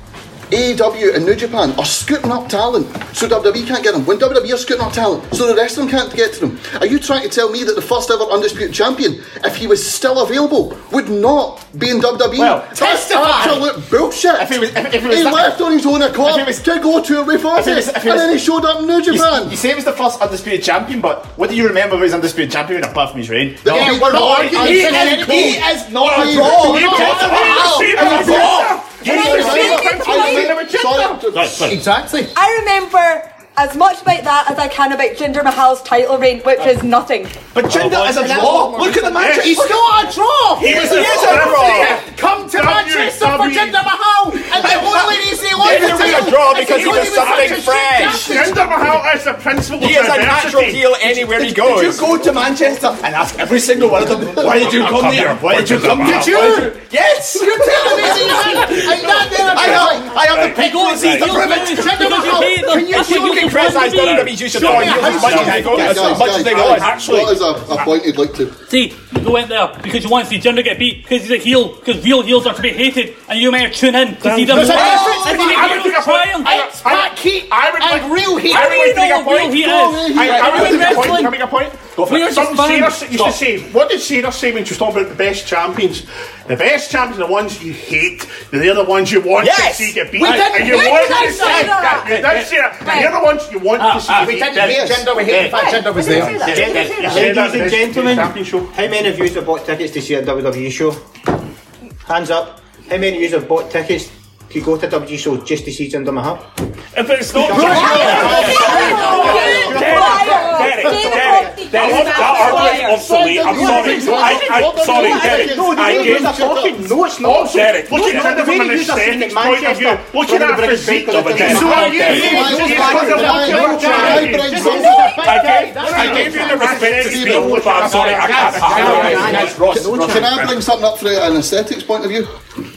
F: AEW and New Japan are scooting up talent so WWE can't get them. When WWE are scooting up talent so the rest of them can't get to them. Are you trying to tell me that the first ever Undisputed Champion, if he was still available, would not be in WWE?
M: Well,
F: That's
M: testify.
F: absolute bullshit!
M: If he was- if- if he was that-
F: left on his own accord
M: if he was-
F: to go to a
M: if he was- if he
F: and
M: was-
F: then he showed up in New
N: You,
F: Japan.
N: s- you say he was the first undisputed champion, but what do you remember of his undisputed champion apart from his reign?
F: No, Yeah, we're not arguing.
N: He,
F: He
N: is,
F: is-
N: he
F: he
N: is
F: is
N: not a
F: He-
N: draw.
F: he-
N: He is
F: he-
N: not a
F: he-
N: draw. He
F: he-
N: is a draw. He
F: he-
N: is a draw.
M: Exactly.
I: I remember as much about that as I can about Jinder Mahal's title reign, which is nothing.
N: But Jinder is a draw. Look at the match.
M: He's
N: Look at-
M: not a draw.
N: He is a
M: He is
N: draw.
M: Come to E.
N: W-
M: Manchester for
N: W.
M: Jinder Mahal, and the only reason he lost
N: Yes,
M: the
N: it was a
M: title
N: draw
M: is
N: because he
M: only
N: was
M: was
N: something
M: such a
N: fresh.
M: champion.
A: Jinder Mahal is the principal
N: He
A: of
N: is a natural
A: diversity.
N: heel anywhere he goes.
A: did you
N: go to Manchester and ask every single one of them, why did you come here? Why did you come here?
M: Did you?
N: Why did you- Yes!
M: You're telling me that you had- and that there
N: I have, I have the
M: He
N: pictures,
M: goes, he
N: the
M: goes,
N: ribbons.
M: because you hate them.
N: Can you
M: That's
N: show
M: what
N: me
M: you
N: criticize
M: want to
N: WWE
M: be.
N: used to
M: Show
N: draw
M: me
N: heels
M: how
N: as much as
M: you-
N: they go,
M: Guys,
N: as much as they
F: guys,
N: want?
F: actually, what is a, a point you'd like to?
G: See, you went there because you want to see Jinder get beat because he's a heel because real heels are to be hated and you may tune in to see them.
A: There's a
G: Oh,
A: difference
G: and he
A: between- I would
G: made
A: take
G: you
A: a point.
G: triumph.
A: I- I- I would like-
M: real heat.
A: I would
G: How do you
A: like to make
G: know
A: a
G: what real
A: point.
G: heat
A: No, I- I
G: is? How do
A: would
G: you
A: make a point.
G: wrestling?
A: Can I make a point?
G: Go for
A: We
G: it.
A: are Something
G: Fine.
A: Cena used to
G: Stop.
A: say. What did Cena say when she was talking about the best champions? The best champions are the ones you hate. They're the ones you want
N: Yes!
A: to see get beat.
N: We
A: and
N: didn't
A: you
N: hate
A: want
N: Cena!
A: to see that. You didn't say that. You're the ones you want to see.
J: We
A: get
J: didn't hate
A: beat.
J: gender, we hated the fact gender was there. Ladies and gentlemen,
A: champion show.
J: how many of you have bought tickets to see a WWE E show? Hands up. How many of you have bought tickets to go to a WWE show just to see Jinder Mahal?
A: If it's not
J: Derek,
A: Derek, Derek, that argument's obsolete. I'm sorry. I, I, sorry, Derek.
J: No, the
A: I
J: way
A: get
J: you're talking, no, it's not.
A: Oh, Derek, look
J: No,
A: at
J: the
A: it from
J: way
A: an
J: you're saying
A: aesthetic
J: that
A: point of view.
J: Manchester-
A: Look at that physique of it, Derek.
J: So are you
A: Derek,
J: saying
A: it's
J: those
A: because of what
J: guys are
A: you're
J: not
A: trying to
J: guys?
A: do.
J: Just don't
A: I gave-
J: guys.
A: I gave you the respect to
F: Stephen,
A: speak with, but I'm sorry. I can't. I can't.
F: Can- Can I bring something up from an aesthetics point of view?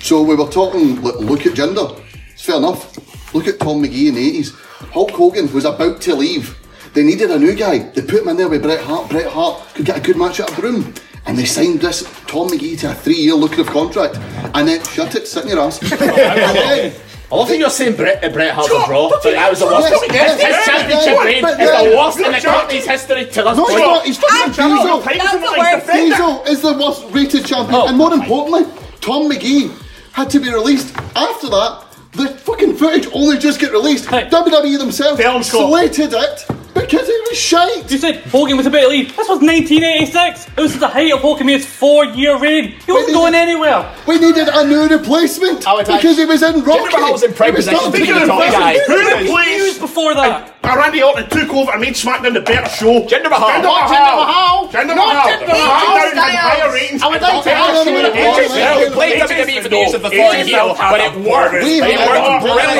F: So we were talking, look, look at gender. It's fair enough. Look at Tom McGee in the 80s. Hulk Hogan was about to leave. They needed a new guy. They put him in there with Bret Hart. Bret Hart could get a good match out of Broome. And they signed this Tom McGee to a three-year lucrative contract. And then, shut it, sit in your ass. And then-
P: I love that you're saying Bret, uh, Bret Hart was
F: Stop.
P: raw, but that was the worst.
F: Yes, yes,
P: his
F: yes,
P: championship
F: yes,
P: reign
F: but
P: is the
F: yes.
P: worst in the
F: You're
P: company's history to this
F: No, he's
P: point.
F: not. He's fucking Diesel.
P: worst.
F: Diesel is the worst rated champion.
G: Oh.
F: And more importantly, Tom McGee had to be released after that. The fucking footage only just got released. WWE themselves slated it because it was shite.
G: You said Hogan was about to leave. This was 1986. It was the height of Hulkamania's four-year reign. He wasn't going anywhere.
F: We needed a new replacement because he was in Rocky. He was not
A: Speaking of
F: being replaced.
A: guys,
F: Who
A: who
F: replaced-
A: replaced
G: before that?
A: And Randy Orton took over and made SmackDown the better show. Jinder
N: Mahal.
M: Not Jinder Mahal.
A: Jinder
M: Not
A: Mahal.
M: Jinder Mahal.
A: Jinder Mahal. Higher ratings.
M: I would like to
A: And
M: ask
A: Jinder
M: you
A: Mahal.
M: a question.
A: Jinder
M: We played
A: Mahal.
M: WWE for the use of the
A: Jinder
M: foreign heel,
A: Mahal had
M: but it
A: a
M: worked.
A: brilliant
M: It
A: match.
M: worked brilliantly.
F: One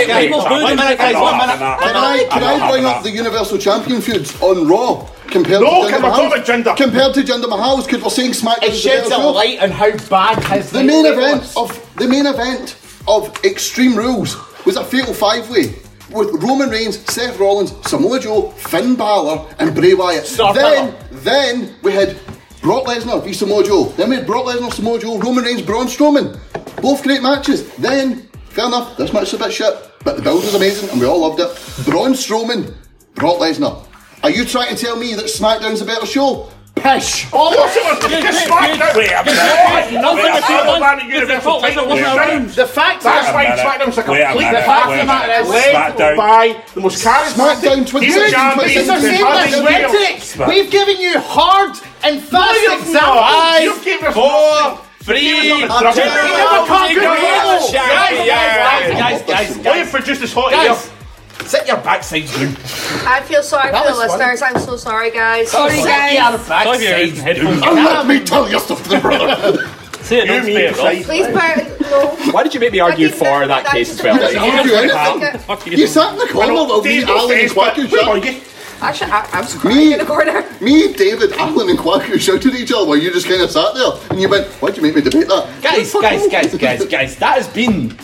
F: minute, guys, one minute. Can I, can I bring up the Universal Champion feuds on Raw compared
A: No, can
F: to Jinder
A: we
F: Mahal?
A: talk about Jinder?
F: Compared to Jinder Mahal's, because we're saying SmackDown
M: It
F: is the
M: sheds
F: better
M: a
F: show.
M: light on how bad his
F: The main
M: night
F: event
M: was.
F: of the main event of Extreme Rules was a fatal five way with Roman Reigns, Seth Rollins, Samoa Joe, Finn Balor, and Bray Wyatt.
M: Star
F: then,
M: power.
F: then we had Brock Lesnar v Samoa Joe. Then we had Brock Lesnar, Samoa Joe, Roman Reigns, Braun Strowman. Both great matches. Then, fair enough, this match is a bit shit, but the build was amazing and we all loved it. Braun Strowman, Brock Lesnar. Are you trying to tell me that SmackDown's a better show? Pish!
A: Oh, what's it was just SmackDown.
F: Wait a minute.
A: Wait, wait,
F: Nothing was
A: I
F: done.
A: don't mind the Universal title.
M: The fact
A: That's
M: that-
A: why SmackDown was a
M: Wait a
A: complete.
M: minute,
A: The fact of
M: wait
A: the
M: a
A: matter is,
M: minute.
A: led
M: SmackDown.
A: by the most charismatic.
M: SmackDown
A: He's a champion.
M: It's the same
A: He's a
M: as
A: champion.
M: rhetoric. We've given you hard and fast
A: you've
M: examples.
A: not. You've given us nothing. You've given us nothing.
M: You
A: Jinder
M: never
A: Mahal
M: can't
A: was a
M: do
A: champion.
M: it.
A: Guys, guys, guys, guys, guys. for just as hot
M: Guys.
A: here. Sit your backsides down.
H: I feel sorry
A: That
H: for the
A: was fun.
H: listeners. I'm so sorry, guys.
A: Sorry, guys.
G: Sorry if you're using headphones.
F: And let me tell you something, brother.
G: See it, don't spare it, Ross.
H: Please, par- no, no.
E: Why did you make me argue for that case as well?
H: I didn't
E: Like,
H: argue
E: fuck
H: anything.
E: that. Fuck
F: You sat in the corner while me, Alan, and Quacko shouted.
H: Actually, I, I was
F: Me, me, David, Alan, and Quacko shouted at each other while you just kind of sat there. And you went, why'd you make me debate that?
C: Guys, guys, guys, guys, guys, that has been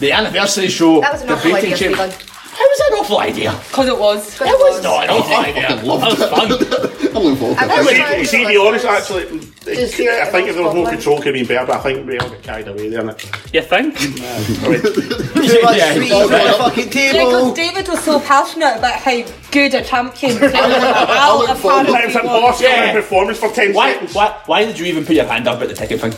C: the anniversary show.
H: That was an awful
C: debating
H: idea,
C: champ-
H: Stephen.
C: How was that an awful idea?
H: Because it was. It
C: was not an awful idea. That was fun.
H: I
A: I see,
H: think
A: see, to be honest, actually,
H: Just
A: it- I
H: do it
A: think if there was
H: in
A: more
H: one
A: control, could have been better, but I think we all got carried away there. innit?
G: You think?
A: Too much
L: Yeah. sweets on the fucking
I: because David was so passionate about how good a champion David Al
A: Alan Ford.
I: apparently
A: That was an
I: was.
A: awesome
E: Yeah.
A: performance for 10
E: Why,
A: seconds.
E: why, why did you even put your hand up at the ticket thing?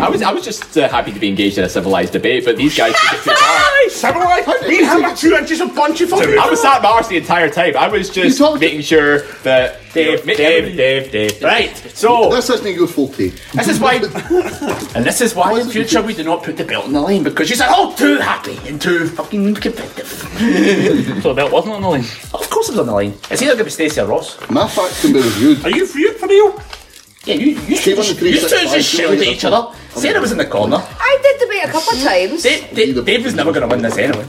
E: I was, I was just uh, happy to be engaged in a civilized debate, but these guys took it too far.
A: Civilized? Me and him are two inches of bunch of fucking.
E: I was sat at my arse the entire time. I was just making sure that Dave, Dave, Dave, Dave,
C: Right, so
F: This doesn't go full tea.
C: This is why, and this is why in future we do not put the belt in the lane because she's all too happy and too fucking competitive.
G: so the belt wasn't on the lane.
C: Of course it was on the lane. It's either going to be Stacey or Ross.
F: My facts can be reviewed.
C: Are you for you for real? Yeah, you you two
F: on the
C: just
F: three
C: you
F: six
C: two
F: five,
C: just shelled at
F: two
C: each other. Sarah was in the corner.
H: I did debate a couple of times.
C: Dave, Dave was never going to win this anyway.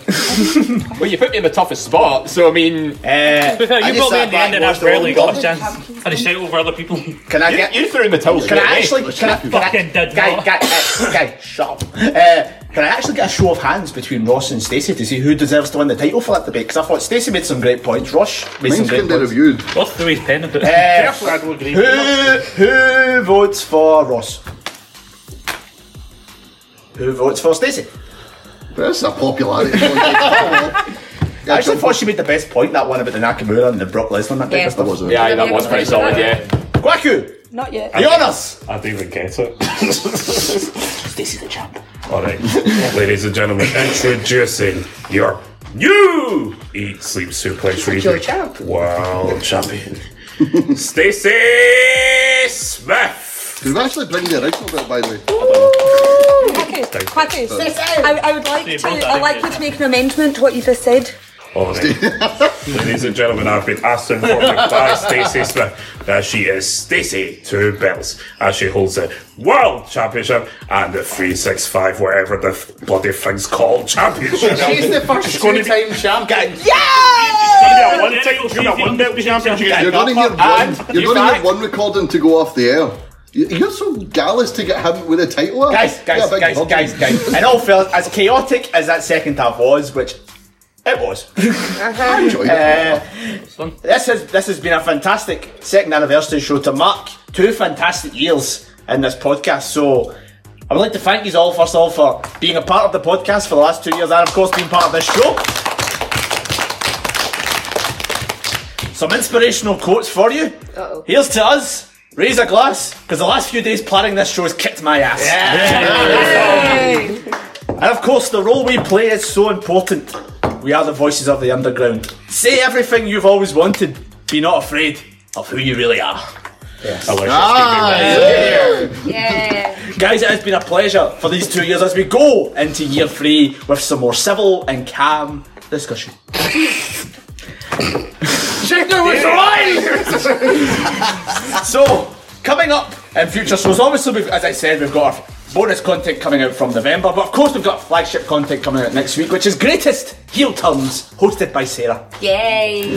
E: well, you put me in the toughest spot, so I mean. Uh,
G: you probably in the end and that's rarely got a chance. And he shout over other people.
C: Can I get
E: you threw in the towel?
C: Can I
G: straight away.
C: actually? Can I? Can I
G: Fucking did
C: guy,
G: not.
C: guy, guy, guy, shut up. Uh, can I actually get a show of hands between Ross and Stacey to see who deserves to win the title for that debate? Because I thought Stacey made some great points. Ross made some
F: Mine's
C: great
F: getting
C: points.
F: reviewed.
G: What's the way he's penned it?
C: Uh,
G: Careful, I don't agree.
C: who who votes for Ross? Who votes for Stacey?
F: That's not popularity.
C: I actually thought she made the best point that one about the Nakamura and the Brock Lesnar. That
I: Yeah.
C: type of stuff.
I: That was it. Yeah, that was pretty solid, yeah.
C: Kwaku,
I: Not yet.
C: the honours.
D: I don't even get it.
C: Stacey's the champ.
D: Alright, ladies and gentlemen, introducing your new Eat Sleep Suplex
C: your
D: Region
C: champ.
D: World Champion, Stacey Smith!
F: Did we actually bring the original bit, by the way?
C: Oh,
I: Quacko, Quacko,
F: Stacey.
I: I, I would like to.
D: both
I: I'd like you to make an amendment to what you just said.
D: Alright, ladies and gentlemen, I've been asked to inform you by Stacey Smith that she is Stacey Two Belts as she holds the World Championship and the 365, whatever the f- bloody thing's called, Championship.
M: She's the first
D: She's gonna be-
M: two-time champ.
D: Yeah,
M: Yeah!
D: one title, she's got one belt champion. she gets
F: You're going to
D: knocked
F: hear
D: up
F: one.
D: and-
F: You're
D: You
F: going to
D: back.
F: hear one recording to go off the air. You- You're so gallous to get him with a title.
C: Guys, guys, guys, guys, guys. And all fellas, as chaotic as that second half was, which it was.
H: Uh-huh.
C: Uh, this has this has been a fantastic second anniversary show to mark two fantastic years in this podcast. So I would like to thank you all first of all for being a part of the podcast for the last two years and of course being part of this show. Some inspirational quotes for you.
H: Uh-oh.
C: Here's to us. Raise a glass, because the last few days planning this show has kicked my ass. And of course, the role we play is so important. We are the voices of the underground. Say everything you've always wanted. Be not afraid of who you really are. Yes.
F: Ah,
H: Yeah.
C: Guys, it has been a pleasure for these two years as we go into year three with some more civil and calm discussion. Chicken was alive! so, coming up in future shows, obviously, we've, as I said, we've got our bonus content coming out from November, but of course, we've got flagship content coming out next week, which is Greatest Heel Turns, hosted by Sarah,
H: Yay.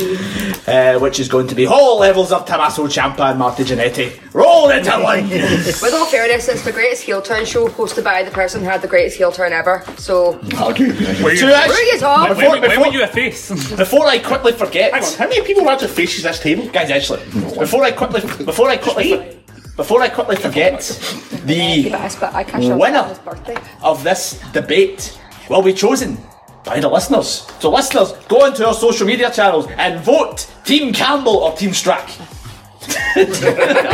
C: uh, which is going to be all levels of Tommaso Ciampa and Marty Jannetty rolled into one!
H: With all fairness, it's the greatest heel turn show hosted by the person who had the greatest heel turn ever. So.
C: Were you-
H: Were you talking?
C: Before-
H: When- when
C: before-
H: were you
C: Before I quickly forget,
H: Hang on,
C: how many people are at the faces this table? Guys, actually, before I quickly, before I quickly, before I quickly forget, the
H: I sp- I catch up
C: Winner.
H: on his birthday.
C: of this debate will be chosen by the listeners. So, listeners, go onto our social media channels and vote Team Campbell or Team Strack.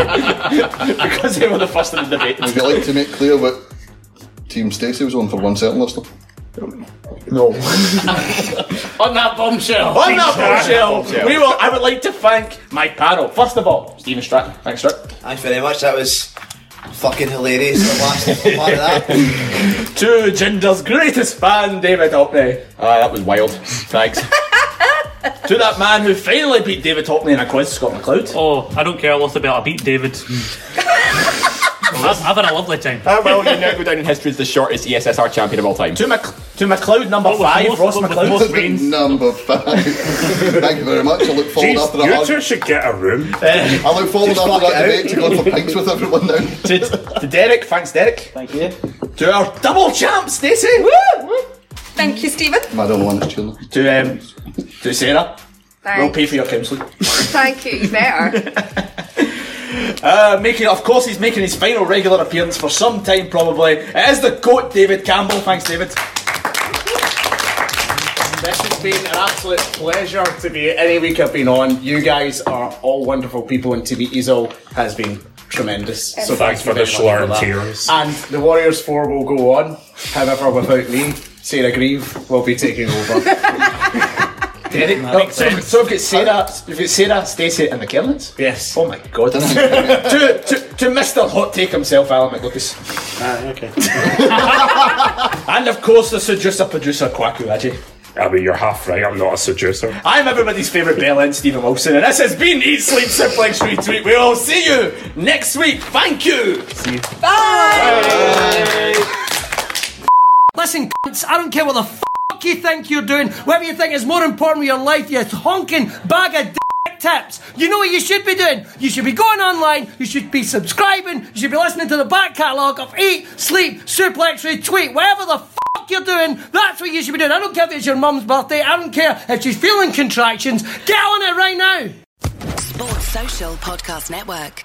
C: because they were the first in the debate.
F: Would you like to make clear what Team Stacey was on for one certain listener?
C: No.
M: On that bombshell.
C: On that bombshell, we will. I would like to thank my panel. First of all, Stephen Stratton. Thanks, Stratton.
L: Thanks very much. That was fucking hilarious. The last part of that.
C: to Ginger's greatest fan, David Hockney. Ah, that was wild. Thanks. to that man who finally beat David Hockney in a quiz, Scott McLeod.
G: Oh, I don't care. I lost the belt. I beat David.
R: I've, I've had a lovely time.
E: Ah, well, you now go down in history as the shortest E ESSR champion of all time.
C: To, Mc, to McLeod number
E: What was
C: five,
E: most-
C: Ross
E: what was
C: McLeod.
E: most
F: Number five. Thank you very much. I look forward
D: Jeez,
F: after that.
D: you
F: arg-
D: two should get a room.
F: I look forward
C: Just
F: after
C: block it
F: that
C: out.
F: debate to going for pints with everyone now.
C: to, to Derek, thanks Derek. Thank you. To our double champ, Stacey.
I: Thank you, Stephen.
F: I don't want his children.
C: To um, to Sarah. We'll
I: Thank,
C: pay for your counselling.
I: thank you. You better.
C: Uh, making, of course, he's making his final regular appearance for some time, probably. It is the goat, David Campbell. Thanks, David.
M: This has been an absolute pleasure to be any week I've been on. You guys are all wonderful people, and to be Easel has been tremendous.
D: Thanks for the
M: very much
D: slurred
M: for that.
D: tears.
M: And the Warriors 4 will go on. However, without me, Sarah Grieve will be taking over.
C: Derek,
M: That
C: no,
M: makes
C: so,
M: sense.
C: so we've got Sarah, we've got Sarah, Stacey, and the Kerlins. Yes. Oh my god. to, to, to Mr. Hot Take himself, Alan McLucas. Ah, okay. and of course, the seducer producer, Kwaku Aji.
D: I mean, you're half right, I'm not a seducer.
C: I'm everybody's favourite bell end, Stephen Wilson, and this has been Eat Sleep Simplex Retweet. We'll see you next week. Thank you. See you.
N: Listen, cunts, I don't care what the fuck you think you're doing, whatever you think is more important with your life, you honking bag of dick tips. You know what you should be doing? You should be going online, you should be subscribing, you should be listening to the back catalogue of Eat, Sleep, Suplex, Retweet, whatever the fuck you're doing, that's what you should be doing. I don't care if it's your mum's birthday, I don't care if she's feeling contractions, get on it right now.
S: Sports Social Podcast Network.